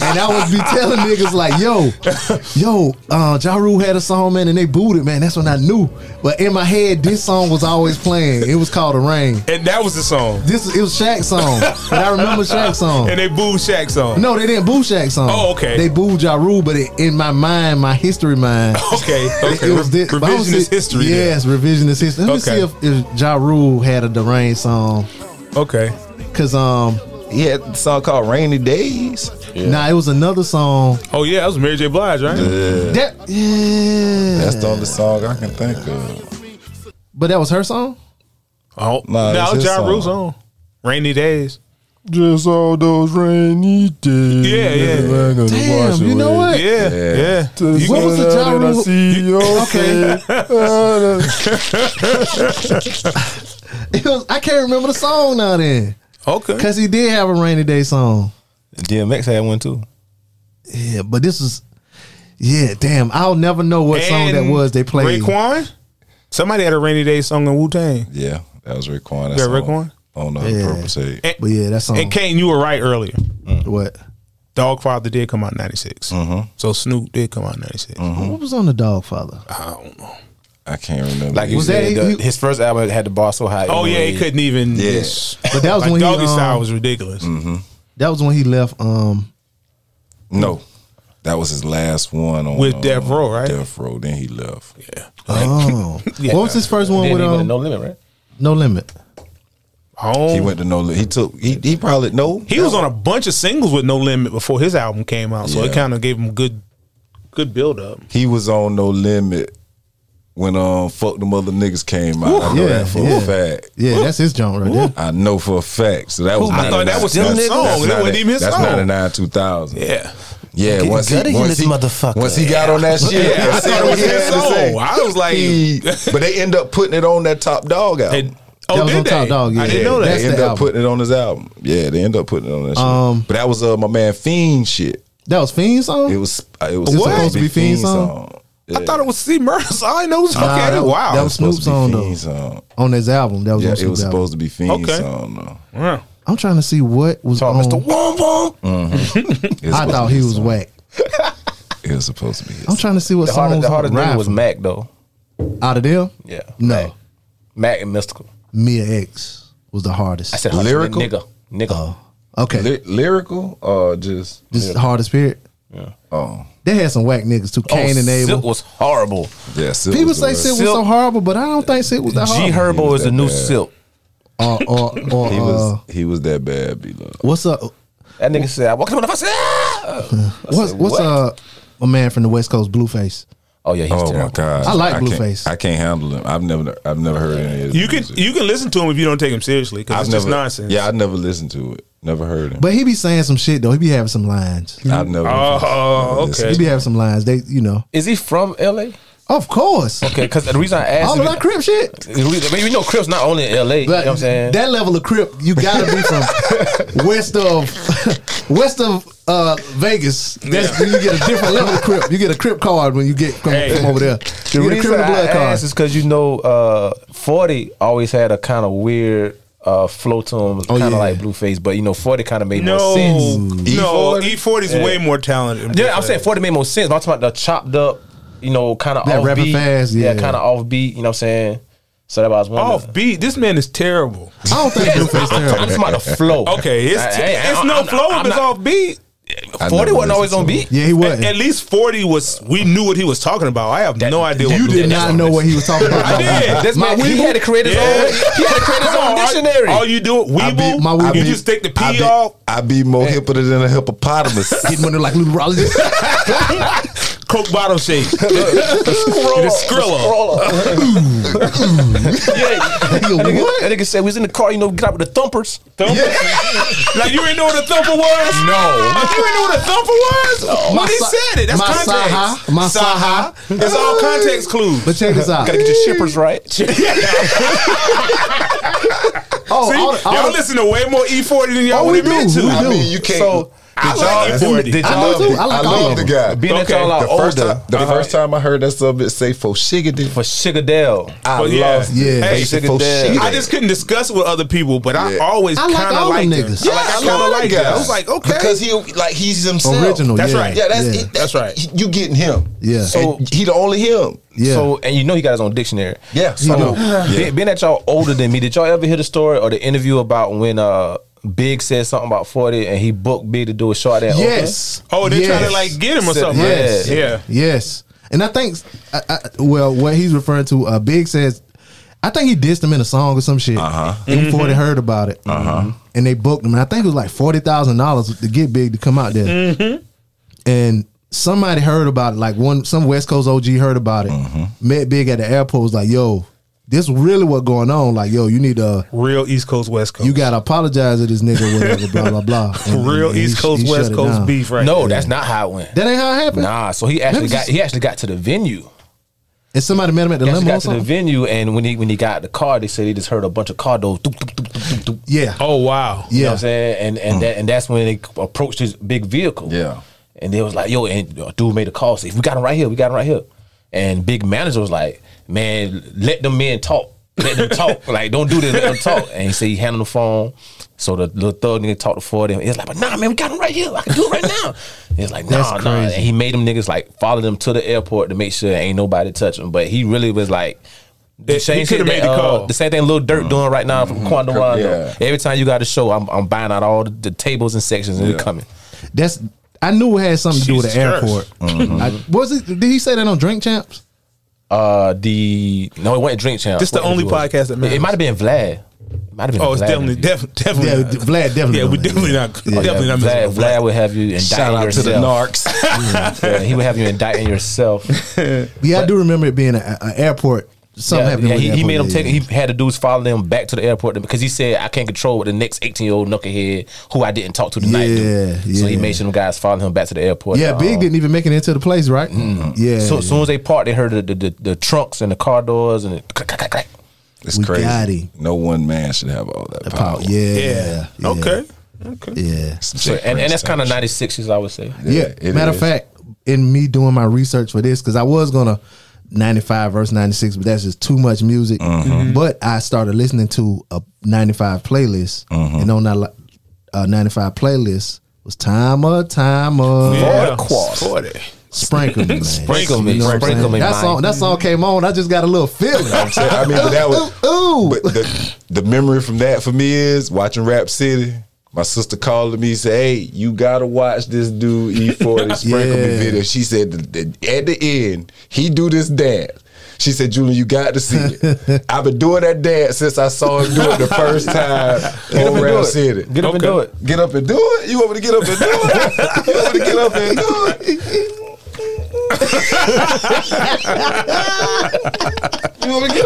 S1: and I would be telling niggas like, yo, yo, uh, Ja Rule had a song, man, and they booed it, man. That's when I knew. But in my head, this song was always playing. It was called The Rain.
S3: And that was the song.
S1: This it was Shaq's song. but I remember Shaq's song.
S3: And they booed Shaq's song.
S1: No, they didn't boo Shaq song.
S3: Oh, okay.
S1: They booed Ja Rule, but it, in my mind, my history mind,
S3: Okay. okay.
S1: it was this. but I don't
S3: Revisionist
S1: see-
S3: history. there.
S1: Yes, revisionist history. Let me see
S3: Okay.
S1: if, if Ja Rule had a Deranged song,
S3: Okay.
S1: cause um,
S4: He had a song called Rainy Days.
S1: nah, it was another song
S3: Oh yeah, that was Mary J. Blige, right?
S1: that yeah,
S4: That's the only song I can think of.
S1: but that was her song.
S3: Oh
S4: Nah,
S3: no,
S4: that's his
S3: Ja
S4: song.
S3: Rule's on. Rainy days.
S4: Just all those rainy days.
S3: Yeah, yeah.
S1: Damn, you know what?
S3: Yeah, yeah. You
S1: What
S3: go-
S1: was the Ja Rule- Okay. It was, I can't remember the song now then,
S3: okay.
S1: cause he did have a rainy day song.
S5: DMX had one too.
S1: Yeah, but this was. Yeah, damn! I'll never know what song that
S3: And
S1: was they played.
S3: Raekwon. Somebody had a rainy day song in Wu Tang.
S4: Yeah, that was Raekwon.
S3: that Raekwon?
S4: On the
S1: Yeah.
S4: purple tape.
S1: But yeah, that song.
S3: And Kane, you were right earlier.
S1: what?
S3: Dogfather did come out in '96.
S4: Mm-hmm.
S3: So Snoop did come out in '96.
S1: What was on the Dogfather?
S3: I don't know.
S4: I can't remember.
S5: Like you
S1: Was that
S5: said,
S1: he-
S5: the- his first album had the bar so high.
S3: Oh yeah, it
S5: was-
S3: couldn't even.
S4: Yeah.
S1: But that was
S3: like
S1: when he,
S3: Doggy
S1: um,
S3: Style was ridiculous.
S4: Mm-hmm.
S1: That was when he left. Um,
S4: no, that was his last one on
S3: With
S4: uh,
S3: Death Row, right?
S4: Death Row. Then he left.
S3: Yeah.
S1: oh,
S3: Yeah.
S1: what was his first one
S5: Then
S1: with
S5: he went to
S1: um,
S5: no
S1: no,
S5: limit, right?
S1: Limit?
S3: Home.
S4: He went to no. Li- He took. He, he probably no.
S3: Oh, He was on a bunch of singles with No Limit before his album came out, so it
S4: Yeah.
S3: kind of gave him good, good build up.
S4: He was on No Limit when um fuck the mother niggas came out. I know
S1: yeah,
S4: that for
S1: yeah.
S4: a fact.
S1: Yeah, that's his genre right there.
S4: I know for a fact. So that was.
S3: I thought that was his
S4: 99.
S3: song.
S4: That's
S3: That
S4: not
S3: wasn't even his
S4: That's
S3: song.
S4: ninety nine two thousand.
S3: Yeah,
S4: Yeah, once he,
S5: gutted in
S4: once,
S5: this
S4: he,
S5: motherfucker.
S4: once he got on that shit,
S3: Yeah, I
S4: see
S3: thought it
S4: what
S3: was
S4: he
S3: his
S4: had to say.
S3: song. I was like-
S4: He- but they end up putting it on that Top Dog album.
S3: and oh,
S1: That was
S3: did
S1: on
S3: they?
S1: Top Dog,
S3: I
S1: yeah.
S3: didn't
S4: Yeah,
S3: know
S1: That's
S4: they
S1: the
S3: that.
S4: end up
S1: album.
S4: putting it on his album. Yeah, they end up putting it on that. Shit.
S1: Um,
S4: but that was uh, my man Fiend shit.
S1: That was Fiend song.
S4: It was uh, it was
S1: Is it supposed to be Fiend's song?
S3: I thought it was C. Murph's. All I know was okay.
S1: Nah, that was-
S3: wow.
S1: that was Snoop's
S4: supposed
S1: song,
S4: to be
S1: though.
S4: Fiend's song.
S1: on his album. That was
S4: Yeah,
S1: on
S4: it
S1: supposed.
S4: was supposed to be Fiend's
S3: Okay.
S4: song. Though.
S3: Yeah.
S1: I'm trying to see what was
S5: Talk,
S1: on.
S5: Mr. Womp Womp.
S4: It's
S1: I
S4: supposed
S1: thought
S4: to be
S1: he
S4: his
S1: was
S4: song.
S1: whack.
S4: It was supposed to be. His
S1: I'm trying to see what
S5: The
S1: song
S5: hardest,
S1: was
S5: the hardest
S1: on
S5: nigga was
S1: Rifle.
S5: Mac though.
S1: out of them.
S5: Yeah, Mac,
S1: No,
S5: Mac and Mystical.
S1: Mia X was the hardest.
S5: I said hardest
S4: Lyrical?
S5: nigga, nigga.
S1: okay,
S4: Ly- lyrical or just
S1: this is the hardest period.
S4: oh
S1: They had some whack niggas too.
S5: Oh,
S1: Cain and
S5: Silk
S1: Abel.
S5: was horrible.
S4: yes.
S1: People say Sid was so
S5: Silk-
S1: horrible, but I don't think Sid was that
S5: G
S1: horrible.
S5: Herbo is the new
S4: bad.
S5: Silk.
S1: Or or or
S4: He
S1: uh,
S4: was he was that bad, B love.
S1: what's up?
S5: That nigga said, "I walked up and I said." "Ah!" I
S1: What's
S5: said,
S1: what's
S5: "What?"
S1: uh a man from the West Coast, Blueface?
S5: Oh yeah, he's
S4: Oh
S5: terrible.
S4: my god!
S1: I like
S4: can't-
S1: Blueface.
S4: I can't handle him. I've never, I've never heard any of his
S3: You can
S4: music.
S3: you can listen to him if you don't take him seriously
S4: I've
S3: because it's
S4: never,
S3: just nonsense.
S4: Yeah, I never listened to it. Never heard him.
S1: But he be saying some shit though. He be having some lines.
S4: I've never.
S3: Oh,
S4: never listened
S3: okay.
S1: He be having some lines. They, you know,
S5: Is he from LA?
S1: of course,
S5: Okay, because the reason I asked,
S1: all
S5: him-
S1: of that crip shit.
S5: The reason- I mean, we know Crips not only in LA. you know
S1: But
S5: what I'm saying?
S1: that level of crip, you gotta be from west of west of uh, Vegas. That's you get a different level of crip. You get a crip card when you get come,
S3: Hey.
S1: from over there. you
S5: the
S1: get a
S5: reason
S1: criminal
S5: I
S1: blood card.
S5: asked is because you know, uh, Forty always had a kind of weird uh, flow to him, kind of
S1: yeah.
S5: like Blueface. But you know, Forty kind of made more
S3: No,
S5: sense.
S3: no, E forty is way more talented. than
S5: Yeah, I'm
S3: Blueface.
S5: saying 40 made more sense. But I'm talking about the chopped up, you know, kind of
S1: That
S5: off
S1: rapid
S5: beat.
S1: fast, yeah.
S5: kind of off beat, you know what I'm saying? So that was one.
S3: off beat. This man is terrible.
S1: I don't think Blueface
S5: I'm
S1: terrible.
S5: talking about the flow.
S3: Okay, it's
S5: I- I-
S3: it's
S5: I-
S3: no
S5: I'm-
S3: flow
S5: I'm
S3: if it's
S5: not-
S3: off beat.
S5: 40
S4: never
S5: wasn't always
S4: listened
S5: on
S4: to
S5: beat.
S1: Yeah, he
S3: At,
S1: wasn't.
S3: at least forty was. We knew what he was talking about. I have no idea. what
S1: you did
S3: Blueface
S1: not
S3: was.
S1: know what he was talking about.
S3: I did.
S5: This
S1: My
S5: man, he
S1: Weeble?
S5: had to create his
S3: Yeah.
S5: own. He had to create his own
S3: All-
S5: dictionary.
S3: All you do, Weeble,
S1: beat my Weeble.
S3: you
S1: I beat-
S3: just take the P
S4: I be,
S3: off.
S4: I be more hipper than a hippopotamus.
S1: Hitting one of them like Luther Rollins.
S3: Coke bottle shake. The Skrilla.
S5: Yeah, that nigga, that nigga said we was in the car. You know, get out with the thumpers.
S3: Like you didn't know what a thumper was?
S4: No.
S3: You didn't know what a thumper was?
S1: My
S3: When he
S1: sa-
S3: said it, that's
S1: my
S3: context.
S1: saha, my
S3: Saha. It's all context clues.
S1: But check this out.
S5: Gotta get your shippers right.
S1: Oh,
S3: See,
S1: all, the- all
S3: y'all
S1: the-
S3: listen to way more E40 than y'all
S1: Oh,
S3: would
S1: we do,
S3: admit
S1: we
S3: to.
S4: I
S1: do.
S4: mean, you can't.
S5: So,
S3: I
S4: Did
S3: like E
S4: y'all-
S3: E40.
S5: did
S4: I
S5: y'all-
S4: love,
S1: do too.
S4: the,
S1: I like
S4: I
S1: all
S4: love
S1: of
S4: the
S1: them.
S4: guy.
S5: Being that
S3: Okay.
S5: y'all
S4: the
S5: are
S4: first
S5: older
S4: time, the first time I heard that sub it say for shiggity,
S5: for Sugadell.
S4: I
S3: But yeah.
S4: lost it.
S1: Yeah.
S4: They
S1: Hey,
S4: said
S5: Sugar
S4: for
S5: Dad.
S4: shiggity.
S3: I just couldn't discuss it with other people, but I
S4: Yeah.
S3: always
S1: I
S3: kind
S1: like
S3: of
S1: all them
S3: liked it.
S1: niggas.
S3: I like, I
S4: I
S3: kind
S4: love
S3: of
S4: that
S3: like
S4: guy.
S3: that. I was like, okay.
S4: because he like he's himself.
S1: Original,
S3: That's
S1: yeah.
S3: right.
S4: Yeah, that's
S1: Yeah.
S4: It,
S3: That's right.
S4: You getting him?
S1: Yeah.
S4: So and he the only him.
S1: yeah.
S5: So, and you know he got his own dictionary.
S4: Yeah,
S5: So,
S4: he do.
S5: be-
S4: Yeah.
S5: being, that y'all older than me, did y'all ever hear the story or the interview about when uh Big said something about 40 and he booked Big to do a short at
S1: yes.
S3: oh, they trying
S1: Yes.
S3: to like get him or
S5: So-
S3: something. right?
S5: Yes.
S3: Yeah.
S1: Yes, and I think, I, I, well, what he's referring to, uh, Big says, I think he dissed him in a song or some shit. Uh-huh. And Forty
S5: Mm-hmm.
S1: heard about it, uh-huh. and they booked him, and I think it was like forty thousand dollars to get Big to come out there.
S5: Mm-hmm.
S1: And somebody heard about it, like one some West Coast OG heard about it,
S3: Mm-hmm.
S1: met Big at the airport, was like, "Yo, this really what going on? Like, yo, you need to."
S3: Real East Coast, West Coast.
S1: You gotta apologize to this nigga, whatever, blah blah blah. And-
S3: real
S1: and he-
S3: East Coast,
S1: he shut
S3: West
S1: it
S3: Coast
S1: down.
S3: beef right
S5: No,
S3: there.
S5: that's not how it went.
S1: That ain't how it happened.
S5: Nah, so he
S1: Let
S5: actually
S1: me
S5: got
S1: just-
S5: he actually got to the venue.
S1: And somebody met him at the
S5: He actually
S1: limo. or
S5: got to the
S1: something?
S5: venue, and when he when he got the car, they said he just heard a bunch of car doors. doop, doop, doop, doop, doop, doop.
S1: yeah.
S3: Oh wow.
S1: yeah.
S5: You know what I'm saying? And and that and that's when they approached his big vehicle.
S4: Yeah.
S5: And they was like, yo, and a dude made a call, say, we got him right here, we got him right here. And big manager was like, man, let them men talk. Let them talk. like, don't do this, let them talk. And he said he handled the phone. So the little thug nigga talked to four of them. It's like, but nah, man, we got him right here. I can do it right now. And it's like, nah,
S1: That's
S5: nah. And
S1: crazy.
S5: he made them niggas like follow them to the airport to make sure ain't nobody touch him. But he really was like,
S3: He
S5: Shane
S3: coulda
S5: said
S3: made
S5: that,
S3: the
S5: uh,
S3: call.
S5: the same thing Lil
S1: Mm-hmm.
S5: Durk doing right now from Quando Wando.
S4: Yeah.
S5: Every time you got a show, I'm, I'm buying out all the, the tables and sections and they're coming.
S1: That's I knew it had something to do with the
S3: Jesus
S1: airport. I, was it? Did he say that on Drink Champs?
S5: Uh, the no, it wasn't Drink Champ.
S3: This the
S5: What
S3: only
S5: it was.
S3: podcast that
S5: It,
S3: matters.
S5: it might have been Vlad. It might have been.
S3: Oh, it's
S5: Vlad
S3: definitely,
S5: interview.
S3: def- definitely,
S1: Yeah,
S3: not.
S1: Vlad definitely.
S3: Yeah, we
S1: don't
S3: definitely
S1: know.
S3: not. Definitely
S5: Yeah,
S3: not
S5: Vlad,
S3: missing Vlad.
S5: Vlad would have you indicting
S4: Shout out to
S5: yourself.
S4: the narcs.
S5: Yeah, he would have you indicting yourself.
S1: Yeah, I do remember it being an airport. Something
S5: yeah,
S1: happened.
S5: yeah,
S1: with
S5: he,
S1: the
S5: he made him
S1: airport,
S5: take.
S1: yeah.
S5: He had the dudes follow them back to the airport because he said, "I can't control what the next eighteen year old knucklehead who I didn't talk to tonight." do."
S1: Yeah,
S5: So
S1: yeah.
S5: he made sure them guys follow him back to the airport.
S1: yeah,
S5: Um,
S1: Big didn't even make it into the place, right? Yeah.
S5: So as soon as they parked, they heard the, the, the, the trunks and the car doors and the clack, clack, clack, clack.
S4: It's
S1: We
S4: crazy.
S1: got him.
S4: No one man should have all that power.
S1: Pop, yeah,
S3: Yeah.
S1: yeah.
S3: Okay. Okay.
S1: Yeah.
S5: So, and, and that's kind of 96s, I would say.
S1: Yeah.
S4: it
S1: Matter
S4: is.
S1: of fact, in me doing my research for this, because I was gonna 95 verse 96, but that's just too much music. But I started listening to a 95 playlist, and on that li- uh, 95 playlist was Timer, Timer,
S3: Yeah.
S5: Quartz.
S3: Forty.
S1: Sprinkle Me, man.
S5: Sprinkle Me,
S1: You know what I'm
S5: Sprinkle
S1: saying?
S5: Me,
S1: That
S5: man.
S1: song, that song came on. I just got a little feeling.
S4: I mean, but that was.
S1: Ooh,
S4: But the, the memory from that for me is watching Rap City. My sister called me and said, Hey, you gotta watch this dude E40 sprinkle me
S1: Yeah.
S4: video. She said that that at the end, he do this dance. She said, Julian, you got to see it. I've been doing that dance since I saw him do it the first time on Rap City.
S5: Get up and do it.
S4: Get up and do it. You want me to get up and do it? You want me to get up and do it? you want me to get up and do it? Get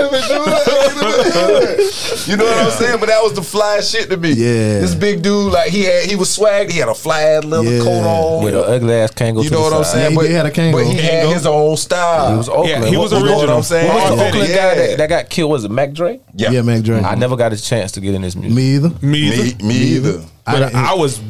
S4: up and do it? You know what I'm saying? But that was the fly shit to me.
S1: Yeah.
S4: This big dude, like he had, he was swagged. He had a fly ass leather
S1: Yeah.
S4: coat on.
S5: With an ugly ass kangaroo.
S4: you
S5: to
S4: know
S5: the
S4: what I'm
S5: side.
S4: saying?
S1: Yeah, he did had a Kangol.
S4: but he had
S3: Kangol.
S4: his own style.
S5: It was Oakland.
S3: Yeah, he
S5: What
S3: was
S5: what
S4: you know what
S3: original.
S4: I'm saying?
S5: What was the
S4: Yeah.
S5: Oakland guy
S4: Yeah.
S5: that, that got killed? Was it Mac Dre?
S4: yeah.
S1: yeah, Mac Dre.
S5: I never got a chance to get in this music.
S1: Me either.
S3: Me,
S4: Me,
S3: either.
S4: me either.
S3: but
S1: I-
S3: I, was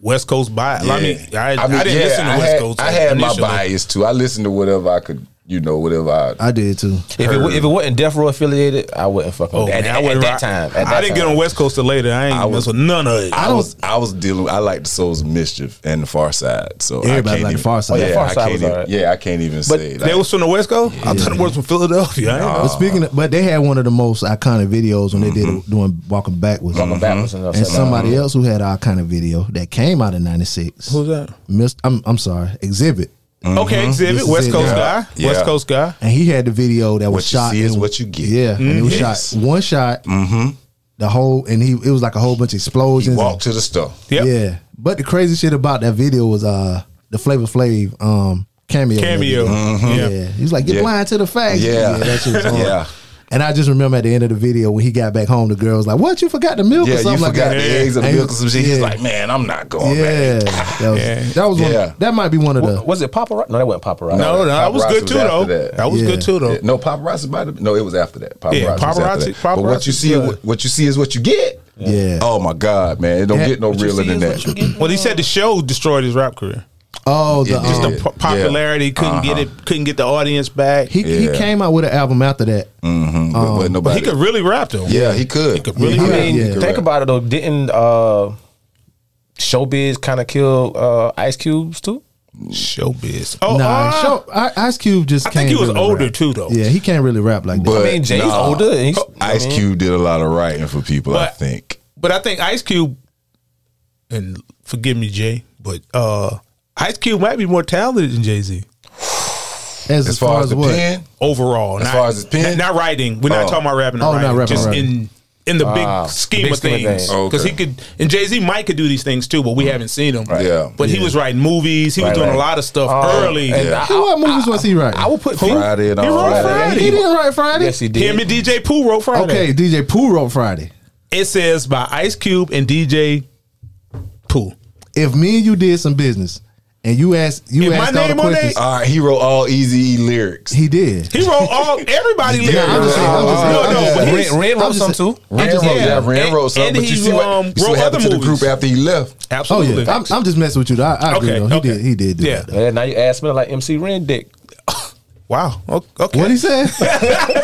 S3: West Coast bias. I mean, I, I, didn't
S4: yeah,
S3: listen to
S4: I
S3: West
S4: had,
S3: Coast.
S4: I had my
S3: initially.
S4: bias too. I listened to whatever I could, you know, whatever I
S1: I did too.
S5: If it, wa- if it wasn't Death Row affiliated, I wouldn't fuck
S3: Oh,
S5: with
S3: man,
S5: that.
S3: I
S5: at, at
S3: wasn't
S5: that
S3: right.
S5: time. At that
S3: I didn't get
S5: time.
S3: on West Coast till later. I ain't mess
S4: was-
S3: with none of it.
S4: I,
S1: I don't-
S4: was I was dealing. I like the Souls of Mischief and the Far Side. So I
S1: Everybody liked
S4: can't even-
S1: the Far Side.
S4: Yeah,
S5: Yeah, Far
S4: I
S5: Side
S4: can't
S5: was
S4: even,
S5: alright.
S4: yeah, I can't even
S3: but
S4: say.
S3: they
S4: like-
S3: was from the West Coast. I thought it was from Philadelphia. I didn't know.
S4: Uh,
S1: But speaking, of, but they had one of the most iconic videos when they
S4: Mm-hmm.
S1: did doing walking backwards. Mm-hmm.
S5: Walking backwards and
S1: And
S5: upside down.
S4: uh-huh.
S1: somebody else who had our kind of video that came out in '96.
S3: Who's that?
S1: Mr. I'm, I'm sorry, Exhibit,
S3: Okay,
S1: This
S3: exhibit
S1: is
S3: West
S1: it.
S3: Coast
S1: Yeah.
S3: guy. West
S4: Yeah.
S3: Coast guy.
S1: and he had the video that was
S4: What you
S1: shot.
S4: see is
S1: in-
S4: what you get.
S1: Yeah, and it was
S4: Yes.
S1: shot one shot. Mm-hmm. The whole and he it was like a whole bunch of
S4: he
S1: explosions.
S4: walked to the store.
S3: Yep.
S1: Yeah, but the crazy shit about that video was uh the Flavor Flav um cameo.
S3: Cameo.
S1: Yeah.
S3: Yeah.
S1: He's like, get
S4: Yeah.
S1: blind to the facts.
S4: Yeah.
S1: that shit was hard.
S4: Yeah.
S1: And I just remember at the end of the video when he got back home, the girl was like, "What? You forgot the milk
S4: Yeah,
S1: or
S4: you
S1: something like
S4: forgot
S1: that?"
S4: the eggs and
S1: And-
S4: milk or some shit.
S1: yeah.
S4: He's like, man, I'm not going
S1: yeah,
S4: back.
S1: that was,
S3: Yeah.
S1: That, was one,
S4: Yeah.
S1: that might be one of the.
S5: Was it paparazzi? No, that wasn't paparazzi.
S3: No, no, that was
S4: Paparazzi
S3: good
S4: was
S3: too,
S4: after
S3: though.
S4: that.
S3: That, was
S1: Yeah.
S3: good too, though.
S4: Yeah, No, paparazzi might have. No, it was after that. Paparazzi.
S3: Yeah,
S4: was after
S3: paparazzi-
S4: that. But what you
S3: paparazzi
S4: see,
S3: good.
S4: what, what you see is what you get.
S1: Yeah.
S4: Oh my God, man, it don't
S1: Yeah.
S4: get no
S1: What
S4: realer than that.
S3: Well, he said the show destroyed his rap career.
S1: Oh, the,
S4: Yeah,
S3: Just
S1: um,
S3: the po- popularity couldn't get it, couldn't get the audience back.
S1: he,
S3: He,
S1: he
S4: Yeah.
S1: came out with an album after that.
S4: Mm, But, but nobody.
S3: could really rap though.
S4: yeah, he could.
S3: could really
S5: I
S3: Yeah,
S5: mean,
S1: yeah.
S5: think about it though. Didn't uh, Showbiz kind of kill uh, Ice Cubes too?
S3: Showbiz. Oh,
S1: Nah,
S3: uh,
S1: show, I, Ice Cube just.
S3: I
S1: can't
S3: think he was
S1: really
S3: older
S1: rap.
S3: too, though.
S1: Yeah, he can't really rap like that.
S4: But
S5: I mean, Jay's
S4: nah.
S5: older. and He's,
S4: Ice
S5: I mean,
S4: Cube did a lot of writing for people. I
S3: But-
S4: think.
S3: But I think Ice Cube, and forgive me, Jay, but uh, Ice Cube might be more talented than Jay Z
S1: as,
S4: As far as the
S1: what?
S4: pen,
S3: overall.
S4: As
S3: not,
S4: far as his pen?
S3: not, not writing. We're
S4: Oh.
S3: not talking about rapping.
S1: Oh,
S3: Or
S1: not
S3: writing,
S1: rapping,
S3: Just
S1: writing.
S3: in in the
S5: Ah,
S3: big scheme
S5: big
S3: of
S5: scheme of
S3: things,
S5: things.
S3: because
S4: Okay. Mm-hmm.
S3: he could. And Jay Z might could do these things too, but we haven't seen him.
S4: Right. Yeah.
S3: but he was writing movies. He
S5: Right,
S3: was doing
S5: right.
S3: a lot of stuff
S5: Oh,
S3: early.
S5: and
S4: Yeah.
S5: I-
S1: Who- what movies was he writing?
S5: I would put
S4: Friday and
S3: He
S4: all
S3: wrote
S4: that.
S3: Friday.
S1: he didn't write Friday.
S5: Yes, he did.
S3: Him and DJ Pooh wrote Friday.
S1: Okay, DJ Pooh wrote Friday.
S3: It says by Ice Cube and DJ Pooh.
S1: If me and you did some business, and you asked you
S3: If my
S1: asked all the
S3: name on that-
S1: questions,
S4: All right, he wrote all Easy lyrics.
S1: he did.
S3: He wrote all everybody lyrics.
S1: Yeah, I'm just saying, I'm just saying,
S3: no,
S1: I'm
S3: no,
S1: just
S3: but
S1: saying.
S3: he's-
S5: Ren, Ren
S1: I'm
S5: wrote
S1: just
S5: some
S1: saying-
S5: too.
S4: Ran
S3: just-
S4: wrote, yeah,
S3: yeah.
S4: Ran
S3: And-
S4: wrote something.
S3: and
S4: But you
S3: he,
S4: see what,
S3: um,
S4: you see
S3: wrote
S4: what happened
S3: other
S4: to the
S3: movies.
S4: group after he left.
S1: Oh
S3: absolutely.
S1: yeah, I'm, I'm just messing with you. though. I, I agree.
S3: Okay,
S1: though. He
S3: okay.
S1: did. He did. Do
S3: Yeah.
S1: That.
S5: Yeah, now you ask me like MC Ren dick.
S3: wow. O- Okay.
S1: What he said?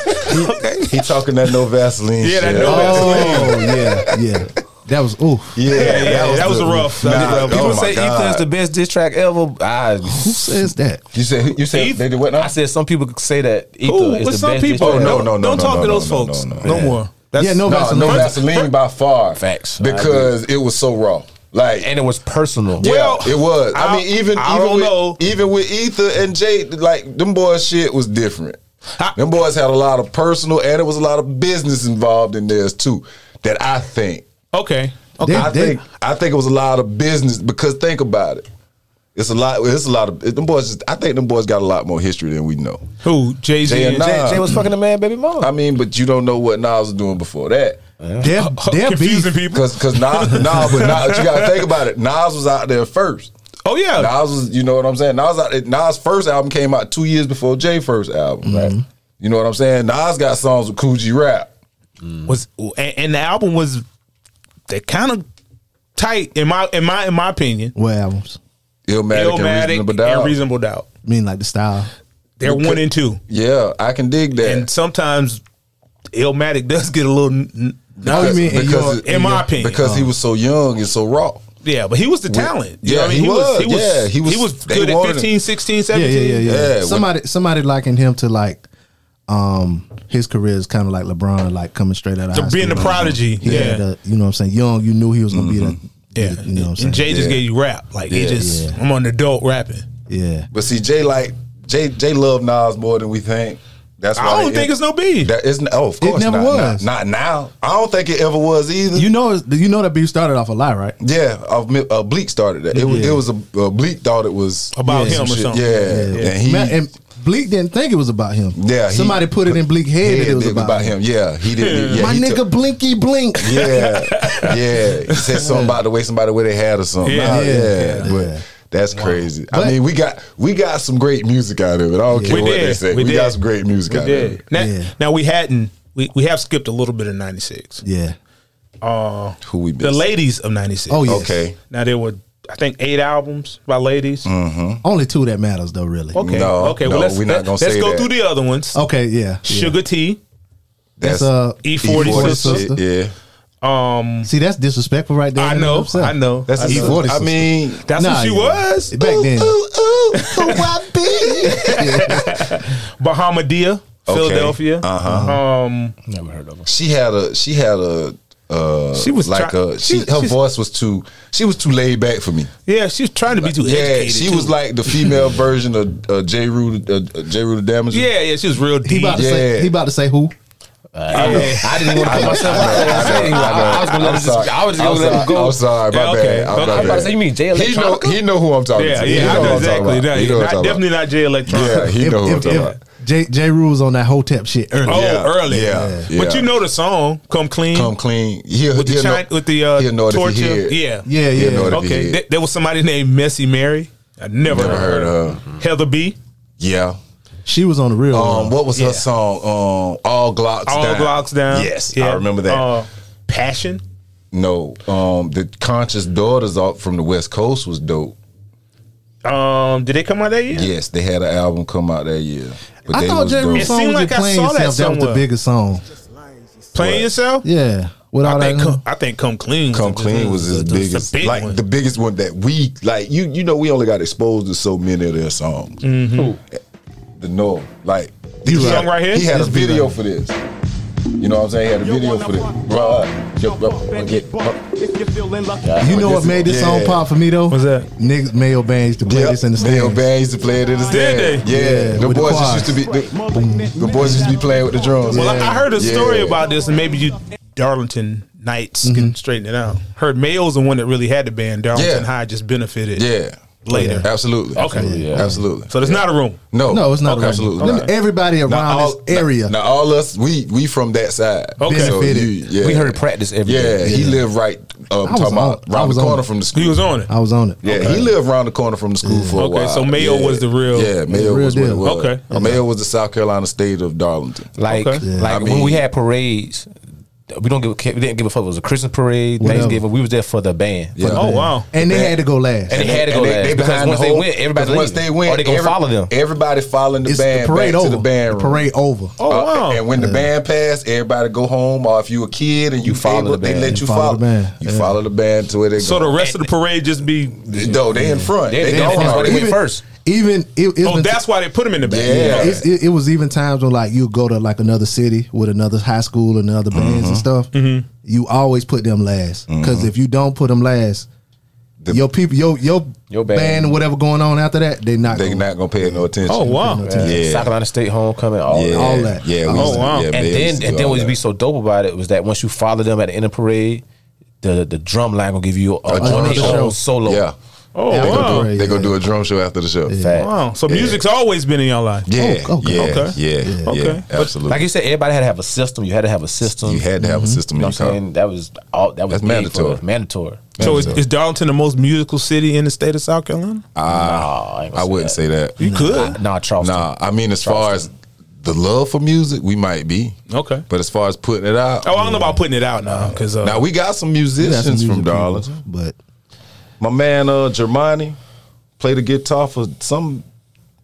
S4: He talking that no Vaseline.
S3: Yeah, that
S4: shit.
S3: no-
S1: oh yeah, yeah. That was ooh.
S4: Yeah,
S3: yeah, that was
S4: the-
S3: a rough- that was a rough-
S4: oh
S5: People
S4: my
S5: say
S4: God.
S5: Ethan's the best diss track ever. I,
S1: Who says that?
S4: You said you said
S3: Ethan-
S4: they did what now?
S5: I said some people say that Ethan
S3: Ooh,
S5: is
S3: with
S5: the
S3: some
S5: best
S3: people.
S5: diss
S4: Oh,
S5: track.
S4: no,
S5: ever.
S4: no,
S3: Don't talk
S4: no,
S3: to
S4: no,
S3: those
S4: no,
S3: folks.
S4: no,
S3: No,
S4: no, yeah.
S3: more. That's,
S1: Yeah, no
S4: no,
S1: Vaseline.
S4: no
S1: First-
S4: Vaseline by far.
S5: Facts. I agree.
S4: because it was so raw. Like
S5: And it was personal.
S4: Yeah,
S3: Well,
S4: it was. I,
S3: I-
S4: mean, even
S3: I
S4: even
S3: don't
S4: with,
S3: know.
S4: even with Ether and Jay, like them boys, shit was different.
S3: I-
S4: them boys had a lot of personal, and it was a lot of business involved in theirs too. That I think,
S3: Okay.
S1: They-
S3: Okay.
S4: I
S1: they-
S4: think, I think it was a lot of business because think about it. It's a lot. It's a lot of them boys. Just, I think them boys got a lot more history than we know.
S3: Who? Jay Z
S4: Jay
S3: and
S4: and
S3: Jay.
S4: Nas.
S5: Jay was fucking the man, baby mama.
S4: I mean, but you don't know what Nas was doing before that.
S1: Their, their beef.
S3: Uh, Confusing people.
S4: Cause, cause Nas, nah, but Nas, you gotta think about it. Nas was out there first.
S3: Oh yeah.
S4: Nas was, you know what I'm saying. Nas, out- Nas first album came out two years before Jay first album.
S1: Mm-hmm.
S4: Right? You know what I'm saying. Nas got songs with Coogee Rap.
S3: was and, and the album was they kind of tight in my in my in my opinion.
S1: What albums?
S4: Illmatic, and
S3: Illmatic
S4: Reasonable
S3: and,
S4: Doubt.
S3: Reasonable Doubt.
S1: I mean, like the style.
S3: They're one and two,
S4: yeah, I can dig that.
S3: and sometimes Illmatic does get a little. n- n-
S1: Oh, you mean in your-
S4: it-
S3: in my opinion. Uh-huh.
S4: because he was so young and so raw.
S3: Yeah, but he was the talent. You
S4: yeah,
S3: know what I
S4: he
S3: mean?
S4: was, yeah, he was-
S3: he was
S4: they
S3: good at
S4: wanted him.
S3: 15, 16,
S1: Yeah,
S3: 17.
S1: yeah, yeah, yeah.
S4: Yeah, when-
S1: somebody, somebody likened him to like, um, his career is kind of like LeBron, like coming straight out of
S3: To
S1: high
S3: being
S1: school.
S3: the prodigy,
S1: He
S3: yeah. Mm-hmm.
S1: had a- you know what I'm saying. Young, you knew he was gonna be
S3: Yeah.
S1: that. you know what I'm
S3: and Jay
S1: saying.
S3: just
S4: Yeah.
S3: gave you rap. Like he
S4: Yeah.
S3: just
S1: Yeah.
S3: I'm an adult rapping.
S1: yeah,
S4: But see, Jay like Jay Jay loved Nas more than we think. That's why
S3: I don't
S4: it-
S3: think it's no beef.
S4: That isn't. Oh, of course
S1: never
S4: not,
S1: was.
S4: Not, not now. I don't think it ever was either.
S1: you know, it's- you know that beef started off a lie, right?
S4: Yeah, uh, Mi- uh, Bleak started that. It was,
S1: Yeah.
S4: it was a uh, Bleak thought it was
S3: About
S4: Yeah.
S3: him or
S4: Some shit.
S3: something.
S4: Yeah, and he
S1: Ma- and Bleak didn't think it was about him.
S4: Yeah, he-
S1: somebody put it in Bleak's head
S4: yeah,
S1: that it was about, him.
S4: him. Yeah, he didn't. Yeah,
S1: My
S4: he
S1: nigga,
S4: took-
S1: Blinky Blink.
S4: yeah, yeah. He said something about the way somebody where they had or something.
S3: Yeah.
S4: Nah,
S1: Yeah.
S4: yeah,
S1: Yeah.
S4: but. That's crazy.
S1: But-
S4: I mean, we got we got some great music out of it. I don't care
S3: We
S4: what they
S3: did.
S4: say. We,
S3: We
S4: got
S3: did.
S4: some great music out of it.
S3: Now,
S1: Yeah.
S3: now we hadn't we, we have skipped a little bit of ninety six.
S1: yeah.
S4: Who we
S3: The
S4: been?
S3: ladies of ninety six.
S1: Oh yeah.
S4: Okay.
S3: Now there were I think eight albums by ladies.
S1: Only two that matters though, really.
S3: Okay.
S4: Mm, No,
S3: okay.
S4: no,
S3: well, let's,
S4: we're not gonna
S3: let's, let's
S4: say
S3: go
S4: that. Oh,
S3: through the other ones.
S1: Okay. Yeah. yeah.
S3: Sugar T. E
S1: That's uh.
S3: E40
S4: E40
S1: sister.
S4: E shit, Yeah,
S3: Um,
S1: See, that's disrespectful right there.
S3: I
S1: in and
S3: know,
S1: of itself.
S3: I know.
S4: E that's
S3: I
S4: a-
S3: know.
S1: E40
S4: I
S1: E sister.
S4: mean,
S3: That's
S1: Nah,
S3: who she
S1: yeah.
S3: was.
S1: Back then.
S4: ooh, who I be?
S3: Bahamadia, Philadelphia. Uh-huh. Um,
S5: Never heard of him.
S4: she had a she had a uh
S3: She was
S4: like
S3: try-
S4: a she,
S3: she-
S4: her
S3: she's-
S4: voice was too she was too laid back for me.
S3: yeah, she was trying to be too
S4: Yeah,
S3: educated.
S4: she
S3: too.
S4: was like the female version of uh, J. Rue, uh, J. Rue the Damager.
S3: yeah, yeah, she was real
S1: He
S3: deep.
S1: about to
S4: Yeah.
S1: say. He about to say who?
S5: I didn't even want to put myself out there. I said, I I was gonna let him just. I was just
S4: I'm
S5: gonna let him
S4: sorry.
S5: go.
S4: I'm sorry, my
S3: Yeah, okay.
S4: bad. I'm
S3: Okay.
S5: I'm
S4: my
S5: about to
S4: bad.
S5: say, you mean Jay
S4: He know,
S5: Electronica?
S4: he know who I'm talking
S3: Yeah,
S4: to.
S3: yeah,
S4: he
S3: I
S4: know
S3: know
S4: who
S3: exactly.
S4: I'm talking
S3: No,
S4: about. He
S3: you're
S4: know
S3: not,
S4: what I'm talking
S3: definitely not Jay Electron.
S4: about. Yeah, he know who I'm
S1: if,
S4: talking
S1: if,
S4: about.
S1: if J J Rule was on that Hotep shit earlier.
S3: Oh,
S4: Yeah,
S3: early.
S4: yeah,
S3: But
S4: yeah.
S3: you know the song "Come Clean"
S4: Come clean. He'll,
S3: with the
S4: he'll
S3: China,
S4: know,
S3: with the uh,
S4: he'll know it if he
S3: torture.
S4: hear it.
S3: Yeah,
S1: Yeah,
S4: He'll
S1: yeah.
S4: know it if he
S3: Okay,
S4: hear
S3: Th-
S4: it.
S3: there was somebody named Messy Mary. I never,
S4: Never heard of her.
S3: Heather B.
S4: Yeah.
S1: She was on the real. one.
S4: Um, what was
S3: Yeah.
S4: her song? Um, All Glocks
S3: All
S4: Down.
S3: Glocks down.
S4: Yes, I remember that.
S3: Uh, Passion.
S4: no, um, the Conscious Daughters off from the West Coast was dope.
S3: Um, did they come out that year?
S4: Yes, they had an album come out that year. But
S1: I
S4: they
S1: thought
S4: was
S1: J
S4: dope.
S1: Rule's
S3: It
S1: song
S3: seemed
S1: was
S3: like
S1: just
S3: I
S1: playing
S3: saw that
S1: yourself. That was the
S3: somewhere.
S1: biggest song.
S3: Playing yourself.
S1: Yeah, with all
S3: I
S1: that.
S3: think come, I think "Come Clean."
S4: Come Clean was his
S3: the- the- the
S4: biggest,
S3: big
S4: like
S3: one.
S4: the biggest one that we like. You you know we only got exposed to so many of their songs.
S1: Mm-hmm.
S4: The no, like
S3: This
S4: he
S3: song
S4: had-
S3: right here?
S4: He had
S1: This
S4: a
S1: be
S4: video
S1: right
S4: for this. You know what I'm saying? He had a video for this. Bruh, yo, bro, okay, bro.
S1: you know what
S4: this-
S1: made this song
S4: yeah.
S1: pop for me though?
S3: What's that?
S1: Niggas Mayo Band used to play
S4: Yep.
S1: this in the
S4: They
S1: stand.
S4: obey, used to play it in the
S3: Did
S4: stand.
S3: they?
S1: Yeah,
S4: Yeah, the
S1: with the
S4: boys
S1: choirs.
S4: just used to be the, the boys used to be playing with the drums.
S3: Well, I I heard a
S4: Yeah. Mm-hmm.
S3: story about this, and maybe you Darlington Knights can straighten it out. Heard Mayo's the one that really had the band. Darlington
S4: Yeah.
S3: High just benefited.
S4: Yeah,
S3: Later.
S4: Absolutely.
S3: Okay.
S5: Yeah.
S4: Absolutely.
S3: So there's not a room.
S4: No,
S1: No, it's not. a
S4: Oh, absolutely.
S1: Them-
S4: not.
S1: Everybody around
S4: Now, all-
S1: this area.
S4: Now, now all us, we we from that side.
S3: Okay.
S1: Benefited.
S4: yeah.
S5: We heard practice every
S4: yeah,
S5: day.
S4: he lived right uh,
S1: was
S4: talking about
S1: on- I
S4: around
S1: was
S4: the
S1: on
S4: corner
S1: it.
S4: from the school.
S3: He was on it.
S4: Oh,
S1: I was on it.
S4: Yeah, he lived around the corner from the school for a
S3: Okay,
S4: while.
S3: so Mayo
S4: Yeah.
S3: was the real-
S4: Yeah,
S1: The
S4: Mayo
S1: real
S4: was what it
S1: deal.
S4: was.
S3: Okay.
S4: Mayo was the South Carolina state of Darlington.
S5: Like,
S3: Okay. Yeah.
S5: like
S4: I
S5: when
S4: mean-
S5: we had parades, we don't give. a- We didn't give a fuck. It was a Christmas parade,
S1: Whatever.
S5: Thanksgiving. We was there for the band.
S4: Yeah.
S3: Oh wow.
S1: And they had to go last.
S5: And- they had to go last, because
S4: behind
S5: once
S4: the
S5: they
S4: whole-
S5: win, everybody's
S4: because Once
S5: leaving.
S4: they win,
S5: Or they gonna follow them.
S4: Everybody following the
S1: It's
S4: band
S1: the parade
S4: back
S1: over.
S4: to the band
S1: The
S4: room.
S1: parade over.
S3: Oh
S4: Uh,
S3: wow.
S4: And when the band passed, everybody go home. Or if you a kid and you,
S5: follow
S4: able,
S5: the
S4: they
S5: band.
S4: let
S1: You
S4: you,
S1: follow
S4: follow.
S1: the band.
S4: You
S1: Yeah.
S4: follow the band to where they
S3: so
S4: go.
S3: the rest of the parade just be.
S4: no, they in front.
S5: They-
S4: They,
S5: they
S4: go
S5: in front.
S4: hard.
S5: They went
S4: Even-
S5: first.
S1: Even it, it's
S3: Oh,
S1: been-
S3: that's why they put him in the back.
S4: Yeah.
S1: it's, it, it was even times when like you go to like another city with another high school and other bands
S4: Mm-hmm.
S1: and stuff. You always put them last because if you don't put them last,
S4: The-
S1: your people, your your,
S5: Your
S1: band,
S5: band.
S1: or whatever going on after that, they not.
S4: They
S1: gonna-
S4: not gonna pay no attention.
S3: Oh wow.
S1: Yeah.
S4: Yeah.
S5: Uh, South Carolina State homecoming. All
S4: Yeah,
S5: that.
S1: all that.
S4: Yeah.
S1: Oh,
S4: used to-
S3: wow.
S4: yeah,
S3: And
S4: man,
S5: and
S4: we used to
S5: then and
S4: do
S5: then
S4: all
S5: what would be
S4: that.
S5: so dope about it was that once you follow them at the end of parade, the the drum line will give you a, on
S1: drum
S5: their
S1: show.
S5: own solo.
S4: Yeah.
S3: Oh
S1: Yeah, they gonna
S3: wow.
S1: do it.
S4: They gonna do a drum show after the show. Yeah.
S5: Fact.
S3: Wow. So music's always been in your life.
S4: Yeah.
S1: Oh, okay.
S4: Yeah.
S3: Okay.
S4: Yeah.
S3: Okay. But-
S4: Absolutely.
S5: Like you said, everybody had to have a system. You had to have a system.
S4: you had to have a system
S5: You know
S4: in your
S5: what I'm
S4: car.
S5: saying? That was all that
S4: That's
S5: was big for
S4: mandatory.
S5: us. mandatory.
S3: So is,
S4: Yeah.
S3: is Darlington the most musical city in the state of South Carolina?
S5: Nah, I, ain't gonna
S4: Ah, I
S5: say
S4: wouldn't say that.
S3: You could.
S5: that. Nah, Charleston.
S4: Nah, I mean, as far as the love for music, we might be.
S3: Okay.
S4: But as far as putting it out,
S3: Oh, I don't know about putting it out now because uh,
S4: now we got some
S1: they got some
S4: musicians
S1: music
S4: from
S1: people,
S4: Darlington.
S1: but
S4: My man, uh, Germani, played the guitar for some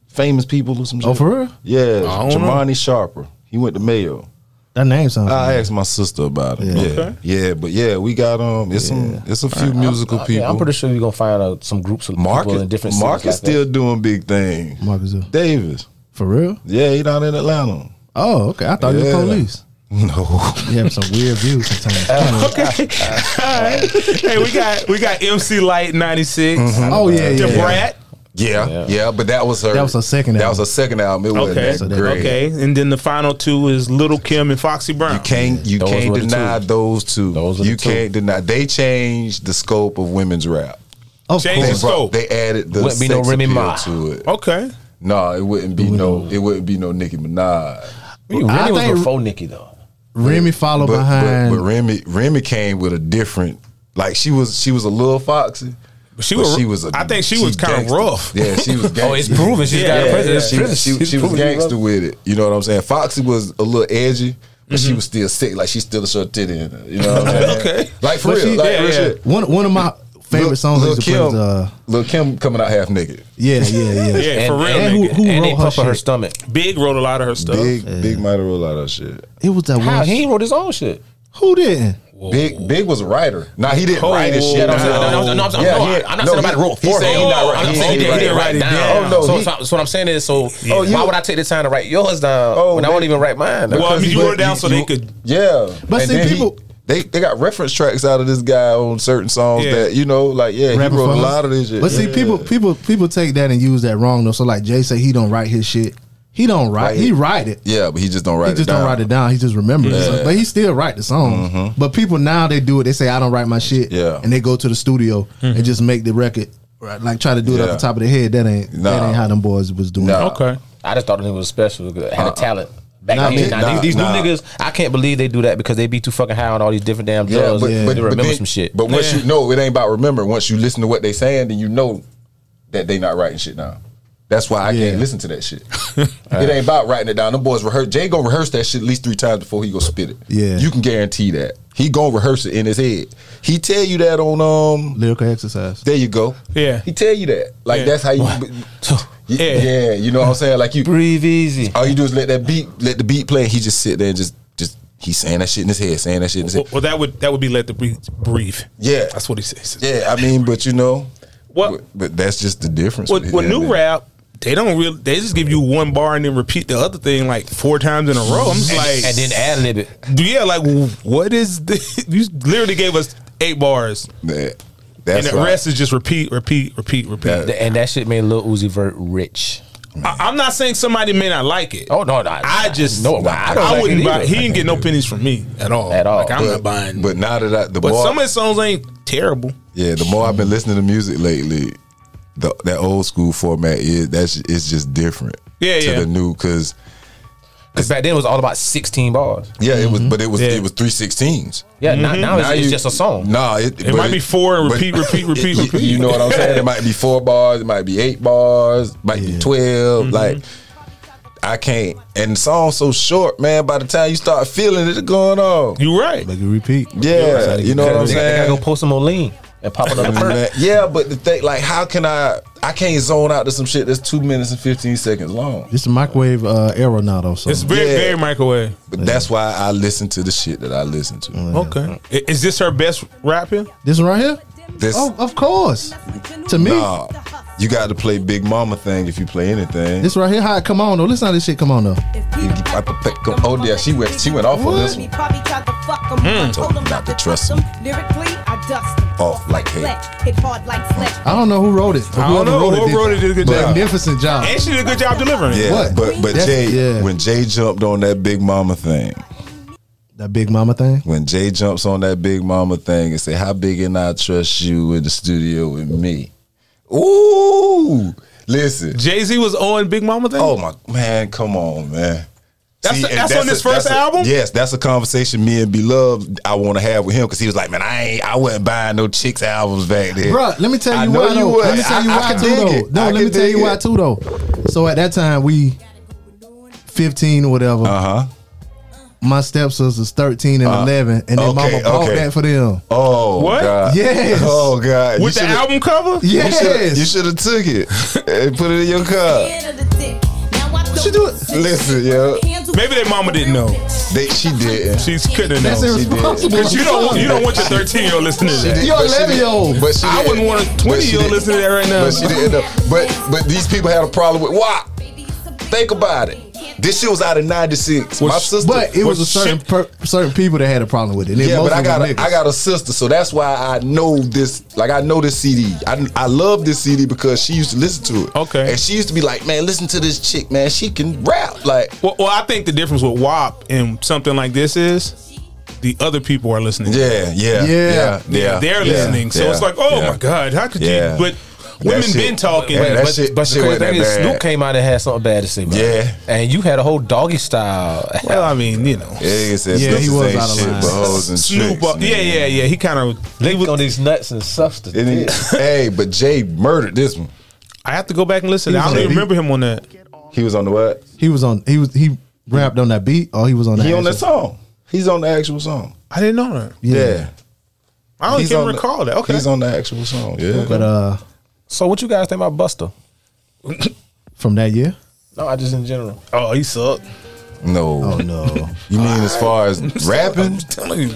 S4: famous people or some.
S1: oh,
S4: shit.
S1: for real,
S4: Yeah,
S3: I don't know.
S4: Germani Sharper. He went to Mayo.
S1: that name sounds.
S4: I asked my sister about it.
S1: Mm-hmm. Yeah.
S4: Yeah,
S3: Okay.
S4: yeah, but yeah, we got um, it's some, it's a few musical people.
S5: Yeah, I'm pretty sure you're gonna find out some groups of people in
S4: Marcus,
S5: different cities
S4: Marcus
S5: like that.
S4: still doing big things.
S1: Marcus Hill.
S4: Davis,
S1: for real.
S4: yeah, he down in Atlanta.
S1: Oh, okay. I thought you
S4: Yeah.
S1: were police.
S4: No,
S1: You have some weird views sometimes.
S3: okay. All right. Hey, we got we got MC Light ninety
S4: Mm-hmm.
S1: oh yeah, yeah.
S3: Debrat.
S4: Yeah, yeah,
S5: Yeah.
S4: but that was her.
S1: That was her second
S4: That
S1: album.
S4: was her second album. It wasn't
S3: Okay.
S4: that
S1: that-
S4: great.
S3: Okay. And then the final two is Little Kim and Foxy Brown.
S4: You can't you
S5: Those
S4: can't
S5: were the
S4: deny
S5: two.
S4: those two.
S5: Those were the
S4: you
S5: two.
S4: can't deny they changed the scope of women's rap.
S1: Of
S3: Change
S4: They,
S3: the
S1: course.
S4: brought,
S3: scope.
S4: they added the
S5: Wouldn't
S4: sex
S5: be no Remy
S4: appeal
S5: Ma. Oh.
S4: to it.
S3: Okay.
S4: No, it wouldn't be no. It wouldn't be no Nicki Minaj.
S5: Remy
S1: I
S5: was
S1: think-
S5: before Nicki though.
S1: Remy followed
S4: But, but
S1: behind.
S4: but Remy Remy came with a different. Like she was she was a little foxy.
S3: But she
S4: but
S3: was.
S4: she was. A,
S3: I think she, was kind of
S4: gangster.
S3: rough.
S4: Yeah, she was. Gangster.
S5: Oh, it's proven. She's
S3: Yeah,
S5: got
S3: yeah,
S5: a president.
S3: yeah.
S5: It's
S4: she,
S5: proven.
S4: she,
S5: She's
S4: she was
S5: proven.
S4: gangster with it. You know what I'm saying? Foxy was a little edgy, but
S5: Mm-hmm.
S4: she was still sick. Like she still a short titty in her. You know what I'm saying?
S3: Okay.
S4: Like for
S1: But
S4: real.
S1: she-
S4: like
S3: yeah,
S4: real
S3: yeah.
S4: shit.
S1: one one of my favorite songs
S4: Lil
S1: is the was,
S4: Kim,
S1: uh,
S4: Lil Kim coming out half naked.
S1: yeah, yeah, yeah.
S3: Yeah, for real.
S5: And,
S1: who-
S3: nigga.
S1: who
S5: and
S1: wrote
S5: they
S1: her
S5: pump her,
S1: shit?
S5: stomach.
S3: Big wrote a lot of her stuff.
S4: Big, big might have rolled out of shit.
S1: It was that
S5: How
S1: one.
S5: he wrote his own shit.
S1: Who didn't?
S4: Big, big was a writer. Nah, he didn't write his shit.
S3: no,
S4: I'm saying-
S5: no, no, no, no, I'm saying- no,
S4: he-
S5: I'm not saying
S4: he-
S5: nobody wrote
S4: he
S5: for
S4: said
S5: him.
S4: he not
S5: Oh,
S4: write-
S5: I'm
S4: he
S5: saying
S4: said
S5: he
S4: he
S5: didn't
S4: write
S5: write it
S4: down.
S5: down.
S4: Oh, no,
S5: so,
S4: he-
S5: so, so what I'm saying is, so
S4: Oh,
S5: why
S4: you-
S5: would I take the time to write yours down
S4: Oh,
S5: when I
S4: man.
S5: won't even write mine? down?
S3: Well, I
S4: Because
S3: mean,
S4: he
S3: you wrote
S4: went-
S3: it down
S4: you-
S3: so
S4: you-
S3: they could.
S4: Yeah,
S1: But
S4: And
S1: see,
S4: then he-
S1: people-
S4: they they got reference tracks out of this guy on certain songs
S3: Yeah.
S4: that you know, like yeah, he
S1: Rapping
S4: wrote a
S1: for us?
S4: lot of this shit.
S1: But see,
S4: Yeah.
S1: people, people, people take that and use that wrong though. So like Jay say, he don't write his shit. He don't write. He write it.
S4: Yeah, but he just don't write
S1: He
S4: it
S1: just
S4: down. Mm-hmm.
S1: don't write it down. He just remembers it. So- But he still write the song. But people now they do it. They say I don't write my shit.
S4: Yeah.
S1: And they go to the studio and just make the record. Right, like try to do it off
S4: Yeah.
S1: the top of the head. That ain't that
S4: Nah.
S1: ain't how them boys was doing.
S4: Nah.
S1: it.
S3: Okay.
S5: I just thought it was special because it had a talent. Back
S1: Nah,
S5: then.
S1: me-
S5: Now,
S4: Uh, nah,
S5: these, these
S4: nah.
S5: new niggas, I can't believe they do that because they be too fucking high on all these different damn drugs.
S4: Yeah, but,
S5: they
S4: but, but
S5: remember
S4: then-
S5: some shit.
S4: But once
S3: Yeah.
S4: you know, it ain't about remembering. Once you listen to what they saying, then you know that they not writing shit down. That's why I
S1: Yeah.
S4: can't listen to that shit. it ain't about writing it down. Them boys rehearse. Jay gonna rehearse that shit at least three times before he go spit it.
S1: Yeah.
S4: you can guarantee that. He gonna rehearse it in his head. He tell you that on um.
S1: Lyrical exercise.
S4: There you go.
S3: Yeah.
S4: he tell you that. Like
S3: Yeah.
S4: that's how you. yeah.
S3: Yeah.
S4: yeah, you know what I'm saying. Like you,
S5: breathe easy.
S4: all you do is let that beat, let the beat play. And he just sit there and just, just he saying that shit in his head, saying that shit in his head.
S3: Well, well, that would that would be let the breathe. breathe.
S4: Yeah.
S3: that's what he says.
S4: Yeah, I mean, but you know,
S3: What-
S4: But, but that's just the difference.
S3: With, with
S4: yeah,
S3: new
S4: man.
S3: rap, they don't really. They just give you one bar and then repeat the other thing like four times in a row. I'm just like,
S5: And then ad lib it.
S3: yeah, like what is this? You literally gave us eight bars,
S4: That- that's
S3: and the
S4: why-
S3: rest is just repeat, repeat, repeat, repeat.
S4: That-
S5: And that shit made Lil Uzi Vert rich.
S3: I, I'm not saying somebody may not like it.
S5: Oh no, no
S3: I just
S5: no.
S3: I,
S5: I, don't like
S3: wouldn't
S5: it
S3: buy.
S5: either.
S3: He didn't get no pennies from me at all.
S5: At all.
S3: Like I'm
S4: but,
S3: not buying. But,
S4: But now that I, the
S3: but
S4: more,
S3: some of his songs ain't terrible.
S4: yeah, the more I've been listening to music lately, the, that old school format is that's it's just different.
S3: Yeah,
S4: to
S3: yeah.
S4: the new because
S5: Because back then it was all about sixteen bars.
S4: yeah, it was, but it was
S3: Yeah.
S4: it was three sixteens.
S5: Yeah, now, now it's,
S4: Mm-hmm. Now
S5: it's
S4: you-
S5: just a song.
S4: Nah, it,
S3: It
S4: but
S3: might be four and
S4: but-
S3: repeat, repeat, repeat,
S4: you-
S3: repeat.
S4: You know what I'm saying? It might be four bars, it might be eight bars, might be 12
S3: Mm-hmm.
S4: Like I can't. And the song's so short, man. By the time you start feeling it, it's going on.
S3: You right.
S1: Like a repeat.
S4: Yeah, you know what I'm
S5: They- They gotta
S4: saying.
S5: go post some Moline and pop it up.
S4: And that- yeah, but the thing, like, how can I? I can't zone out to some shit that's two minutes and fifteen seconds long.
S1: It's a microwave uh, era now though. So
S3: It's very,
S4: Yeah.
S3: very microwave.
S4: But that's why I listen to the shit that I listen to.
S3: Okay. I- Is this her best rap here?
S1: this one right here.
S4: This,
S1: Oh, of course. To me,
S4: nah, you got to play Big Mama thing if you play anything.
S1: this right here. How it come on though? Listen how this shit come on though.
S4: Oh yeah, she went. She went off on this one. Hmm. Told him not to trust him.
S6: Lyrically, I dust him.
S4: Off like hay.
S6: Hit hard like sledge.
S1: I don't know who wrote it. but
S3: I don't
S1: whoever
S3: know. Who
S1: did-
S3: wrote it did a good job.
S1: Magnificent job.
S3: And she did a good job delivering it.
S4: Yeah,
S1: What?
S4: but but
S1: That's-
S4: Jay,
S1: yeah.
S4: when Jay jumped on that Big Mama thing,
S1: That Big Mama thing.
S4: when Jay jumps on that Big Mama thing and say, "How big and I trust you in the studio with me?" Ooh, listen.
S3: Jay Z was on Big Mama thing.
S4: Oh my man, come on, man.
S3: That's-
S4: and
S3: that's on his
S4: a-
S3: first
S4: that's a-
S3: album?
S4: yes, that's a conversation me and Beloved I want to have with him because he was like, "Man, I ain't, I wasn't buying no chicks albums back then."
S1: Bruh, let me tell
S4: I
S1: you
S4: know
S1: why.
S4: you
S1: though.
S4: would.
S1: Let me
S4: I-
S1: tell you
S4: I
S1: why
S4: can
S1: too
S4: dig
S1: though.
S4: it.
S1: No,
S4: I
S1: let
S4: can
S1: me tell you
S4: dig
S1: why
S4: it.
S1: too though. So at that time we fifteen or whatever.
S4: Uh huh.
S1: My stepsisters thirteen and eleven, and their
S4: okay,
S1: mama bought
S4: okay.
S1: that for them.
S4: Oh
S3: What?
S4: God.
S1: Yes.
S4: Oh God.
S3: With
S4: You
S3: the
S4: shoulda-
S3: album cover?
S1: Yeah.
S4: You shoulda-
S1: Yes.
S4: You should have took it and put it in your car.
S6: She do it.
S4: Listen, yo.
S3: Maybe their mama didn't know.
S4: They, she didn't.
S3: She couldn't
S1: That's
S3: know.
S4: did.
S1: irresponsible.
S3: Because you don't want you don't want your 13 year old listening to that.
S1: You're
S4: But she didn't-
S1: 11-year-old.
S4: But she
S3: I
S4: didn't-
S3: wouldn't want a
S4: but she
S3: 20-year-old
S4: didn't-
S3: listening to that right now.
S4: But she didn't end up. But but these people had a problem with why. Think about it. This shit was out of '96. My
S3: Well, sh-
S4: sister.
S1: But it was a
S3: Well,
S1: certain
S3: shit.
S1: per, certain people that had a problem with it. And
S4: yeah, but
S1: mostly
S4: I got
S1: were
S4: a,
S1: niggas.
S4: I got a sister, so that's why I know this. Like I know this CD. I, I love this CD because she used to listen to it.
S3: Okay.
S4: and she used to be like, "Man, listen to this chick, man. She can rap." Like,
S3: Well, well, I think the difference with WAP and something like this is the other people are listening.
S4: yeah, yeah,
S1: Yeah.
S4: yeah.
S3: They're
S4: yeah,
S3: listening. So
S4: yeah,
S3: it's like, oh
S4: yeah.
S3: my God, how could
S4: Yeah.
S3: you? But
S4: That
S3: women
S4: shit-
S3: been talking.
S4: Yeah, that
S5: but,
S4: shit-
S5: but the
S4: shit
S5: crazy
S4: wasn't
S5: thing
S4: that
S5: is,
S4: bad.
S5: Snoop came out and had something bad to say. About it.
S4: Yeah.
S5: and you had a whole doggy style.
S3: well, I mean, you know.
S4: Yeah, he said,
S1: Yeah,
S4: "Bitches
S1: he was
S4: ain't
S1: out of
S4: shit
S1: line.
S4: but hoes and
S3: Snoop,
S4: tricks,
S3: uh, yeah,
S4: man.
S3: yeah, yeah. He kind of.
S5: Licked on these nuts and substance.
S4: And he- hey, but Jay murdered this one.
S3: I have to go back and listen.
S1: He
S3: I
S1: was
S3: don't
S1: on
S3: even
S1: that
S3: remember him on that.
S4: He was on the what?
S1: He was on. He was he rapped on that beat, or he was on that.
S4: He on that
S1: actual-
S4: song. He's on the actual song.
S3: I didn't know that.
S1: Yeah.
S3: I don't
S4: He's
S3: even
S4: on the-
S3: recall that. Okay.
S4: He's on the actual song. Yeah.
S1: But uh,
S5: So, what you guys think about Buster?
S1: from that year.
S5: No, I just in general.
S3: oh, he sucked.
S4: No.
S1: Oh no.
S4: You mean as far as rapping?
S3: telling you.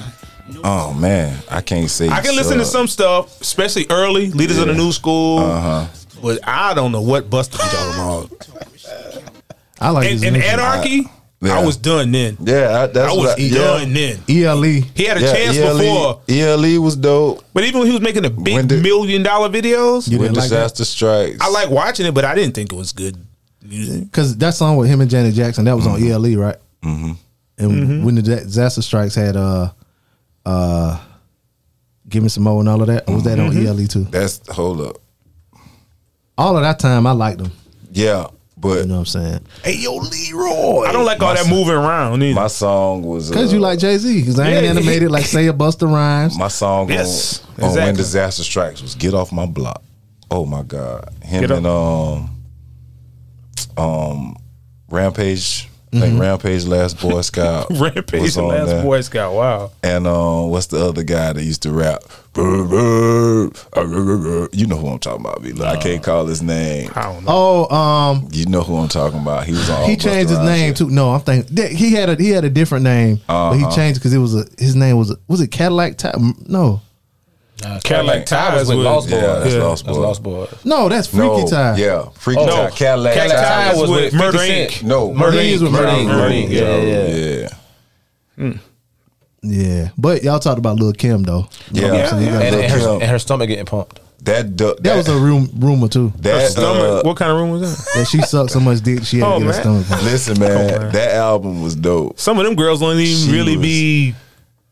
S4: Oh man, I can't say.
S3: I can listen to some stuff, especially early, Leaders of the New School.
S4: Uh-huh.
S3: But I don't know what Buster be talking about.
S1: I like
S3: And,
S1: his
S3: and
S1: music.
S3: Anarchy, I,
S4: yeah.
S3: was done then.
S4: Yeah, I, that's
S3: I
S4: what
S3: was
S4: I, yeah.
S3: done then.
S1: Uh, ELE.
S3: He had a
S4: Yeah, E
S3: chance
S4: ELE,
S3: before,
S4: ELE E was dope.
S3: but even when he was making the big
S4: When did-
S3: million dollar videos,
S1: You
S4: When
S1: didn't like that?
S4: disaster strikes,
S3: I like watching it, but I didn't think it was good.
S1: because that song with him and Janet Jackson that was on ELE, right? Mm-hmm. And
S3: Mm-hmm.
S1: when the Di- disaster strikes had uh uh, give me some more and all of that, or was that
S3: Mm-hmm.
S1: on ELE too?
S4: That's hold up.
S1: All of that time, I liked them.
S4: Yeah, but
S1: You know what I'm saying?
S4: hey yo, Leroy.
S3: I don't like all
S4: My
S3: that
S4: so-
S3: moving around either.
S4: My song was
S1: Because
S4: uh,
S1: you like Jay Z, because I ain't
S3: yeah,
S1: animated like say a Buster Rhymes.
S4: My song
S3: Yes,
S4: on, on
S3: exactly.
S4: When Disaster Strikes was Get Off My Block. Oh my God. Him
S3: Get
S4: and um um Rampage. I
S1: Mm-hmm.
S4: think Rampage Last Boy Scout.
S3: Rampage,
S4: was
S3: the
S4: on
S3: last
S4: there.
S3: Boy Scout. Wow.
S4: And um, what's the other guy that used to rap? You know who I'm talking about, B. Look, I can't call his name.
S3: I don't know.
S1: Oh, um,
S4: You know who I'm talking about. He was on.
S1: he
S4: Oh, Busta
S1: changed his
S4: Rhymes
S1: name
S4: shit.
S1: too. No, I'm thinking that- he had a he had a different name, but
S4: Uh-huh.
S1: he changed because it was a his name was a, was it Cadillac? Ty- no,
S3: Cadillac Tires
S5: with
S3: was-
S5: Lost Boys.
S4: Yeah, that's
S3: Yeah,
S4: Lost
S5: That's
S4: Boy.
S5: Lost Boys.
S1: no, that's Freaky
S4: no,
S1: Ty.
S4: Yeah,
S3: Oh.
S4: Freaky
S5: No,
S4: Ty. Cadillac,
S5: Cadillac
S4: Ty
S5: Tires
S4: was
S5: was
S3: with
S5: with
S3: Murder,
S5: 50 Cent.
S3: Inc.
S4: no
S5: Murder
S1: Inc.
S4: Inc.
S1: was Murder Inc.
S5: Murder Inc. Yeah, yeah.
S4: yeah.
S1: Yeah, but y'all talked about Lil Kim though.
S4: Yeah,
S1: Yeah.
S4: yeah.
S5: And,
S4: Lil
S5: and, her,
S4: Kim.
S5: and her stomach getting pumped.
S4: that du-
S1: That was a room rumor too
S4: that,
S3: Her stomach.
S4: uh,
S3: what kind of room was that?
S1: that she sucked so much dick she had
S3: Oh,
S1: to get her
S3: man.
S1: stomach. pumped.
S4: Listen, man, that album was dope.
S3: Some of them girls don't even
S4: She
S3: really
S4: was-
S3: be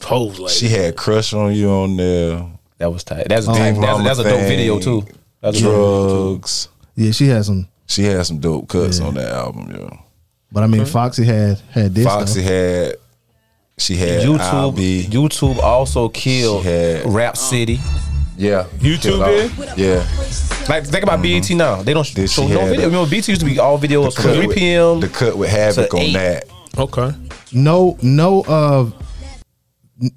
S3: posed like.
S4: She
S3: that.
S4: had "Crush on You" on there,
S5: That was tight. That's
S4: Big
S5: tight. That's,
S4: Mama
S5: that's a dope
S4: Thing,
S5: video too. That's a dope video too.
S4: drugs.
S1: Yeah, she had some,
S4: She had some dope cuts on that album, yo.
S1: but I mean
S3: Mm-hmm.
S1: Foxy had had this.
S4: Foxy
S1: though.
S4: had, she had
S5: YouTube.
S4: IB.
S5: YouTube also killed
S4: She had-
S5: Rap City.
S4: yeah,
S3: YouTube
S4: Kill
S3: did?
S4: Out. Yeah,
S5: Like think about BET now. They don't
S4: Then
S5: show
S4: she
S5: no
S4: had
S5: video.
S4: the-
S5: Remember BET used to be all videos from
S4: Cut
S5: three
S4: with-
S5: p.m.
S4: The cut with Havoc
S5: to
S4: on
S5: eight.
S4: that.
S3: okay.
S1: no no uh. n-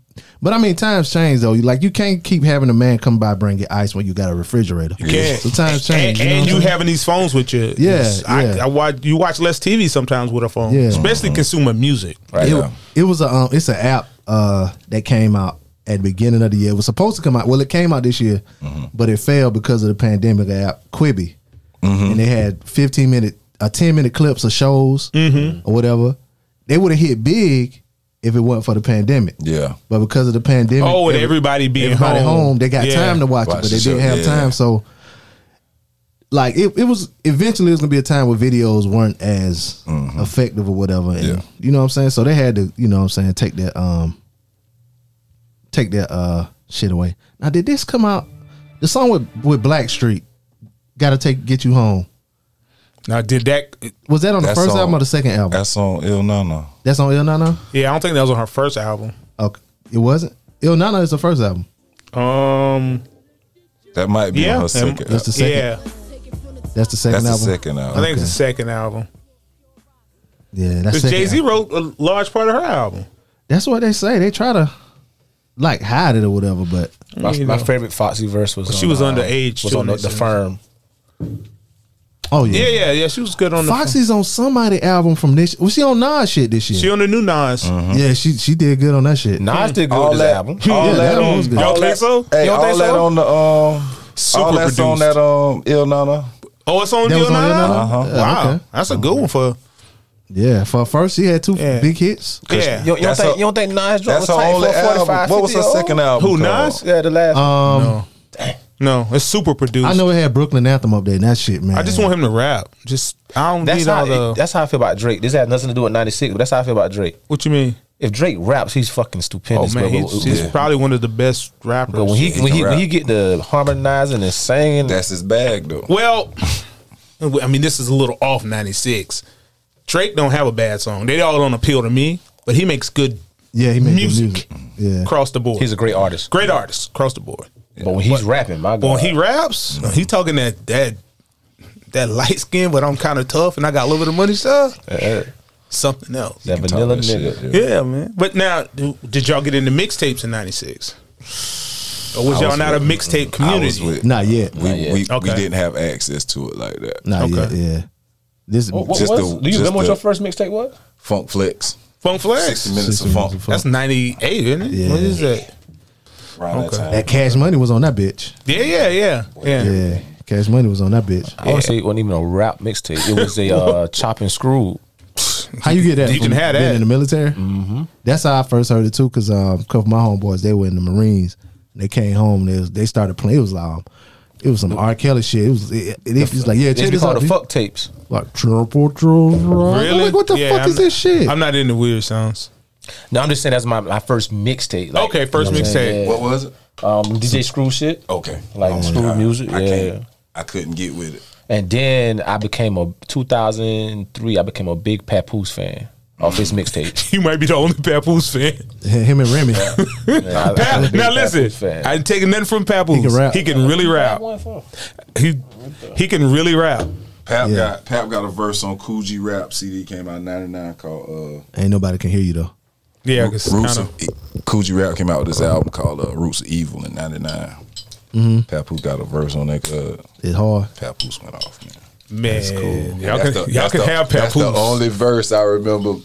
S1: But I mean, times change though. You- Like you can't keep having a man come by bring you ice when you got a refrigerator. You
S3: can't.
S1: So times
S3: And,
S1: change. you know
S3: and
S1: what
S3: you
S1: I'm saying?
S3: having these phones with you.
S1: Yeah,
S3: I,
S1: yeah.
S3: I watch you watch less TV sometimes with a phone,
S1: Yeah.
S3: especially
S4: Uh-huh.
S3: consumer music.
S4: Right
S1: it,
S4: now.
S1: it was a um, it's an app uh that came out at the beginning of the year. It was supposed to come out. Well, it came out this year, but it failed because of the pandemic. The app Quibi, and they had fifteen minute, uh, ten minute clips of shows
S3: Mm-hmm.
S1: or whatever. They would have hit big if it wasn't for the pandemic.
S4: Yeah.
S1: but because of the pandemic,
S3: Oh, and
S1: every-
S3: everybody being
S1: everybody
S3: home.
S1: home. they got
S3: Yeah.
S1: time to watch,
S4: Watch
S1: it, but
S4: the
S1: they didn't
S4: show,
S1: have
S4: yeah.
S1: time. So, like, it, it was eventually it was gonna be a time where videos weren't as effective or whatever. And,
S4: Mm-hmm. Yeah.
S1: You know what I'm saying? So they had to, you know what I'm saying, take that um, take that uh shit away. Now, did this come out? The song with with Blackstreet, "Gotta Take Get You Home,"
S3: Now, did that?
S1: was that on the
S4: That
S1: first
S4: song-
S1: album or the second album?
S4: That's on Il Nana.
S1: That's on Il Nana.
S3: Yeah, I don't think that was on her first album.
S1: Okay, it wasn't. Il Nana is the first album.
S3: Um,
S4: That might be
S3: yeah,
S4: on her
S3: um,
S4: second.
S1: That's the second
S3: yeah,
S1: That's the second
S4: That's the
S1: album.
S4: second
S3: I
S4: album.
S3: think it's the second album.
S1: Yeah, that's
S3: Because
S1: second
S3: Jay Z
S1: album.
S3: wrote a large part of her album.
S1: That's what they say. They try to like hide it or whatever, but
S5: My,
S3: You
S5: my
S3: know.
S5: favorite Foxy verse was
S3: But
S5: on,
S3: she was
S5: uh,
S3: underage,
S5: Was
S3: too,
S5: on the,
S3: in
S5: the
S3: that
S5: firm.
S1: oh yeah.
S3: Yeah, yeah, yeah. She was good on the.
S1: Foxy's on somebody album from this. Was she on Nas shit this year?
S3: She on the new Nas.
S1: yeah, she she did good on that shit.
S5: Nas did good
S4: All
S5: with this
S4: that-
S5: album.
S1: yeah,
S4: all that
S1: album was
S3: on-
S1: good.
S3: Y'all think so?
S4: Hey,
S3: Y'all
S4: all
S3: think
S4: that
S3: so?
S4: on the um,
S3: Super
S4: all that's on
S3: produced.
S4: that um Il Nana.
S3: Oh, it's on
S1: That
S3: Deal
S1: was on Il Nana?
S3: Nana.
S1: Uh-huh. Yeah,
S3: Wow,
S1: okay.
S3: that's a good one for.
S1: Yeah, for first she had two
S3: Yeah.
S1: big hits.
S3: Yeah.
S5: You, you, don't
S4: That's
S5: think,
S4: her-
S5: you don't think Nas
S4: That's
S5: dropped was
S4: her
S5: tight for
S4: only
S5: a 45,
S4: album. What was her
S5: 50
S4: second album?
S3: Who,
S4: called?
S3: Nas?
S5: Yeah, the last one.
S1: Um,
S3: no, it's super produced.
S1: I know it had Brooklyn Anthem up there. And that shit, man.
S3: I just want him to rap. Just I don't
S5: That's
S3: need
S5: how,
S3: all the.
S5: it, that's how I feel about Drake. This has nothing to do with 96, but that's how I feel about Drake.
S3: what you mean?
S5: If Drake raps, he's fucking
S3: Oh
S5: stupendous.
S3: man,
S5: but,
S3: he's, he's
S4: yeah.
S3: probably one of the best rappers.
S5: but when he,
S4: he
S5: when,
S4: can
S5: he, when
S4: rap.
S5: he get the harmonizing and singing,
S4: That's his bag though.
S3: well, I mean, this is a little off '96. Drake don't have a bad song. They all don't appeal to me, but he makes good
S1: yeah, he made music.
S3: music
S1: music. Yeah,
S3: across the board.
S5: he's a great artist.
S3: great artist across the board.
S5: But when he's rapping, my God.
S3: But when he raps, he talking that that that light skin, but I'm kind of tough and I got a little bit of money stuff.
S5: Yeah,
S3: Something else.
S5: that
S4: Talking
S5: Uh, vanilla
S4: that
S5: nigga.
S4: shit, yeah.
S3: Yeah, man. But now, do- did y'all get into mixtapes in '96, or was
S4: I
S3: y'all
S4: was
S3: not a
S4: with-
S3: mixtape
S4: I
S3: community?
S4: was with-
S1: not yet.
S4: We,
S5: yet.
S4: we,
S3: Okay.
S4: we didn't have access to it like that.
S1: Not yet.
S3: Okay.
S1: Yeah, this
S5: What, what
S4: Just
S5: was?
S4: the-
S5: do you
S4: just
S5: remember what
S4: the-
S5: your first mixtape was?
S4: Funk Flex.
S3: Funk Flex.
S4: 60 minutes
S1: Sixty
S4: of funk.
S1: Minutes of
S3: That's '98, isn't it?
S1: Yeah.
S3: What is that?
S4: Around
S3: Okay.
S4: that time.
S1: that Cash Money was on that bitch.
S3: Yeah, yeah, yeah, yeah.
S1: Yeah, Cash Money was on that bitch.
S5: I want to say it wasn't even a rap mixtape. It was a uh, chop and screw.
S1: How you get that?
S3: You can
S1: from
S3: have
S1: being
S3: that.
S1: in the military. Mm-hmm. That's how I first heard it too, because um, a couple of my homeboys they were in the Marines. And they came home. And they, was, they started playing. It was loud. It was some R. Kelly shit. It was it, it, it was like yeah,
S5: They
S1: check
S5: be
S1: this
S5: called
S1: out.
S5: the
S1: dude.
S5: fuck tapes.
S1: Like triple trouble.
S3: Really?
S1: Like what the
S3: Yeah,
S1: fuck
S3: I'm
S1: is this shit?
S3: I'm not into weird sounds.
S5: No, I'm just saying that's my, my first mixtape. Oh. Like,
S3: Okay, first
S5: you know what I'm saying?
S4: What was it?
S5: Yeah. Um, DJ Screw shit.
S4: Okay. Oh
S5: Like
S4: my
S5: school
S4: God.
S5: music,
S4: I
S5: yeah.
S4: can't. I couldn't get with it.
S5: And then I became a 2003. I became a big Papoose fan of his mixtape.
S3: You might be the only Papoose fan.
S1: Him and Remy.
S5: Yeah, I- I
S3: Pap-
S5: was a big
S3: now
S5: Papoose
S3: listen,
S5: fan.
S3: I ain't taking nothing from Papoose. He
S1: can
S3: can,
S1: rap.
S3: really rap.
S5: One for-
S3: He he can really rap.
S4: Pap
S1: Yeah.
S4: got Pap got a verse on Cool G Rap CD came out in '99 called
S1: Ain't nobody can hear you though.
S3: Yeah,
S4: uh,
S3: 'cause
S4: Roots.
S3: kinda-
S4: Of, cool G Rap came out with this album called uh, Roots of Evil in '99.
S5: Mm-hmm.
S4: Papoose got a verse on that. Uh,
S1: It's hard.
S4: Papoose went off, man.
S3: man,
S4: That's
S3: y'all
S4: the-
S3: can y'all
S4: that's
S3: can
S4: the-
S3: have
S4: That's the
S3: Papoose.
S4: only verse I remember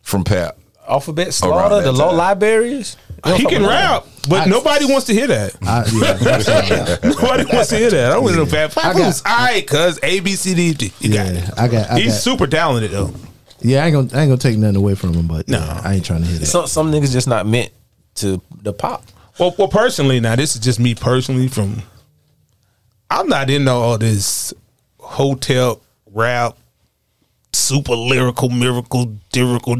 S4: from Pap.
S5: Alphabet
S4: Around
S5: Slaughter,
S4: that
S5: the Low
S4: time.
S5: Libraries.
S3: He can rap, but
S1: I-
S3: nobody wants to hear that.
S1: I, yeah,
S3: Nobody wants to hear that. I don't want to know Pat
S1: I got-
S3: Papoose. All right, cuz A B C D. E, D. You got
S1: yeah,
S3: it.
S1: I got. I
S3: He's
S1: got-
S3: super talented though.
S1: Yeah, I ain't gonna. I ain't gonna take nothing away from him, but no, I ain't trying to hear that.
S5: Some some niggas just not meant to the pop.
S3: Well, well, personally, now this is just me personally. From I'm not into all this hotel rap, super lyrical, miracle, lyrical.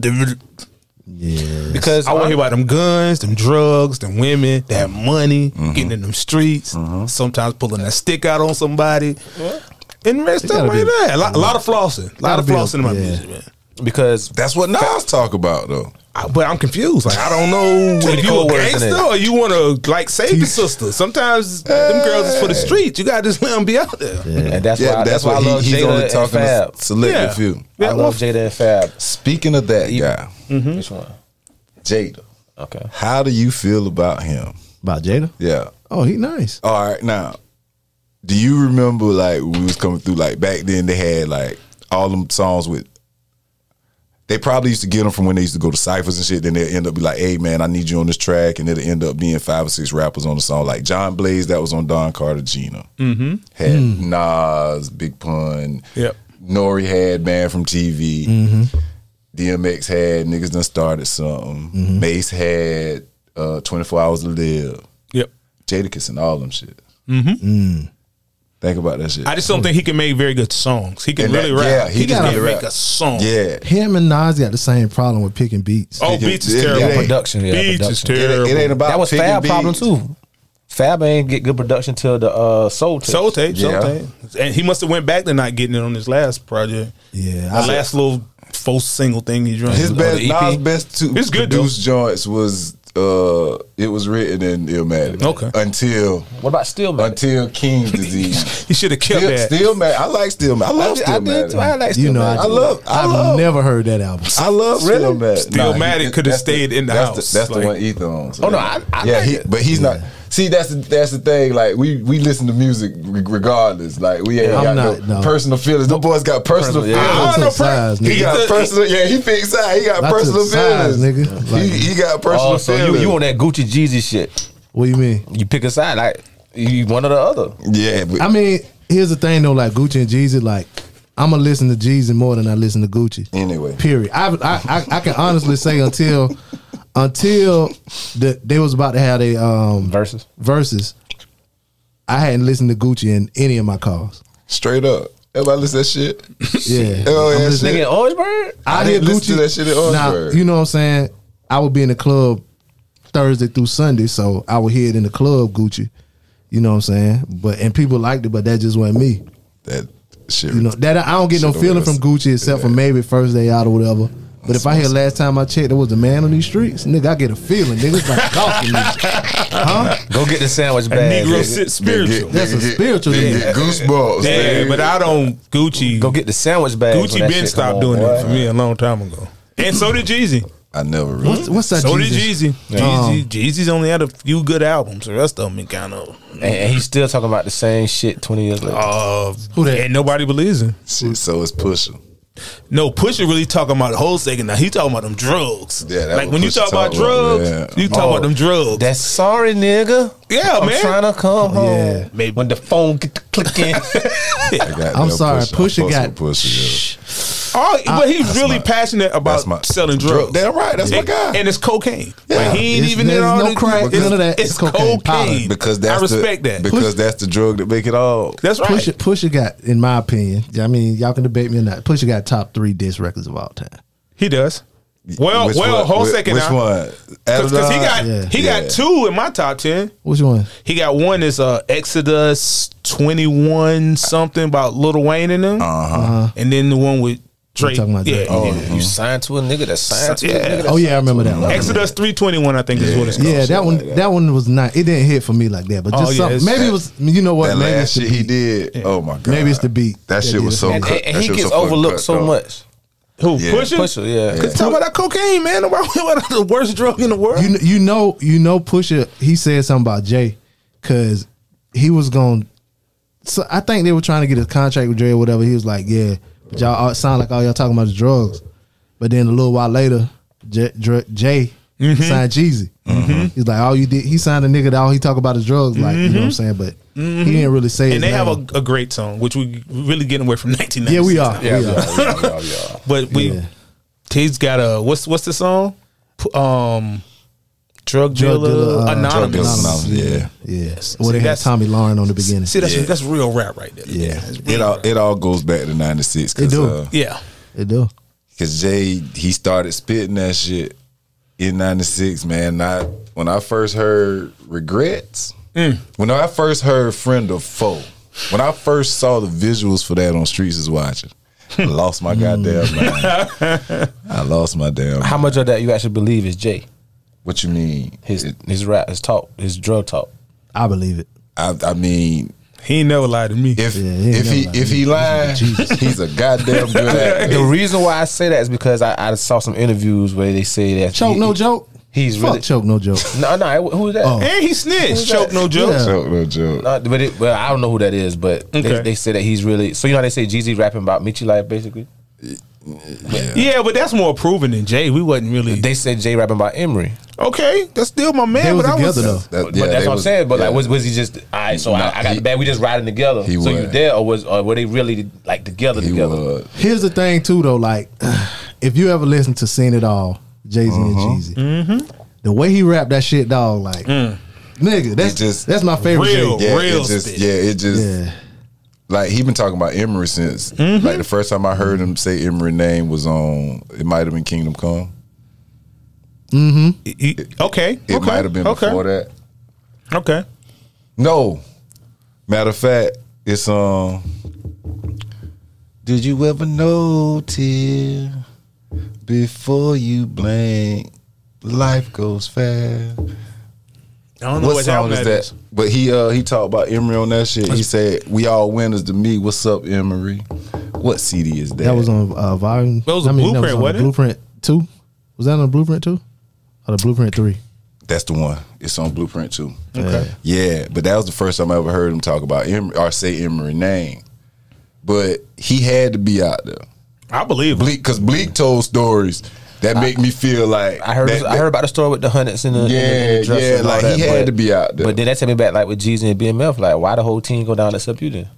S1: yeah,
S5: Because
S3: I want to hear about them guns, them drugs, them women, that money, getting in them streets. Sometimes pulling that stick out on somebody, and rest
S1: gotta
S3: up
S1: be-
S3: like that. A lot, a lot of flossing, a lot
S1: Gotta
S3: of
S1: be a-
S3: flossing in my
S1: yeah.
S3: music, man.
S5: because
S4: That's what Nas talk about though.
S3: I- but I'm confused. Like I don't know
S5: many
S3: if you a
S5: cold words in
S3: gangster
S5: it.
S3: or you want to like save the sister. Sometimes them girls is for the street. You gotta just let them be out there.
S5: and that's why that's, why I love Jada and Fab.
S4: select
S3: Yeah.
S4: few.
S3: Yeah,
S5: I love
S3: well,
S5: Jada and Fab.
S4: Speaking of that guy,
S5: Which one?
S4: Jada,
S5: Okay.
S4: how do you feel about him?
S1: about Jada.
S4: Yeah.
S1: Oh, he nice.
S4: All right. Now, do you remember like when we was coming through? Like back then, they had like all them songs with. They probably used to get them from when they used to go to ciphers and shit. Then they'd end up be like, "Hey man, I need you on this track," and it'll end up being five or six rappers on the song. Like John Blaze, that was on Don Cartagena. Mm-hmm. Had Nas, Big Pun.
S3: Yep.
S4: Nori had Man from TV. DMX had niggas done started something. Mace had uh, Twenty Four Hours to Live.
S3: Yep.
S4: Jadakiss and all them shit. Mm-hmm. Think about that shit.
S3: I just don't think he can make very good songs. He can
S4: And that-
S3: really rap.
S4: yeah,
S3: he,
S4: he
S3: just
S4: can
S3: can't
S4: really
S3: make
S4: rap.
S3: a song.
S4: yeah.
S1: Him and Nas got the same problem with picking beats.
S3: Oh,
S4: He
S3: beats
S4: can-
S3: is
S4: it- it
S3: terrible.
S4: ain't-
S5: Production, yeah,
S3: beats is
S5: production.
S4: It,
S3: terrible.
S4: it ain't about
S5: that was
S4: picking
S5: Fab problem
S4: beats.
S5: too. Fab ain't get good production till the uh, Soul tape.
S3: soul tape. Soul
S4: Yeah.
S3: tape. And he must have went back to not getting it on his last project.
S1: Yeah,
S3: The
S1: I-
S3: last little false single thing he's running.
S4: His best,
S5: the EP?
S4: Nas' best two
S3: E It's good,
S4: produced joints was uh, it was written in Illmatic.
S3: Okay.
S4: Until
S5: What about Stillman?
S4: until King's disease.
S3: He should have kept
S4: Still,
S3: that.
S4: still mad. I like still mad. I
S5: I,
S4: love
S5: did-
S4: still
S5: I did too. I
S4: mad.
S5: like
S1: you
S5: Stillman.
S1: know,
S4: I love. I
S1: I've
S4: love.
S1: never heard that album.
S4: I love
S5: Really?
S4: Still Mad.
S3: Stillmatic
S4: he-
S3: coulda
S4: that's
S3: stayed in the
S4: that's
S3: house,
S4: that's
S3: like-
S4: the one Ethan owns.
S5: Oh, no, I- I
S4: yeah,
S5: like
S4: he,
S5: it.
S4: but he's not. See, that's the, that's the thing. Like we we listen to music re- regardless. Like we ain't
S1: I'm
S4: got
S1: not,
S4: no,
S1: no.
S4: personal feelings. The boys got personal,
S5: Personal, yeah.
S4: feelings.
S1: I
S3: don't know,
S1: took sides,
S4: He
S1: nigga.
S3: Yeah.
S4: got personal. Yeah, he picked side. He got
S1: I took
S4: personal
S1: sides,
S4: feelings,
S1: nigga. Like-
S4: he, he got personal
S5: Oh, so you,
S4: feelings.
S5: you on that Gucci Jeezy shit?
S1: What do you mean?
S5: You pick a side, like you one or the other.
S4: yeah, but
S1: I mean, here's the thing though. Like Gucci and Jeezy, like I'm gonna listen to Jeezy more than I listen to Gucci.
S4: anyway,
S1: Period. I, I I I can honestly say until until the, they was about to have a um
S5: Versus.
S1: versus, I hadn't listened to Gucci in any of my calls.
S4: straight up. Everybody listen to that shit.
S1: Yeah,
S4: Oh, yeah,
S1: I'm
S4: shit.
S1: listening-
S5: Nigga, Orange Bird.
S4: I
S1: hear
S4: didn't listen to that shit at
S1: Nah,
S4: Orangeburg.
S1: you know what I'm saying. I would be in the club Thursday through Sunday, so I would hear it in the club Gucci. You know what I'm saying? But and people liked it, but that just wasn't me.
S4: that shit.
S1: You know that I don't get no
S4: Should've
S1: feeling from
S4: listened.
S1: Gucci except for
S4: Yeah.
S1: maybe first day out or whatever. But if I hear last time I checked, there was a man on these streets, nigga, I get a feeling, nigga, it's like talking. Huh?
S5: Go get the sandwich bag.
S3: Negro
S5: nigga.
S3: sit spiritual.
S1: That's a spiritual
S4: They
S1: thing.
S4: get goosebumps.
S3: Yeah,
S4: man.
S3: but I don't Gucci.
S5: Go get the sandwich bag. when
S3: Gucci
S5: that
S3: been
S5: shit come
S3: stopped
S5: on,
S3: doing
S5: boy.
S3: that for me a long time ago. And so did Jeezy.
S4: I never really.
S1: What's, what's that?
S3: So
S1: Jesus?
S3: did Jeezy. Jeezy.
S1: Um,
S3: Jeezy's only had a few good albums. The rest of them been kind of
S5: And, and he's still talking about the same shit twenty years later.
S3: uh,
S1: Who that?
S3: and nobody believes him.
S4: Shit, so it's pushing.
S3: No, Pusha really talking about the whole second. Now he talking about them drugs.
S4: Yeah, that
S3: like
S4: what
S3: when you
S4: Pusha
S3: talk about
S4: talk about,
S3: drugs,
S4: yeah.
S3: you talk about them drugs.
S5: Oh. That's sorry, nigga.
S3: yeah,
S5: I'm
S3: man.
S5: trying to come home.
S1: yeah.
S5: Maybe when the phone get to clicking.
S4: I got
S1: I'm
S4: that
S1: sorry,
S4: Pusha.
S1: Pusha
S4: I fucks
S1: got
S4: with Pusha, yeah.
S3: All, Oh, but he's
S4: That's
S3: really
S4: my-
S3: passionate about
S4: that's my-
S3: selling drugs.
S4: Dr- damn right, that's my
S3: And-
S4: guy.
S3: And it's cocaine.
S4: Yeah.
S3: Like he ain't
S1: It's-
S3: even in
S1: there's
S3: all
S1: no
S3: the
S1: crack,
S3: it's-
S1: none of that.
S3: It's,
S1: It's cocaine,
S3: cocaine.
S1: powder.
S4: because that's
S3: I respect
S4: the,
S3: that.
S4: because that's the drug that make it all.
S3: that's right.
S1: Pusha, Pusha got, in my opinion, I mean, y'all can debate me or not. Pusha got top three disc records of all time.
S3: He does. Well,
S4: Which
S3: well,
S4: one-
S3: hold a
S4: which-
S3: second
S4: Which
S3: now.
S4: one?
S3: Because he got
S1: Yeah.
S3: he
S4: Yeah.
S3: got two in my top ten.
S1: Which one?
S3: He got one is uh, Exodus twenty one something about Lil Wayne in them, and then the one with Drake.
S1: Uh-huh. talking about
S3: yeah,
S1: Drake. Oh,
S3: Uh-huh. yeah.
S4: mm-hmm.
S5: You signed to a nigga that signed to
S3: Yeah.
S5: a nigga. That
S1: Oh yeah, I remember that one.
S3: Exodus three twenty one, I think is what it's called.
S1: Yeah, that one
S4: like
S1: that.
S4: that.
S1: one was not. It didn't hit for me like that. But
S3: Oh,
S1: just
S3: yeah,
S1: something.
S3: it's-
S1: Maybe it was. You know what?
S4: that
S1: maybe it's
S4: last
S1: the
S4: shit he
S1: beat.
S4: did. Oh my god!
S1: Maybe it's the beat
S4: That
S1: that
S4: shit
S1: did
S4: was
S1: it.
S4: so.
S1: And-
S5: and,
S4: cut.
S5: and
S4: That
S5: he
S4: shit was
S5: gets
S4: fucking
S5: overlooked
S4: cut,
S5: so
S4: though.
S5: much.
S3: Who
S4: Yeah.
S3: Pusha?
S5: Pusher, yeah.
S3: Cause talk about that cocaine, man. About the worst drug in the world.
S1: You kn- you know you know Pusha. He said something about Jay because he was going. So I think they were trying to get a contract with Dre or whatever. He was like, yeah, but y'all all, sound like all y'all talking about is drugs. But then a little while later, J, Dre, Jay
S3: Mm-hmm.
S1: signed Jeezy. He's like, all you did, he signed a nigga that all he talk about is drugs. Like, you know what I'm saying? But he didn't really say. his
S3: Mm-hmm. and they have
S1: name.
S3: a, a great song, which we really getting away from nineteen ninety.
S1: yeah, we are.
S4: Yeah,
S1: we are.
S4: yeah, yeah, yeah, yeah.
S3: But we
S1: Yeah.
S3: he's got a what's what's the song? P- Um, drug dealer,
S1: Drug dealer, uh,
S3: anonymous.
S4: Drug dealers Anonymous, yeah.
S1: Yes. Well, they had
S3: that's-
S1: Tommy Lauren on the beginning.
S3: See, that's
S4: Yeah.
S3: that's real rap right there.
S1: Yeah.
S4: It all it all goes back to uh, '96
S1: It
S4: because
S1: do.
S3: yeah.
S1: They do.
S4: Cause Jay, he started spitting that shit in '96, man. Not when I first heard "Regrets."
S5: Mm.
S4: When I first heard "Friend of Foe." When I first saw the visuals for that on Streets is Watching, I lost my goddamn mind. I lost my damn.
S5: Mm. How much of that you actually believe is Jay?
S4: What you mean?
S5: His
S4: It-
S5: his rap, his talk, his drug talk.
S1: I believe it.
S4: I, I mean,
S3: He ain't never lied to me.
S4: if
S1: Yeah, he ain't
S4: if he
S1: never
S4: if he lied, he's a goddamn good actor.
S5: The reason why I say that is because I, I saw some interviews where they say that
S1: Choke
S5: he-
S1: no joke.
S5: He's
S1: Fuck
S5: really-
S1: choke no joke.
S5: No, no, who is that?
S1: Oh.
S3: and he snitched. Choke no joke.
S1: Yeah.
S4: Joke, no joke.
S5: No, but it, well, I don't know who that is, but
S3: Okay.
S5: they, they say that he's really. So you know how they say Jeezy rapping about Michi Life, basically.
S3: Yeah. but that's more proven than Jay. We wasn't really
S5: They said Jay rapping about Emery,
S3: okay. That's still my
S1: They
S3: man.
S1: was
S3: But I was
S1: together, though.
S4: That-
S5: but
S4: yeah,
S5: that's
S4: they
S5: what I'm
S4: was-
S5: saying. But
S4: yeah.
S5: like, was was he just? All right, so
S4: Nah,
S5: I, I got
S4: he-
S5: the bag. We just riding together.
S4: he
S5: so you
S4: was.
S5: there, or was or were they really like together
S4: He
S5: together?
S4: was.
S1: Here's the thing too though, like if you ever listen to Seen It All, Jay Z and
S3: Uh-huh.
S1: Jeezy,
S3: Mm-hmm.
S1: the way he rapped that shit, dog, like nigga, that's
S4: just-
S1: that's my favorite.
S3: Mm. Real.
S1: Jay.
S4: Yeah,
S3: Real
S4: it just
S3: spit.
S4: yeah, it just
S1: Yeah.
S4: like he been talking about Emery since like the first time I heard him say Emery name was on it might have been Kingdom Come.
S3: He- he- okay.
S4: It
S3: okay.
S4: might have been
S3: okay.
S4: before that.
S3: Okay.
S4: No. Matter of fact, it's um Did you ever know tear before you blank life goes fast?
S3: I don't know
S4: What
S3: what
S4: song
S3: album
S4: is that? But he uh he talked about Emery on that shit. He said, "We all winners to me. What's up, Emery? What CD is that?"
S1: That was on uh volume.
S3: That was a Blueprint,
S1: on
S3: wasn't it?
S1: Blueprint two. Was that on Blueprint two? Or the Blueprint three?
S4: That's the one. It's on Blueprint too. Okay. Yeah, but that was the first time I ever heard him talk about Emery or say Emery name. But he had to be out there.
S3: I believe it.
S4: Bleak because Bleak told stories that make me feel like
S5: I heard
S4: that-
S5: I heard about the story with the hundreds and the and the- and the
S4: Yeah,
S5: dresser
S4: yeah,
S5: and all
S4: like
S5: that,
S4: he had
S5: but-
S4: to be out there.
S5: But then that take me back like with Jeezy and BMF, like why the whole team go down except you then?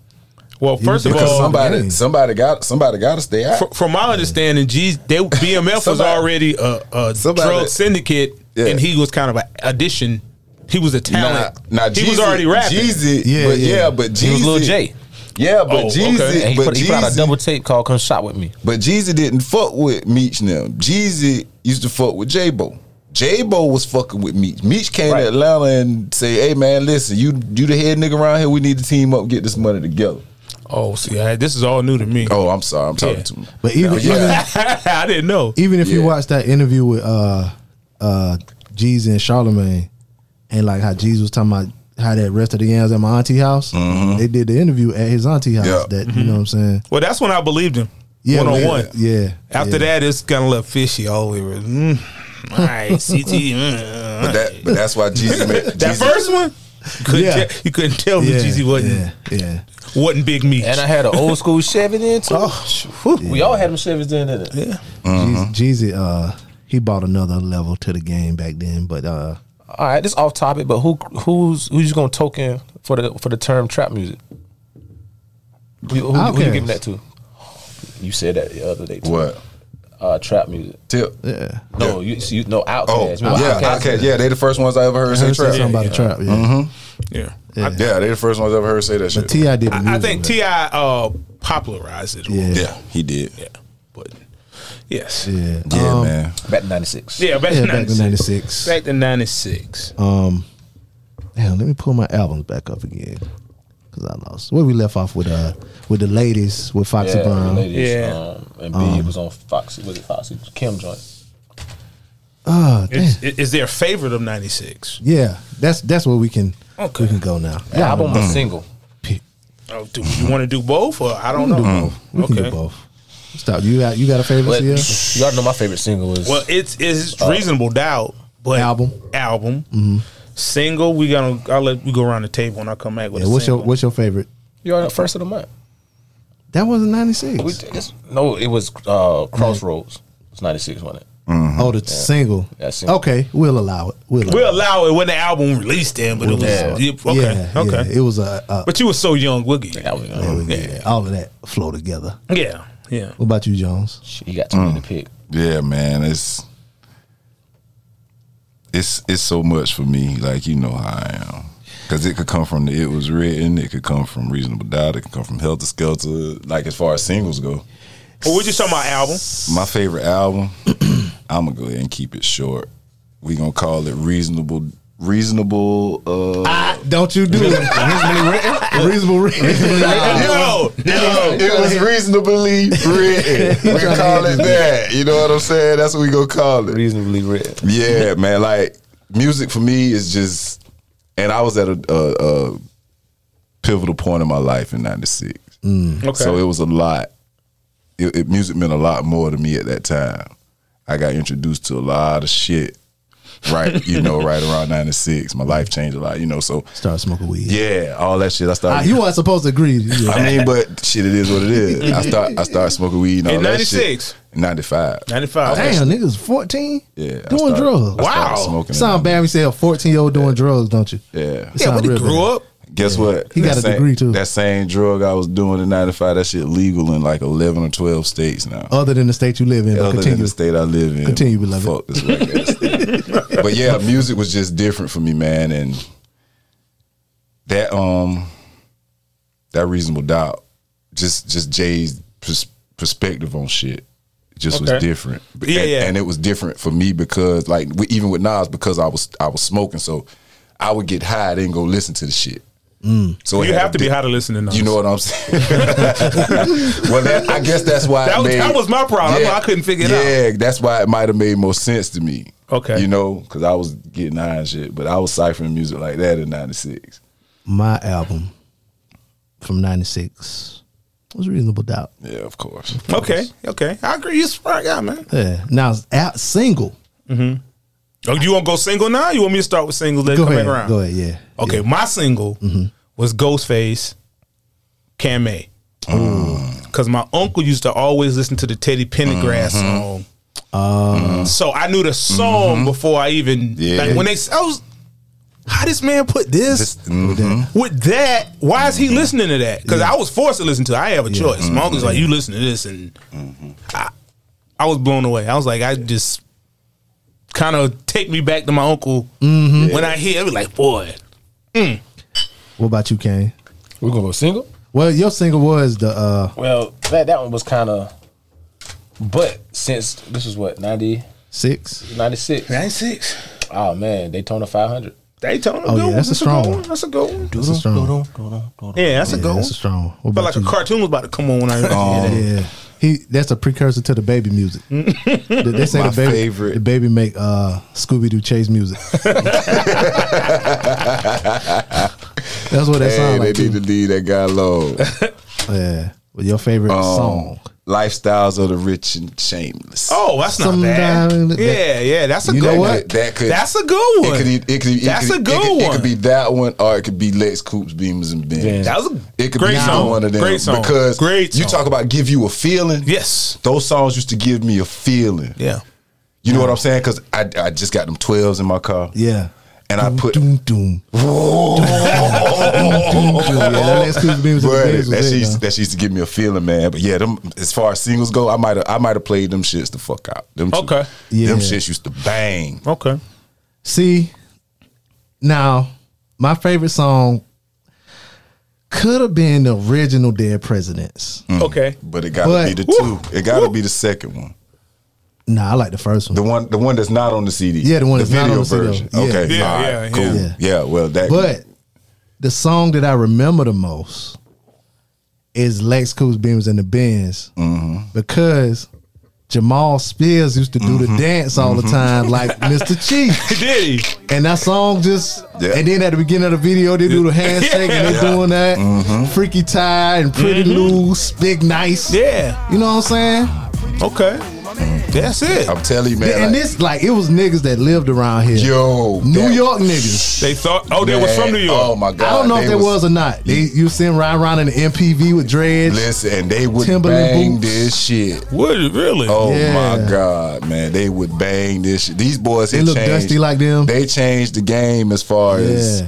S3: Well, first of
S4: because
S3: all,
S4: somebody
S1: Yeah.
S4: somebody got somebody got to stay out.
S3: Oh, fr- from my understanding, G's they BMF was
S4: Somebody-
S3: already a, a
S4: somebody-
S3: drug syndicate,
S4: Yeah.
S3: and he was kind of an addition. He was a talent.
S4: Now,
S3: he was already rapping.
S4: Jeezy,
S1: Yeah,
S4: yeah, but
S1: yeah.
S4: yeah, but Jeezy,
S5: He was Lil J.
S4: Yeah, but
S3: Oh,
S4: Jeezy,
S3: okay.
S5: And he,
S4: but
S5: put,
S4: Jeezy,
S5: he put out a double tape called Come Shot With Me.
S4: But Jeezy didn't fuck with Meech now. Jeezy used to fuck with J-Bo. J-Bo was fucking with Meech. Meech came
S5: Right.
S4: to Atlanta and say, hey man, listen, you you the head nigga around here, we need to team up, get this money together.
S3: Oh, see, I, this is all new to me.
S4: Oh, I'm sorry, I'm talking
S3: Yeah.
S4: too much.
S1: But even even
S3: I didn't know.
S1: even if you
S4: Yeah.
S1: watch that interview with uh uh Jeezy and Charlemagne and like how Jeezy was talking about how that rest of the yams at my auntie house, they did the interview at his auntie house.
S4: Mm-hmm. Yeah.
S1: That
S3: Mm-hmm.
S1: you know what I'm saying?
S3: Well, that's when I believed him.
S1: Yeah,
S3: one on
S1: yeah,
S3: one.
S1: Yeah.
S3: After
S1: yeah.
S3: that, it's kind of left fishy all the way. around. Mm. All right, CT. mm,
S4: But that but that's why Jeezy made
S3: that
S4: Jeezy-
S3: first one, you couldn't,
S1: Yeah.
S3: tell, you couldn't tell me
S1: yeah,
S3: Jeezy wasn't
S1: Yeah, yeah.
S3: wasn't big meat.
S5: And I had an old school Chevy then too.
S4: Oh,
S5: we all had them Chevys then, didn't it?
S4: Mm-hmm.
S1: Jeezy, Jeezy, uh, he bought another level to the game back then, but uh,
S5: All right, this off topic, but who who's who's you gonna token for the for the term trap music? Who, who, who you
S1: Outkast.
S5: giving that to? You said that the other day. Too.
S4: What?
S5: Uh, trap music.
S4: Tip.
S1: Yeah.
S5: No, you, you no Outkast.
S4: Oh,
S5: Remember
S4: yeah,
S5: Outkast?
S4: Outkast. Yeah, they the first ones I ever heard
S1: I
S4: say
S1: heard
S4: trap. Mm-hmm.
S1: something about a trap. Yeah.
S3: Yeah.
S1: Yeah.
S4: Yeah, they the first ones I ever heard say that shit.
S1: Ti did. the
S3: I, I
S1: music,
S3: think
S1: but-
S3: Ti uh, popularized it. a little.
S1: Yeah.
S4: yeah, he did.
S3: yeah, but yes,
S1: Yeah.
S4: Yeah,
S1: Um,
S4: man.
S5: Back in '96.
S3: yeah, back,
S1: Yeah,
S3: to
S1: back in
S3: 96.
S1: '96.
S3: Back to '96.
S1: Um, damn, let me pull my albums back up again because I lost. Where we left off with uh with the ladies with Foxy
S5: Yeah,
S1: Brown.
S5: ladies,
S3: Yeah.
S5: Um, and B was on Foxy. Was it Foxy? Kim joint.
S1: Ah, damn.
S3: Is, is there a favorite of '96?
S1: yeah, that's that's where we can we can go now.
S5: The album was single.
S1: Pick.
S3: Oh, do you want to do both, or I don't know?
S5: Mm-hmm.
S1: We can do both. Stop. You got you got a favorite
S5: But
S1: Sia?
S5: y'all know my favorite single was
S3: Well, it's it's reasonable doubt, but
S1: Uh, Album? Mm-hmm.
S3: album, single. We gonna I'll let we go around the table and I'll come back with.
S1: Yeah,
S3: a
S1: what's your
S3: single.
S1: what's your favorite?
S5: y'all first of the month.
S1: That was in
S5: We,
S1: '96.
S5: it's, no, it was uh, Crossroads. It's '96, wasn't it?
S1: Oh, the single.
S5: Yeah, single.
S1: Okay, we'll allow it. We'll allow
S3: We'll allow it when the album released then, but it was
S5: Yeah.
S3: yeah,
S1: it.
S3: okay,
S1: Yeah,
S3: okay.
S1: yeah, It was a, a
S3: but you were so young, Woogie. Yeah,
S5: That was, uh,
S1: yeah, all of that flow together.
S3: yeah. yeah.
S1: What about you, Jones?
S5: He got too many to pick.
S4: Yeah, man. It's it's it's so much for me. Like you know how I am. Cause it could come from the it was written, it could come from reasonable doubt, it could come from Helter Skelter. Like as far as singles go,
S3: Well, we're just talking about album.
S4: my favorite album, I'm gonna go ahead and keep it short. We gonna call it reasonable, reasonable. Uh,
S1: Don't you do it. Reasonable written.
S3: No, no.
S4: it was reasonably written. We call it that. You know what I'm saying? That's what we gonna call it.
S5: Reasonably red.
S4: Yeah, man. Like music for me is just, and I was at a, a, a pivotal point in my life in '96,
S1: Mm.
S3: Okay.
S4: so it was a lot. It, it music meant a lot more to me at that time. I got introduced to a lot of shit. Right, you know, right around '96, my life changed a lot. You know, so
S1: Start smoking weed.
S4: yeah, all that shit. I started.
S1: Ah, you weren't supposed to agree.
S4: I mean, but shit, it is what it is. I start, I start smoking weed and all
S3: In
S4: that
S3: 96?
S4: shit. '95,
S3: 95.
S1: Damn, niggas, fourteen,
S4: yeah, I
S1: doing
S4: started-
S1: drugs.
S4: I started
S3: Wow.
S4: smoking.
S1: Sound bad. We say a fourteen year old doing drugs, don't you?
S4: Yeah,
S1: It
S3: yeah,
S1: sound
S3: but he
S1: real
S3: grew
S1: bad.
S3: up.
S4: Guess what?
S1: He got a
S4: same,
S1: degree, too.
S4: That same drug I was doing in '95, that shit legal in like eleven or twelve states now.
S1: Other than the state you live in, but
S4: Other than
S1: continue.
S4: the state I live in,
S1: Continue, beloved.
S4: Fuck this record. but yeah, music was just different for me, man, and that um, that reasonable doubt, just just Jay's pers- perspective on shit, just was
S3: Okay.
S4: different.
S3: Yeah,
S4: and,
S3: yeah.
S4: and it was different for me because like we, even with Nas, because I was I was smoking, so I would get high, then go listen to the shit.
S1: Mm.
S4: So it
S3: You
S4: had
S3: have
S4: a
S3: to be
S4: di-
S3: how to listen to numbers.
S4: you know what I'm saying? well, that, I guess that's why it
S3: That was-
S4: made-
S3: that was my problem. I couldn't figure it out.
S4: Yeah, that's why it might have made more sense to me.
S3: Okay.
S4: you know, because I was getting high and shit, but I was ciphering music like that in '96.
S1: My album from '96 was Reasonable Doubt.
S4: Yeah, of course.
S3: Okay, okay. I agree. You're a smart guy, man.
S1: Yeah. Now out single.
S3: Oh, you want to go single now? You want me to start with singles? Then
S1: Go
S3: come
S1: ahead.
S3: back around.
S1: Go ahead. Yeah.
S3: Okay, my single was Ghostface, Cam A. Because my uncle used to always listen to the Teddy Pendergrass song. Mm. so I knew the song before I even
S4: Yeah.
S3: like when they I was how this man put this,
S4: Mhm.
S3: with that why is he listening to that because I was forced to listen to it. I didn't have a choice my uncle's like you listen to this and I, I was blown away I was like I just kind of take me back to my uncle when I hear it I be like boy
S1: What about you, Kane?
S5: We're gonna go single.
S1: Well, your single was the uh
S5: Well, that that one was kind of. But since this was what 90,
S1: six.
S5: 96.
S3: 96
S5: Oh man, Daytona 500.
S3: Daytona
S1: Oh,
S3: good
S1: yeah,
S3: one.
S1: that's a strong
S3: good
S1: one.
S3: That's a good one
S1: That's a strong. one.
S3: yeah that's a
S1: Yeah,
S3: good one
S1: that's a Oh. strong. one. What
S3: felt
S1: about
S3: like a
S1: you?
S3: cartoon was about to come on when I heard that.
S4: Oh.
S1: Yeah, he. That's a precursor to the baby music. they they say
S4: My
S1: the baby,
S4: favorite.
S1: the baby make uh, Scooby Doo chase music. that's what that
S4: Hey,
S1: sound
S4: they
S1: like.
S4: need
S1: Too.
S4: to leave that guy low.
S1: Yeah, with your favorite
S4: Oh.
S1: song.
S4: Lifestyles of the rich and shameless.
S3: Oh, that's not bad.
S1: Sometimes-
S3: yeah, yeah, that's a
S1: You know
S3: good
S4: that
S1: what?
S4: Could, that
S3: one.
S4: could.
S3: That's a good
S4: it
S3: one.
S4: could, e- it could, e- it
S3: that's
S4: could-
S3: a good
S4: it could,
S3: one.
S4: It could be that one, or it could be Lex Coops, Beamers, and Ben.
S5: Yeah.
S3: that was a
S4: It could
S3: great
S4: be either
S3: song.
S4: one of them
S3: Great song.
S4: because
S3: great.
S4: you
S3: song.
S4: talk about give you a feeling.
S3: Yes.
S4: Those songs used to give me a feeling.
S3: Yeah.
S4: You know what I'm saying? Because I, I just got them 12s in my car.
S1: Yeah,
S4: and I put.
S1: doom doom. Yeah, that last Christmas music
S4: Bruh,
S1: was
S4: that,
S1: it,
S4: shit
S1: though.
S4: used, that shit used to give me a feeling, man. But yeah, them as far as singles go, I might have I might have played them shits the fuck out. Them two-
S3: Okay.
S1: Yeah.
S4: them shits used to bang.
S3: Okay.
S1: See, now my favorite song could have been the original Dead Presidents.
S4: Mm.
S3: Okay.
S4: But it gotta
S1: But-
S4: be the
S3: Woo.
S4: two. It gotta be the second one.
S1: Nah, I like the first one.
S4: The one the one that's not on the CD.
S1: Yeah, the one that's not
S4: video
S1: on the CD.
S4: version.
S1: Yeah.
S4: Okay,
S3: Yeah,
S4: all right,
S3: yeah,
S4: cool.
S1: yeah.
S4: Yeah. well that
S1: But the song that I remember the most is Lex Coos Beams and the Bends
S4: Mm-hmm.
S1: because Jamal Spears used to do
S4: Mm-hmm.
S1: the dance all the time, like Mr. Chief.
S3: Did he?
S1: And that song just,
S4: Yeah.
S1: and then at the beginning of the video, they do the handshake and they
S4: Yeah. Mm-hmm.
S1: doing that. Freaky tie and pretty loose, big nice.
S3: Yeah.
S1: You know what I'm saying?
S3: Okay. That's it.
S4: I'm telling you, man.
S1: and
S4: like,
S1: this, like, it was niggas that lived around here.
S4: yo,
S1: New
S4: that-
S1: York niggas.
S3: They thought. Oh, they was
S4: man,
S3: from New York.
S4: Oh my god.
S1: I don't know if there was, or not. They, you see him riding around in an MPV with dreads.
S4: Listen, and they would
S1: Timberland
S4: bang
S1: boots.
S4: this shit.
S3: Would it really?
S4: Oh
S1: Yeah.
S4: my god, man! They would bang this. shit. These boys,
S1: They
S4: had
S1: look
S4: changed-
S1: dusty like them.
S4: They changed the game as far as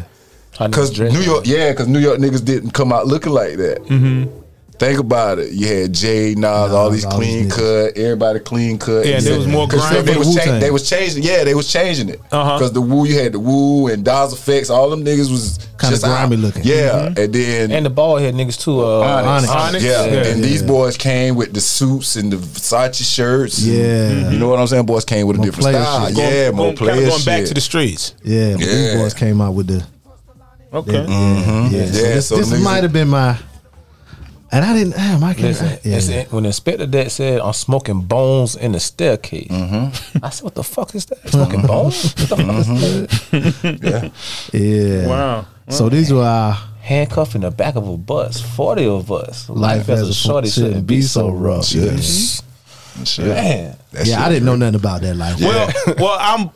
S1: yeah.
S4: Cause New York, yeah, cause New York niggas didn't come out looking like that.
S3: Mm-hmm.
S4: Think about it. You had Jay, Nas, all these
S1: all
S4: clean
S1: these
S4: cut, everybody clean cut.
S3: Yeah, there was more
S4: 'Cause
S3: grime
S4: They
S1: than
S4: was,
S1: Wu-Tang.
S4: chang- they was changing. Yeah, they was changing it.
S3: Uh-huh.
S4: Cause the Woo, you had the Woo and Dawes Effects. All them niggas was
S1: Kinda
S4: just out.
S1: grimy looking.
S4: Yeah, and then
S5: and the bald head niggas too. Uh,
S1: Onyx.
S3: Mm-hmm. Onyx.
S4: yeah,
S3: Yeah.
S4: and these boys came with the suits and the Versace shirts. and-
S1: Yeah.
S4: you know what I'm saying. Boys came with a
S1: More
S4: different
S1: player
S4: style.
S1: shit.
S3: Going-
S4: Yeah, more
S3: going, kinda
S4: player
S3: going back
S4: shit.
S3: to the streets.
S1: Yeah, but these
S4: Yeah. Mm-hmm.
S1: boys came out with the.
S3: Okay.
S1: Yeah, yeah.
S4: Mm.
S1: So
S4: Yeah,
S1: this
S4: so
S1: this
S4: niggas-
S1: might have been my. And I didn't. Damn, I can't.
S5: Listen,
S1: yeah.
S5: it's- when the inspector dad said, "I'm smoking bones in the staircase,"
S1: Mm-hmm.
S5: I said, "What the fuck is that? Smoking bones? What the fuck is that?
S1: yeah.
S3: Wow.
S1: So these were uh, our
S5: Handcuffed in the back of a bus. Forty of us.
S1: life as a shorty
S5: shorty
S1: shouldn't be so rough. Yeah,
S4: Yes. Shit.
S5: Man,
S4: That shit
S1: I didn't know nothing about that life.
S3: Well, well, I'm.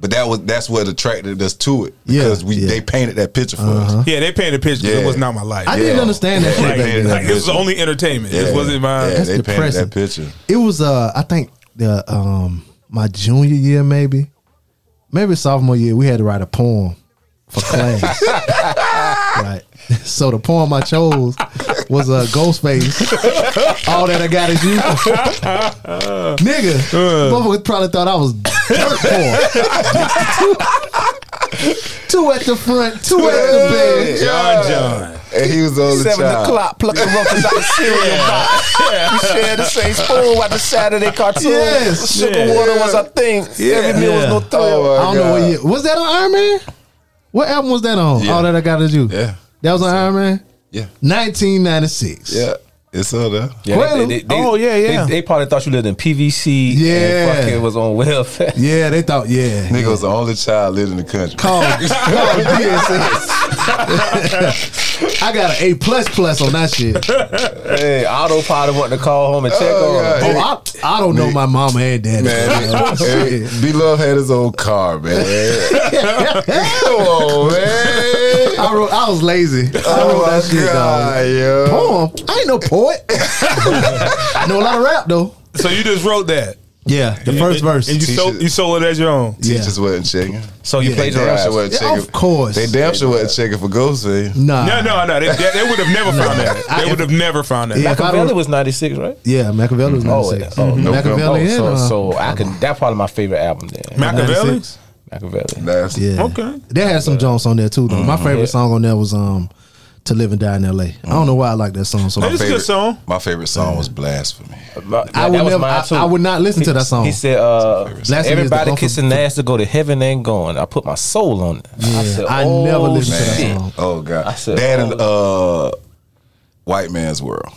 S4: But that was that's what attracted us to it
S1: Yeah,
S4: because we
S1: yeah. Uh-huh.
S4: they painted that picture for us.
S3: Yeah, they painted a picture. 'cause It
S4: Yeah.
S3: was not my life.
S1: I didn't
S4: yeah.
S1: understand that shit
S3: like,
S1: back then.
S3: like, this was only entertainment.
S4: Yeah.
S3: This wasn't my.
S4: Yeah, they
S1: depressing.
S4: painted that picture.
S1: It was uh I think the um my junior year maybe. Maybe sophomore year we had to write a poem for class. right. So the poem I chose was a uh, Ghostface. All that I got is you. Nigga. Motherfucker probably thought I was dirt poor. two at the front, two at the back.
S3: John John.
S4: And he was only
S5: Seven
S4: child.
S5: o'clock, pluck the ruffles out the cereal box. You shared the same spoon at the Saturday cartoon.
S1: Yes.
S5: Sugar
S1: Yeah.
S5: water was a thing. Every meal was no thrill.
S4: Oh,
S1: I
S4: my
S1: don't know what
S4: God.
S1: year. Was that on Iron Man? What album was that on?
S4: Yeah.
S1: All that I got is you.
S4: Yeah.
S1: That was on Iron Man?
S4: Yeah,
S1: 1996.
S4: yeah, it's all there.
S5: Yeah, they-
S1: Quaalude.
S5: they- they-
S3: Oh, yeah,
S5: they-
S3: yeah.
S5: They, probably thought you lived in PVC.
S1: Yeah.
S5: and fucking was on welfare.
S1: Yeah, they thought, yeah.
S4: Nigga was the only child living in the country.
S1: Call, call DSS. I got an A plus plus on that shit. Oh,
S5: Hey, autopilot wanted to call home and check
S4: Oh,
S5: on.
S4: God.
S5: him.
S1: I, I don't know my mama and daddy.
S4: Man, B Love had his own car, man. Come on, man.
S1: I wrote. I was lazy. I
S4: Oh
S1: wrote
S4: my
S1: that shit
S4: God,
S1: dog.
S4: yo.
S1: Poem. I ain't no poet. I know a lot of rap though.
S3: So you just wrote that.
S1: Yeah, the first verse.
S3: And you sold, you sold it as your own.
S1: Yeah.
S4: Teachers wasn't checking.
S5: So you
S4: They
S5: played your
S4: damn sure
S5: ass.
S4: wasn't
S1: Yeah,
S4: checking.
S1: of course.
S4: They damn sure wasn't checking for Ghostface.
S1: nah.
S3: No, no, no. They, they, would have never found that. They would have never found that.
S1: Yeah, if I
S5: Machiavelli
S1: don't,
S5: was ninety six, right?
S1: yeah, Machiavelli was
S5: Oh,
S1: 96.
S5: yeah. Oh,
S1: Mhm.
S4: no,
S1: Machiavelli
S5: Oh,
S1: and,
S5: so,
S1: uh,
S5: so I could. That's probably my favorite album. Then
S3: Machiavelli?
S1: 96.
S5: Machiavelli.
S4: That's
S1: Yeah.
S3: Okay.
S1: They had some Jones on there too. Though
S5: Mm-hmm.
S1: my favorite song on there was um "To Live and Die in L.A." I don't know why I like that song so much.
S3: It's a good song.
S4: My favorite song was Blasphemy.
S5: My- that-
S1: I
S5: that
S1: would
S5: was
S1: never.
S5: mine,
S1: I,
S5: too.
S1: I would not listen to that song.
S5: He said, uh,
S1: song. Blasphemy
S5: "Everybody
S1: is the
S5: kissing ass to go to heaven ain't going." I put my soul on it.
S1: yeah, I,
S5: said,
S1: never
S5: "Oh,
S1: listened to that
S5: shit."
S1: song.
S4: Oh God,
S5: I said,
S4: that and uh, White Man's World.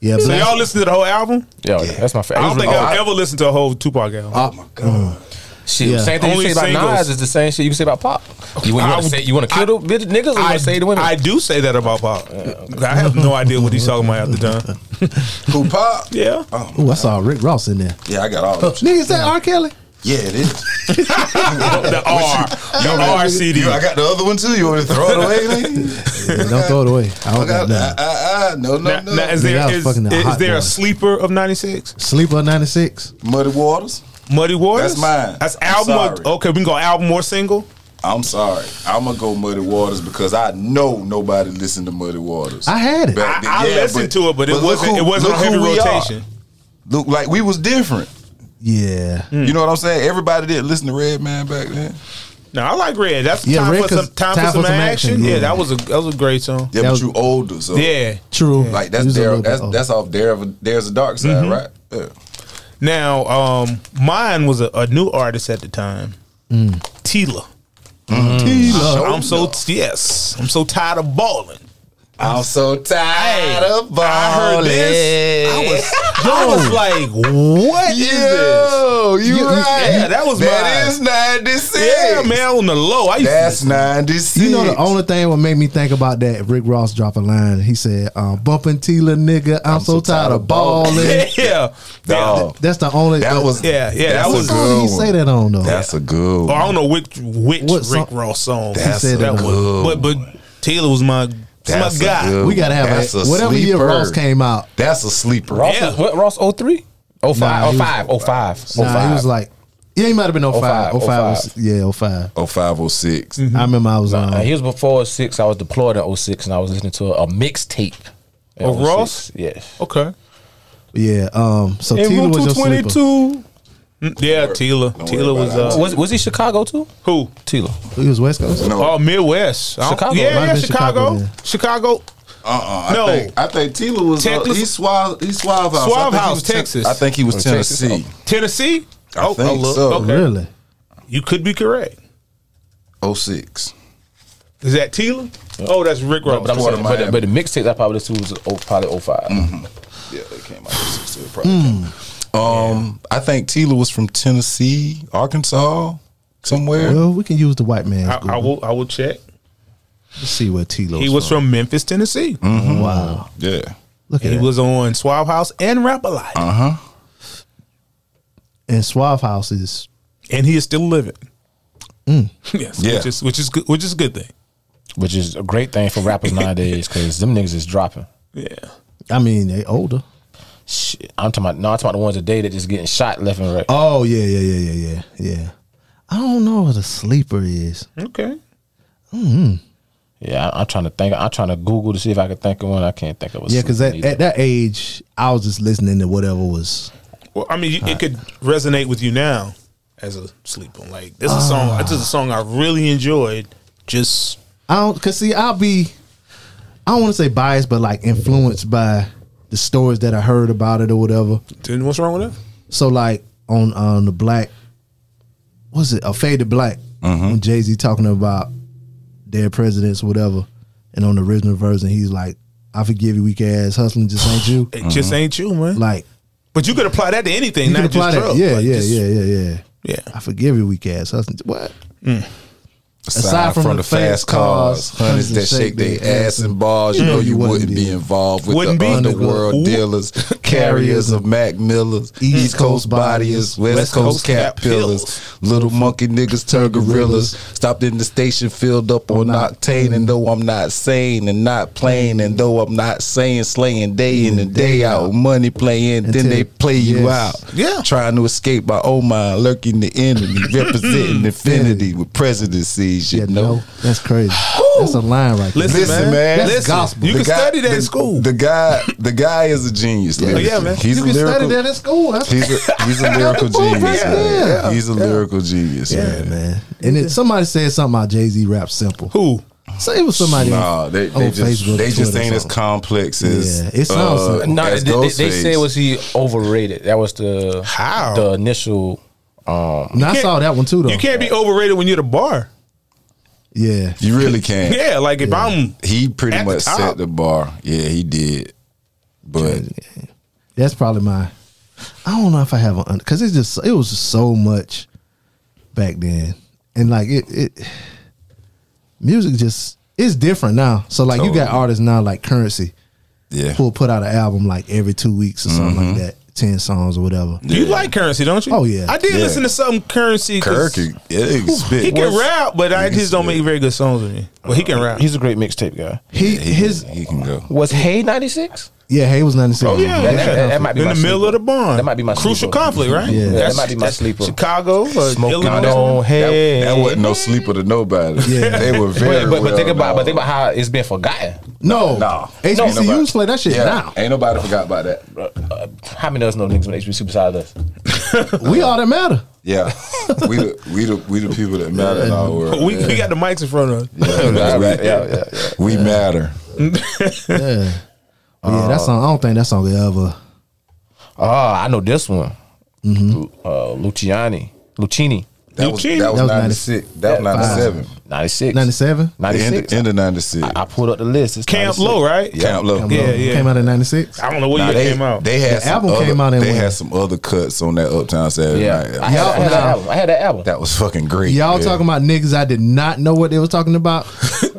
S1: Yeah,
S3: So
S1: Blas-
S3: y'all listen to the whole album?
S5: Yo, that's my favorite.
S3: I don't think
S4: I-
S3: I've ever listened to a whole Tupac album.
S1: Oh my god.
S5: Shit,
S1: Yeah.
S5: same thing
S3: Only
S5: you say about
S3: singles.
S5: Nas is the same shit you can say about Pop. You,
S3: I
S5: want to
S3: would-
S5: say you want to kill the bitch- niggas or you want to say the women?
S3: I do say that about Pop. I have no idea what he's talking about at the time.
S4: Who pop?
S3: Yeah.
S1: Ooh, I saw Rick Ross in there.
S4: Yeah, I got all of them.
S1: Nigga, is that R. Kelly?
S4: Yeah, it is.
S3: The R. The R CD.
S4: You, I got the other one too. You want to throw it away? nigga?
S1: Yeah, don't throw it away. I
S4: I
S1: don't got
S4: got, I,
S1: that.
S4: I, I, no, no,
S3: Now,
S4: no.
S3: now, is
S1: Yeah,
S3: there,
S1: that was
S3: is,
S1: fucking the
S3: is
S1: hot
S3: there
S1: one.
S3: a sleeper of 96?
S1: Sleeper '96.
S4: Muddy Waters.
S3: Muddy Waters?
S4: That's mine.
S3: That's
S4: I'm
S3: album. Or,
S4: sorry.
S3: okay, we can go album or single.
S4: I'm sorry. I'm gonna go Muddy Waters because I know nobody listened to Muddy Waters.
S1: I had it.
S4: Back then.
S3: I
S4: Yeah,
S3: listened to it, but, it
S4: look
S3: wasn't.
S4: who-
S3: it wasn't
S4: look
S3: on heavy
S4: who we are.
S3: rotation.
S4: Look, like we was different.
S1: yeah.
S3: Hmm.
S4: You know what I'm saying? Everybody did listen to Red Man back then.
S3: No, I like Red. That's
S1: Yeah,
S3: time,
S1: Red
S3: for
S1: 'cause-
S3: some, time, for some action. Yeah. that was a that was a great song.
S1: That
S4: Yeah, but
S1: was-
S4: you older, so
S3: Yeah.
S1: True.
S4: Like that's
S1: He was a
S4: there.
S1: little bit
S4: That's,
S1: old.
S4: that's off there. There's a dark side,
S3: Mm-hmm.
S4: right? Yeah.
S3: Now, um, mine was a, a new artist at the time, Tila.
S1: T-Lo.
S3: I'm so yes, I'm so tired of balling.
S4: I'm so tired
S3: Hey,
S4: of balling.
S3: I heard this. I was, I was like, what is this?
S4: Yo, you,
S1: You-
S4: right?
S3: yeah, that was
S4: that
S3: mine.
S4: is ninety six.
S3: Yeah, man, on the low. I used
S4: That's
S3: to,
S4: ninety six.
S1: You know the only thing what made me think about that Rick Ross dropped a line. He said, um, "Bumping Tila nigga, I'm, so, tired of balling."
S3: yeah,
S4: Dog.
S1: That's the only.
S4: That was
S3: yeah, yeah. That
S4: That's
S1: What
S3: was.
S4: a good-
S1: song did he
S4: one.
S1: say that on though?
S4: That's a good.
S3: I
S4: One.
S3: don't know which which
S1: What song-
S3: Rick Ross song.
S4: That's
S1: said
S3: that
S1: a
S3: was, but but Taylor was my
S4: That's
S3: my
S4: a
S3: guy.
S4: good
S1: we gotta have
S4: That's
S1: a,
S4: a
S1: whatever year
S4: sleeper.
S1: Ross came out.
S4: That's a sleeper.
S5: Ross,
S3: Yeah.
S5: was- what, Ross 03? 05,
S1: Nah, he was-
S5: 05, 05,
S1: Nah,
S4: Oh
S1: he
S5: 05.
S1: was like, yeah, he might have been 05. 05,
S5: 05,
S1: was, yeah, 5
S4: Oh five oh six.
S3: Mm.
S1: I remember I was um, on.
S5: Uh, he was before 06. I was deployed in 06, and I was listening to a, a mixtape. oh in
S3: Of
S5: 06.
S3: Oh, Ross?
S5: Yeah.
S3: Okay.
S1: yeah, um, so
S3: And
S1: Tila
S3: Room
S1: was your sleeper.
S3: 222. Mm, Yeah, Tila.
S4: Don't
S3: Tila
S4: worry
S3: was
S4: about it.
S3: uh,
S5: Was, was he Chicago too?
S3: who?
S5: Tila.
S1: He was West Coast.
S4: No,
S3: Oh,
S4: uh
S3: Midwest. I don't-
S5: Chicago. Might
S3: Yeah,
S1: have
S3: yeah,
S1: been Chicago,
S3: Chicago.
S1: yeah.
S3: Chicago.
S4: uh I
S3: No.
S4: think I think Tila was uh,
S3: Texas-
S4: he Suave he Suave House. I
S3: Suave
S4: think he
S3: House,
S4: was Tex-
S3: Texas.
S4: I think he was
S5: Texas?
S4: Tennessee.
S3: Tennessee? Oh,
S4: I think so.
S1: Really?
S3: You could be correct.
S4: Oh six.
S3: Is that Tila? Oh, that's Rick Ross.
S5: But, I'm
S4: Florida,
S5: saying, but, the,
S4: Miami.
S5: but the mixtape I probably listened to was oh, probably 5
S3: Mm.
S4: Yeah, they came out. with six, so it probably came out. Hmm. Um, I think Tila was from Tennessee, Arkansas, somewhere.
S1: Well, we can use the white man.
S3: I, I will I will check.
S1: Let's see where Tilo
S3: He was from Memphis, Tennessee.
S4: Mm.
S1: Wow.
S4: yeah,
S1: Look at
S3: He
S1: that.
S3: was on Swab House and Rap Alive.
S1: and Suave House is
S3: And he is still living.
S1: Mm.
S3: yes.
S4: Yeah.
S3: Which is which is good which is a good thing.
S5: which is a great thing for rappers nowadays because them niggas is dropping.
S3: Yeah.
S1: I mean, they older.
S5: Shit. I'm talking about no, I'm talking about the ones today that just getting shot left and right.
S1: Oh yeah, yeah, yeah, yeah, yeah, yeah. I don't know what a sleeper is.
S3: Okay.
S5: Yeah, I, I'm trying to think. I'm trying to Google to see if I can think of one. I can't think of. A
S1: Yeah, because
S5: sleeper
S1: at,
S5: either.
S1: at that age, I was just listening to whatever was.
S3: Well, I mean, you- it could resonate with you now as a sleeper. Like this is a song. This is a song I really enjoyed. Just
S1: I don't, cause see, I'll be, I don't want to say biased, but like influenced by the stories that I heard about it or whatever.
S3: then what's wrong with that?
S1: So like on on the black, what's it? A fade to black. When Jay Z talking about their presidents, or whatever, and on the original version, he's like, "I forgive you, weak ass hustling, just ain't you."
S3: It just ain't you, man.
S1: Mm-hmm. Like
S3: but you could apply that to anything,
S1: you
S3: not
S1: can apply
S3: just
S1: that.
S3: drugs.
S1: Yeah,
S3: Like,
S1: yeah,
S3: just-
S1: yeah, yeah, yeah.
S3: yeah.
S1: I forgive you, weak ass hustling. What?
S4: aside, from, the fast cars, hunters that shake their ass and balls, you know you wouldn't be involved with
S3: Wouldn't
S4: the
S3: be. Ooh.
S4: underworld dealers, carriers of Mac Millers, East Coast bodyers, West Coast cat pillars, little monkey niggas turn gorillas. Stopped in the station, filled up on octane, and though I'm not sane and not playing, and though I'm not saying slaying day in and day out, money playing, then
S1: Until-
S4: they play you
S1: yes.
S4: out.
S3: Yeah.
S4: trying to escape by oh my, lurking the enemy, representing infinity with presidencies, you
S1: Yeah,
S4: know.
S1: no, that's crazy. that's a line right there.
S3: Listen,
S4: Listen,
S3: man.
S4: man.
S1: That's
S3: Listen,
S1: gospel.
S3: You
S4: The
S3: can
S4: guy-
S3: study that
S4: the,
S3: in school.
S4: The guy, the guy is a genius. lyrically.
S3: yeah, man.
S4: He's
S1: Oh, you
S4: a
S1: can
S4: lyrical.
S1: study that at school. That's
S4: He's a he's a lyrical genius.
S1: right
S4: man.
S1: there.
S4: He's a lyrical genius,
S1: yeah,
S4: man.
S1: man. And then somebody said something about Jay Z rap simple.
S3: Who?
S1: Say it was somebody.
S4: Nah, they,
S1: on
S4: they just
S1: Facebook,
S4: they just
S1: Twitter,
S4: ain't as
S1: something.
S4: complex as
S1: Yeah, it sounds
S4: uh,
S1: like-
S5: No,
S4: as
S5: they, they, they
S4: Ghostface.
S5: said was he overrated. That was the
S3: How?
S5: the initial.
S1: And I
S3: can't-
S1: saw that one too, though.
S3: You can't be overrated when you're the bar.
S1: Yeah,
S4: you really can't.
S3: Yeah, like if I'm
S4: He pretty
S3: At the
S4: much
S3: top.
S4: set the bar. Yeah, he did. But
S1: that's probably my. I don't know if I have an because it's just it was just so much back then, and like it, it music just it's different now. So like you got
S4: Totally.
S1: artists now like Currency
S4: yeah,
S1: who will put out an album like every two weeks or something like that, ten songs or whatever.
S3: you like currency, don't you?
S1: Oh, yeah.
S3: I did
S4: Yeah.
S3: listen to some currency. 'cause
S4: Kirk, yeah, he can spit.
S3: He can
S4: What's-
S3: rap, but I
S4: he can
S3: just don't
S4: spit.
S3: make very good songs with me. But he can rap.
S5: He's a great mixtape guy.
S1: He
S4: He
S1: his
S4: can, he can go.
S5: Was Hay ninety six?
S1: Yeah, Hay was 96.
S3: Oh yeah,
S5: That-
S3: yeah.
S5: that- that might be
S3: in
S5: my
S3: the middle
S5: sleeper.
S3: of the barn.
S5: That might be my
S3: crucial
S5: sleeper.
S3: conflict, right?
S1: Yeah, that
S3: That's-
S5: might be my
S3: that's
S5: sleeper.
S3: Chicago, or
S5: Smoking
S3: Illinois.
S5: on hey.
S4: That wasn't no sleeper to nobody.
S1: Yeah.
S4: They were very
S5: But, but, but
S4: well
S5: think about but
S4: known.
S5: think about how it's been forgotten.
S1: No.
S4: Nah.
S1: HBCUs
S4: Ain't nobody-
S1: play that shit
S4: Yeah,
S1: now.
S4: Ain't nobody forgot about that.
S5: Uh, how many of us know niggas on HBC besides us?
S1: We all that matter.
S4: Yeah, we the we the we the people that matter in our world.
S3: We,
S4: yeah.
S3: we got the mics in front of us.
S4: yeah,
S5: Right, right,
S4: we,
S5: yeah, yeah, yeah.
S4: we matter.
S1: Yeah. But yeah, that song. I don't think that song ever.
S5: Oh, I know this one. Lu- Uh, Luciani, Lucini,
S4: That was,
S3: Eugene.
S4: that was
S1: That was
S4: 96. That was
S5: Yeah,
S4: 97.
S5: ninety six.
S1: 97?
S5: Ninety
S4: End,
S5: six.
S4: end of 96.
S5: I pulled up the list. It's
S3: Camp
S5: 96.
S3: Low, right?
S4: Camp Low.
S1: Come
S3: Yeah,
S1: on.
S3: yeah.
S1: Came out in 96.
S3: I don't know what
S4: Nah,
S3: year
S4: they,
S3: it came out.
S4: They had
S1: The
S4: some
S1: album
S4: other,
S1: came out in
S4: They
S1: when?
S4: had some other cuts on that Uptown Saturday
S5: Yeah, I
S4: night.
S5: had, I had that
S1: Y'all-
S5: album. I had that album.
S4: That was fucking great.
S1: Y'all
S4: yeah.
S1: talking about niggas I did not know what they was talking about.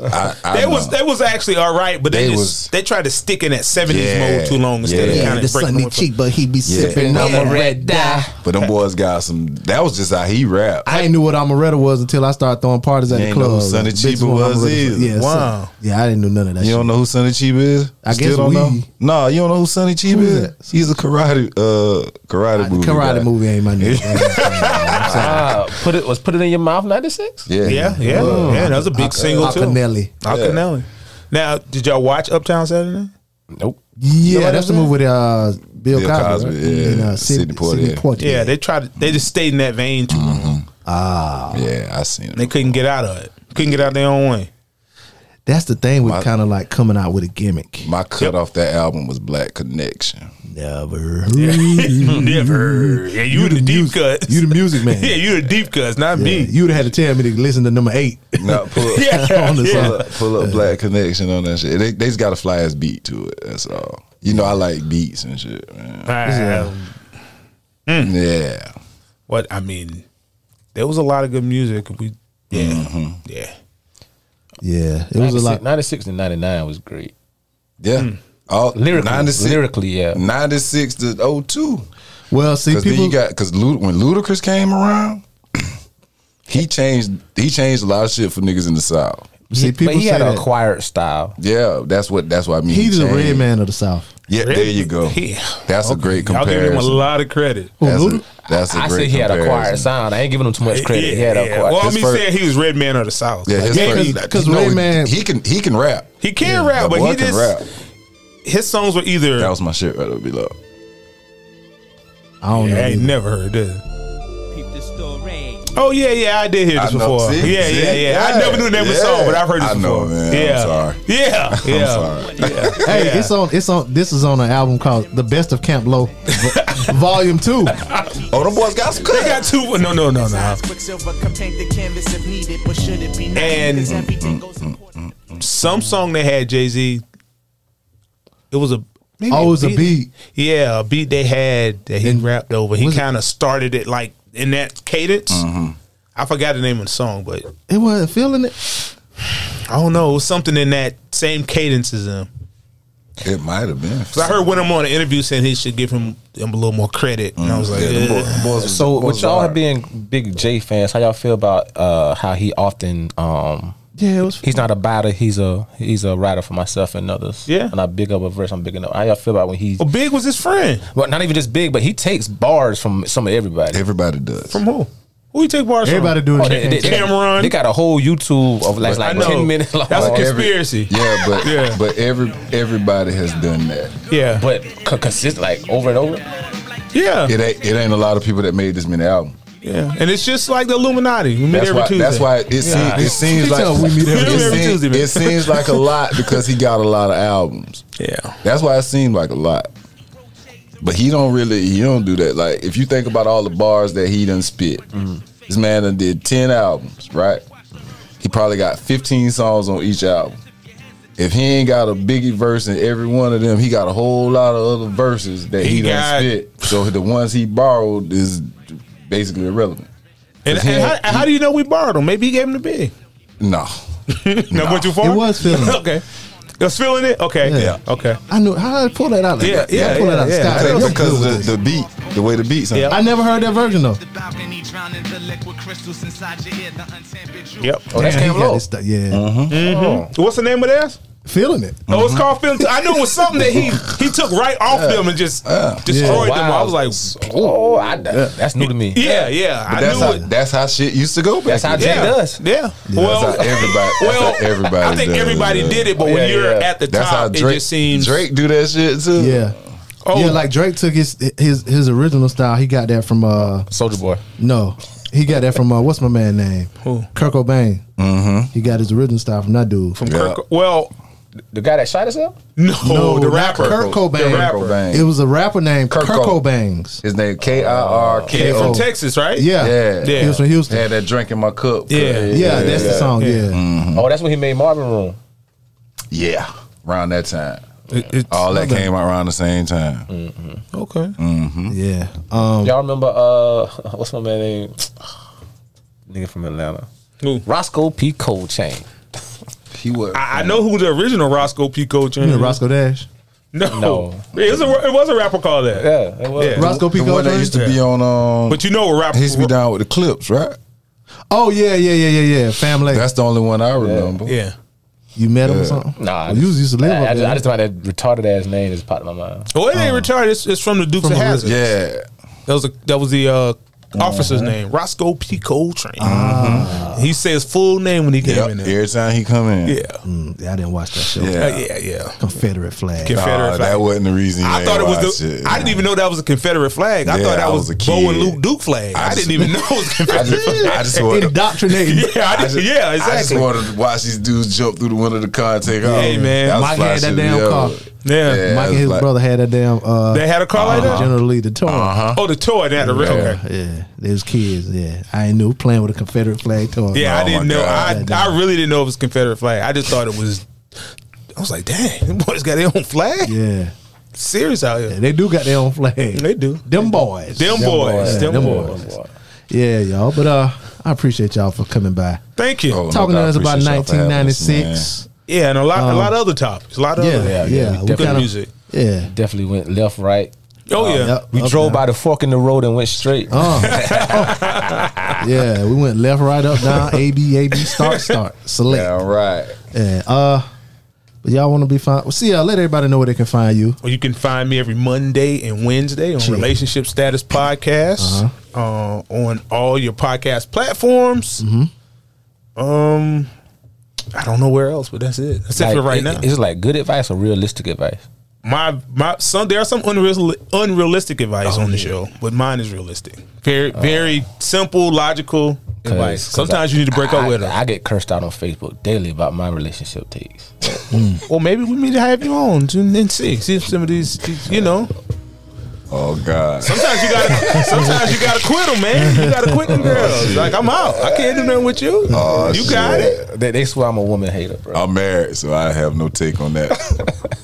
S4: I, I
S3: They
S4: know.
S3: was they was actually all right, but they,
S4: They
S3: just
S4: was-
S3: they tried to stick in that seventies
S4: Yeah,
S3: mode too long instead
S4: yeah.
S3: of
S4: Yeah,
S3: kind of breaking away from-
S1: but he be
S4: sipping
S5: on a red dye.
S4: but them boys got some. That was just how he rapped.
S1: I ain't knew what Amaretta was until I started throwing parties at
S4: You
S1: the
S4: ain't know
S1: club.
S4: who Sonny
S1: Bitches
S4: Chiba
S1: want
S4: was
S1: Amarettas.
S4: either.
S1: Yeah,
S3: Wow.
S1: Son- yeah, I didn't know none of that.
S4: You
S1: shit.
S4: don't know who Sonny Chiba is?
S1: I
S4: Still
S1: guess
S4: don't
S1: we-
S4: know. No, you don't know who Sonny Chiba
S1: Who is
S4: is.
S1: that?
S4: He's a karate uh karate movie.
S1: Karate
S4: guy.
S1: movie ain't my nigga.
S5: Ah, put it was put it in your mouth. Ninety six.
S4: Yeah,
S3: Yeah, yeah, yeah. That was a big single too.
S1: Alcanelli.
S3: Alcanelli. Now, did y'all watch Uptown Saturday?
S5: Nope.
S1: Yeah,
S3: what
S1: that's
S3: that's
S1: the movie with uh, Bill,
S4: Bill
S1: Cosby,
S4: Cosby,
S1: right?
S4: yeah.
S1: and uh, Sid-
S4: Sidney Poitier.
S1: Sidney Poitier.
S3: Yeah, they tried. To, they just stayed in that vein too long.
S4: Yeah, I seen
S3: They
S4: it.
S3: couldn't get out of it. Couldn't get out their own way.
S1: that's the thing with kind of like coming out with a gimmick.
S4: My cut off that album was Black Connection.
S1: Never.
S3: Never. Yeah, you, the, deep cuts.
S1: You the music man.
S3: yeah, you the deep cuts, not
S1: Yeah,
S3: me.
S1: You'd have had to tell me to listen to number eight
S4: No, pull up,
S3: Yeah,
S1: on the
S3: yeah.
S1: song.
S4: pull up, pull up Black Connection on that shit. They they just got a fly ass beat to it. That's all. You know, I like beats and shit, man.
S3: Ah, Hmm.
S4: Yeah.
S3: What I mean, there was a lot of good music. We yeah,
S4: Mm-hmm.
S3: yeah.
S1: Yeah, it was a lot.
S5: Ninety six and ninety nine was great.
S4: Yeah.
S3: Hmm.
S4: Oh, All,
S5: Lyrically,
S4: 96,
S5: lyrically, yeah.
S4: 96 to 02.
S1: Well, see,
S4: Because
S1: people.
S4: then you got because Lud- when Ludacris came around, he changed he changed a lot of shit for niggas in the South.
S1: see,
S5: He-
S1: people
S5: but he
S1: say
S5: had an
S1: that
S5: acquired style.
S4: Yeah, that's what that's what I mean.
S1: he's the
S4: he
S1: red
S4: changed.
S1: man of the South.
S4: Yeah, there you go.
S3: Yeah.
S4: That's a great
S3: I'll give him
S4: comparison.
S3: a lot of credit.
S4: That's
S1: Luda?
S4: a, that's a
S5: I
S4: great
S5: said he had
S4: comparison.
S5: acquired sound. I ain't giving him too much credit.
S3: Yeah,
S5: he had
S3: yeah.
S5: acquired.
S3: Well, I
S4: His
S3: mean,
S4: first-
S3: saying he was Red Man of the South.
S4: Yeah, his
S3: Like,
S4: first-
S3: he,
S1: 'cause
S4: you know,
S1: Red Man-
S4: he can he can rap.
S3: he can rap,
S4: That
S3: but
S4: boy
S3: he
S4: can
S3: just
S4: rap.
S3: his songs were either.
S4: That was my shit right up below.
S1: I don't
S3: Yeah, I ain't
S1: know.
S3: never heard this. Oh yeah, yeah, I did hear
S4: I
S3: this
S4: know.
S3: before.
S4: See?
S3: yeah,
S4: See?
S3: yeah, yeah, I
S4: Yeah.
S3: never knew the name of the
S4: Yeah.
S3: song, but I've heard this
S4: I know,
S3: before.
S4: man. I'm
S3: Yeah,
S4: sorry.
S3: yeah, yeah.
S4: I'm sorry.
S1: Hey,
S3: Yeah.
S1: it's on. It's on. This is on an album called "The Best of Camp Low," v- Volume Two.
S4: Oh, them boys got some
S3: They got two. No, no, no, no. And- Some song they had Jay Z. It was a. maybe
S1: Oh, it was a beat.
S3: Yeah, a beat they had that he
S1: And-
S3: rapped over. He
S1: was it- Mm-hmm.
S3: kind of started it like in that cadence. I forgot the name of the song, but
S1: It wasn't feeling it.
S3: I don't know. It was something in that same cadence as him.
S4: It might have been.
S3: Cause I heard when I'm on an interview saying he should give him, him a little more credit, and I was like,
S4: Yeah,
S1: Mm-hmm.
S4: them boy-
S3: "Ugh."
S4: them boys was-
S5: So,
S4: boys
S5: with
S4: was
S5: y'all
S4: hard.
S5: being big J fans, how y'all feel about uh, how he often? Um,
S1: Yeah, it was.
S5: he's not a batter. He's a he's a writer for myself and others.
S3: Yeah.
S5: and I big up a verse. I'm big enough. How y'all feel about when he?
S3: Well, Big was his friend.
S5: Well, not even just big, but he takes bars from some of everybody.
S4: everybody does.
S3: From who? Who you take bars
S1: Everybody
S3: from?
S1: doing
S5: Oh, they, they, they,
S3: Cameron.
S5: they got a whole YouTube of like,
S3: I
S5: like
S3: know.
S5: ten minutes. Long.
S1: Oh,
S3: That's a
S5: But-
S3: conspiracy.
S4: Yeah, but
S3: Yeah.
S4: but every everybody has done that.
S3: yeah, but
S5: but co- consist like over and over.
S3: yeah,
S4: It ain't it ain't a lot of people that made this many albums.
S3: yeah. And it's just like the Illuminati. We meet
S4: That's
S3: every
S4: why.
S3: Tuesday.
S4: That's why it, seems, it seems
S1: He tell
S4: like
S1: we meet every
S4: it,
S3: Tuesday.
S4: seems-
S3: Tuesday, man.
S4: it seems like a lot because he got a lot of albums.
S3: Yeah,
S4: That's why it seemed like a lot. But he don't really he don't do that. Like if you think about all the bars that he done spit, this man done did ten albums, right? He probably got fifteen songs on each album. If he ain't got a biggie verse in every one of them, he got a whole lot of other verses that he,
S3: He
S4: done
S3: got-
S4: spit. So the ones he borrowed is basically irrelevant.
S3: and,
S4: Cause he
S3: and how,
S4: had-
S3: how do you know we borrowed him? Maybe he gave him the big.
S4: No.
S3: No, went too far.
S1: It was feeling it.
S3: okay, it was feeling it. Okay,
S1: Yeah.
S3: yeah, okay.
S1: I knew how I pull that out. Like
S3: Yeah,
S1: that?
S3: yeah,
S1: I pull that
S3: yeah,
S1: out.
S3: yeah.
S1: Scott,
S4: I
S1: like,
S4: think
S1: yo,
S4: because
S1: good
S4: of
S1: with this.
S4: the, the beat, the way the beat sounded.
S3: Yeah.
S1: I never heard that version though.
S3: Yep.
S5: Oh, that's
S1: Damn, he got
S5: Cam Lowe.
S4: Oh.
S5: Oh,
S1: this stuff- Yeah,
S3: What's the name of theirs?
S1: Uh-huh. feeling it.
S3: Oh, it's called film. T- I knew it was something that he he took right off them and just destroyed
S5: Oh,
S3: them.
S5: wow.
S3: I was like,
S5: Oh, I, that's new to me.
S3: yeah, yeah.
S4: But
S3: I
S4: that's
S3: knew
S4: how
S3: it.
S4: that's how shit used to go back.
S5: That's how
S4: then.
S5: Jay does.
S3: Yeah.
S4: That's
S3: Well,
S4: how everybody. That's
S3: well,
S4: how everybody.
S3: I think
S4: does,
S3: everybody
S4: yeah.
S3: did it, but
S5: Yeah,
S3: when you're
S5: yeah.
S3: at the
S4: That's how
S3: top,
S4: Drake
S3: it just seems
S4: Drake do that shit too.
S1: Yeah.
S3: Oh.
S1: Yeah, like Drake took his his his original style. He got that from uh
S5: Soldier Boy.
S1: no, he got that from uh what's my man name?
S3: Who?
S1: Kirk Cobain. Mm-hmm. He got his original style from that dude.
S3: from
S4: Yeah.
S3: Kirk. Well,
S5: The guy that shot himself?
S3: no,
S1: No,
S3: the
S1: not
S3: rapper,
S1: Kurt
S3: the
S1: Cobain.
S3: rapper.
S4: Cobain.
S1: it was a rapper named Kirk,
S4: Kirk Cob-
S1: Cobangs.
S4: His name K I R
S3: Yeah,
S4: K
S1: Oh.
S3: from
S4: O.
S3: Texas, right?
S1: Yeah.
S4: Yeah.
S1: He was from Houston.
S4: Had that Mm. drink in my cup.
S3: Yeah.
S1: yeah, that's the song. Yeah.
S5: Oh, that's when he made Marvin Room.
S4: Yeah. Around that time,
S3: It- it's-
S4: all that came out Mm-hmm. around the same time.
S3: okay.
S1: Yeah. Um
S5: Y'all remember uh what's my man name? Nigga from Atlanta.
S3: Who?
S5: Roscoe P. Cold Chain.
S4: He was.
S3: I, I know who the original Roscoe P. Coach
S1: you
S3: is.
S1: know Roscoe Dash.
S3: No,
S5: No.
S3: It, was a, it was a rapper called that.
S5: Yeah, it was.
S3: Yeah.
S1: Roscoe P.
S4: the one that
S1: Cobain?
S4: used to be on. Um,
S3: But you know what rapper?
S4: he used to be down with the clips, right?
S1: Oh yeah, yeah, yeah, yeah, yeah. Family.
S4: That's the only one I remember.
S3: Yeah.
S1: you met him or something?
S5: Nah,
S1: Well, you was used to live
S5: I,
S1: up
S5: I, just,
S1: there.
S5: I just thought that retarded ass name just popped in my mind.
S3: Oh, it ain't retired. It's, it's from the Dukes
S1: From
S3: of
S1: the-
S3: Hazzard.
S4: Yeah.
S3: That was a, that was the uh, officer's
S4: Mm-hmm.
S3: name, Roscoe P. Coltrane. He said his full name when he came
S4: Ah. Yep.
S3: in there.
S4: Every time he come in.
S3: Yeah,
S1: Mm, yeah, I didn't watch that show.
S4: Yeah.
S3: Uh, yeah, yeah.
S1: Confederate flag.
S3: Conf- Confederate
S4: Nah,
S3: flag.
S4: that wasn't the reason.
S3: I thought it was the. I didn't even know that was a Confederate flag. I
S4: Yeah,
S3: thought that
S4: I
S3: was,
S4: was a
S3: Bo
S4: kid.
S3: and Luke Duke flag. I,
S4: I just-
S3: didn't even know it was
S4: I
S3: Confederate.
S4: just, I just wanted.
S1: Indoctrinated.
S3: yeah, I
S4: I
S3: didn't,
S4: just,
S3: yeah,
S4: I just
S3: exactly.
S4: wanted to watch these dudes jump through the window of the car and take off.
S3: Hey, man,
S4: was
S1: Mike
S4: fly
S1: had that
S4: shit,
S1: damn
S4: yeah.
S1: car.
S3: yeah.
S4: Yeah. Uh-huh.
S1: Mike and
S4: it's
S1: his
S4: like-
S1: brother had that damn uh
S3: they had a car like that.
S1: General Lee the toy.
S4: Uh-huh.
S3: Oh, the toy, not the real. Okay.
S1: Yeah, yeah. There's kids, yeah. I ain't knew playing with a Confederate flag toy.
S3: Yeah, I
S4: Oh,
S3: didn't
S4: my
S3: know. I,
S1: God.
S3: I really didn't know it was Confederate flag. I just thought it was. I was like, dang, them boys got their own flag.
S1: Yeah.
S3: Serious out here.
S1: Yeah, They do got their own flag.
S3: They do.
S1: Them boys.
S3: Them boys.
S1: Yeah,
S3: Them
S1: them
S3: boys.
S1: boys. Yeah, y'all. But uh I appreciate y'all for coming by.
S3: Thank you.
S4: Oh, no
S1: Talking
S4: doubt.
S1: to us about
S4: Appreciate y'all for having us, man.
S1: 1996.
S3: Yeah, and a lot, a lot of other topics. A lot of
S1: Yeah,
S3: other
S1: yeah,
S5: yeah, we
S1: We
S5: definitely-
S3: good
S1: kinda-
S3: music.
S1: Yeah.
S5: Definitely went left, right.
S3: Oh yeah.
S1: Yep,
S5: We
S1: up
S5: drove
S1: down.
S5: by the fork in the road and went straight.
S1: Uh, yeah, we went left, right, up, down, A B A B start, start, select.
S4: Yeah, right.
S1: Yeah, uh, but y'all want to be fine. Well, see, uh, let everybody know where they can find you.
S3: Well, you can find me every Monday and Wednesday on Relationship Status Podcast uh on all your podcast platforms. Um, I don't know where else, but that's it. That's it
S5: Like,
S3: for right
S5: it-
S3: now.
S5: It's like good advice or realistic advice.
S3: my my some there are some unreal, unrealistic advice on the show, but mine is realistic. Very very simple, logical
S5: 'Cause-
S3: advice.
S5: 'cause
S3: Sometimes
S5: I-
S3: you need to break
S5: I-
S3: up with her.
S5: I get cursed out on Facebook daily about my relationship takes.
S3: Well, maybe we need to have you on and then see see if some of these, these you know.
S4: Oh God.
S3: Sometimes you gotta, sometimes you gotta quit them, man. You gotta quit them girls. Like I'm out. I can't do nothing with you.
S4: Oh,
S3: you got
S4: shit.
S3: it.
S5: They, they swear I'm a woman hater, bro.
S4: I'm married, so I have no take on that.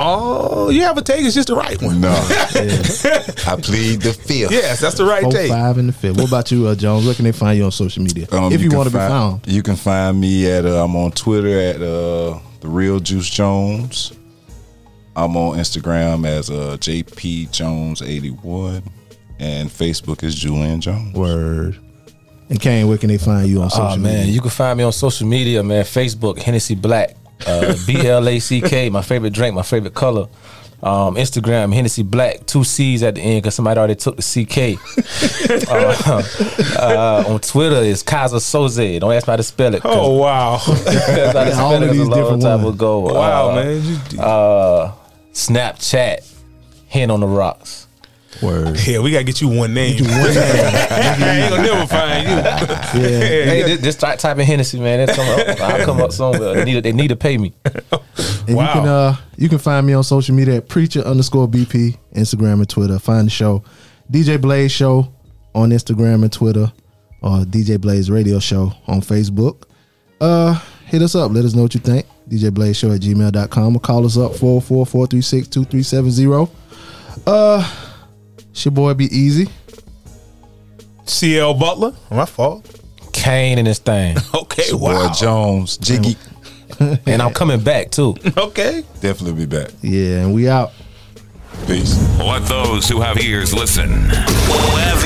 S3: Oh, you have a take. It's just the right one.
S4: No. I plead the fifth.
S3: Yes, that's the right
S1: Four,
S3: take.
S1: Oh, five, and the fifth. What about you, uh, Jones? Where can they find you on social media
S4: Um,
S1: if you,
S4: can
S1: want to be
S4: find-
S1: found?
S4: You can find me at uh, I'm on Twitter at uh, the Real Juice Jones. I'm on Instagram as uh, JP Jones eighty one, and Facebook is Julian Jones.
S1: Word. And Kane, where can they find you on social
S5: Oh man,
S1: media?
S5: you can find me on social media, man. Facebook, Hennessy Black, uh, B L A C K, my favorite drink, my favorite color. Um, Instagram, Hennessy Black, two C's at the end because somebody already took the CK. uh, uh, on Twitter is Kaza Soze. Don't ask me how to spell it. 'cause-
S3: Oh wow,
S5: 'cause I had to
S1: all
S5: spell
S1: of
S5: it a
S1: these
S5: long
S1: different
S5: time
S1: ones.
S5: ago.
S3: wow,
S5: Uh,
S3: man. You,
S5: Snapchat, Hen on the Rocks.
S1: Word.
S3: yeah, we gotta get you one name. I ain't gonna never find you.
S5: Hey,
S3: Yeah,
S5: just- just start typing Hennessy, man. It'll come up. I'll come up somewhere. They need, they need to pay me.
S1: And
S3: Wow.
S1: you can uh you can find me on social media at preacher underscore BP, Instagram and Twitter. Find the show. DJ Blaze Show on Instagram and Twitter or DJ Blaze Radio Show on Facebook. Uh hit us up. Let us know what you think. DJ Blaze Show at gmail.com or call us up 444-436-2370. Uh it's your boy be easy.
S3: CL Butler. My fault.
S5: Kane and his thing.
S3: Okay.
S4: Boy
S3: Wow.
S4: Jones, Jiggy,
S5: And I'm coming back, too.
S3: Okay.
S4: definitely be back.
S1: Yeah, and we out.
S4: Peace.
S7: Let those who have ears listen. Let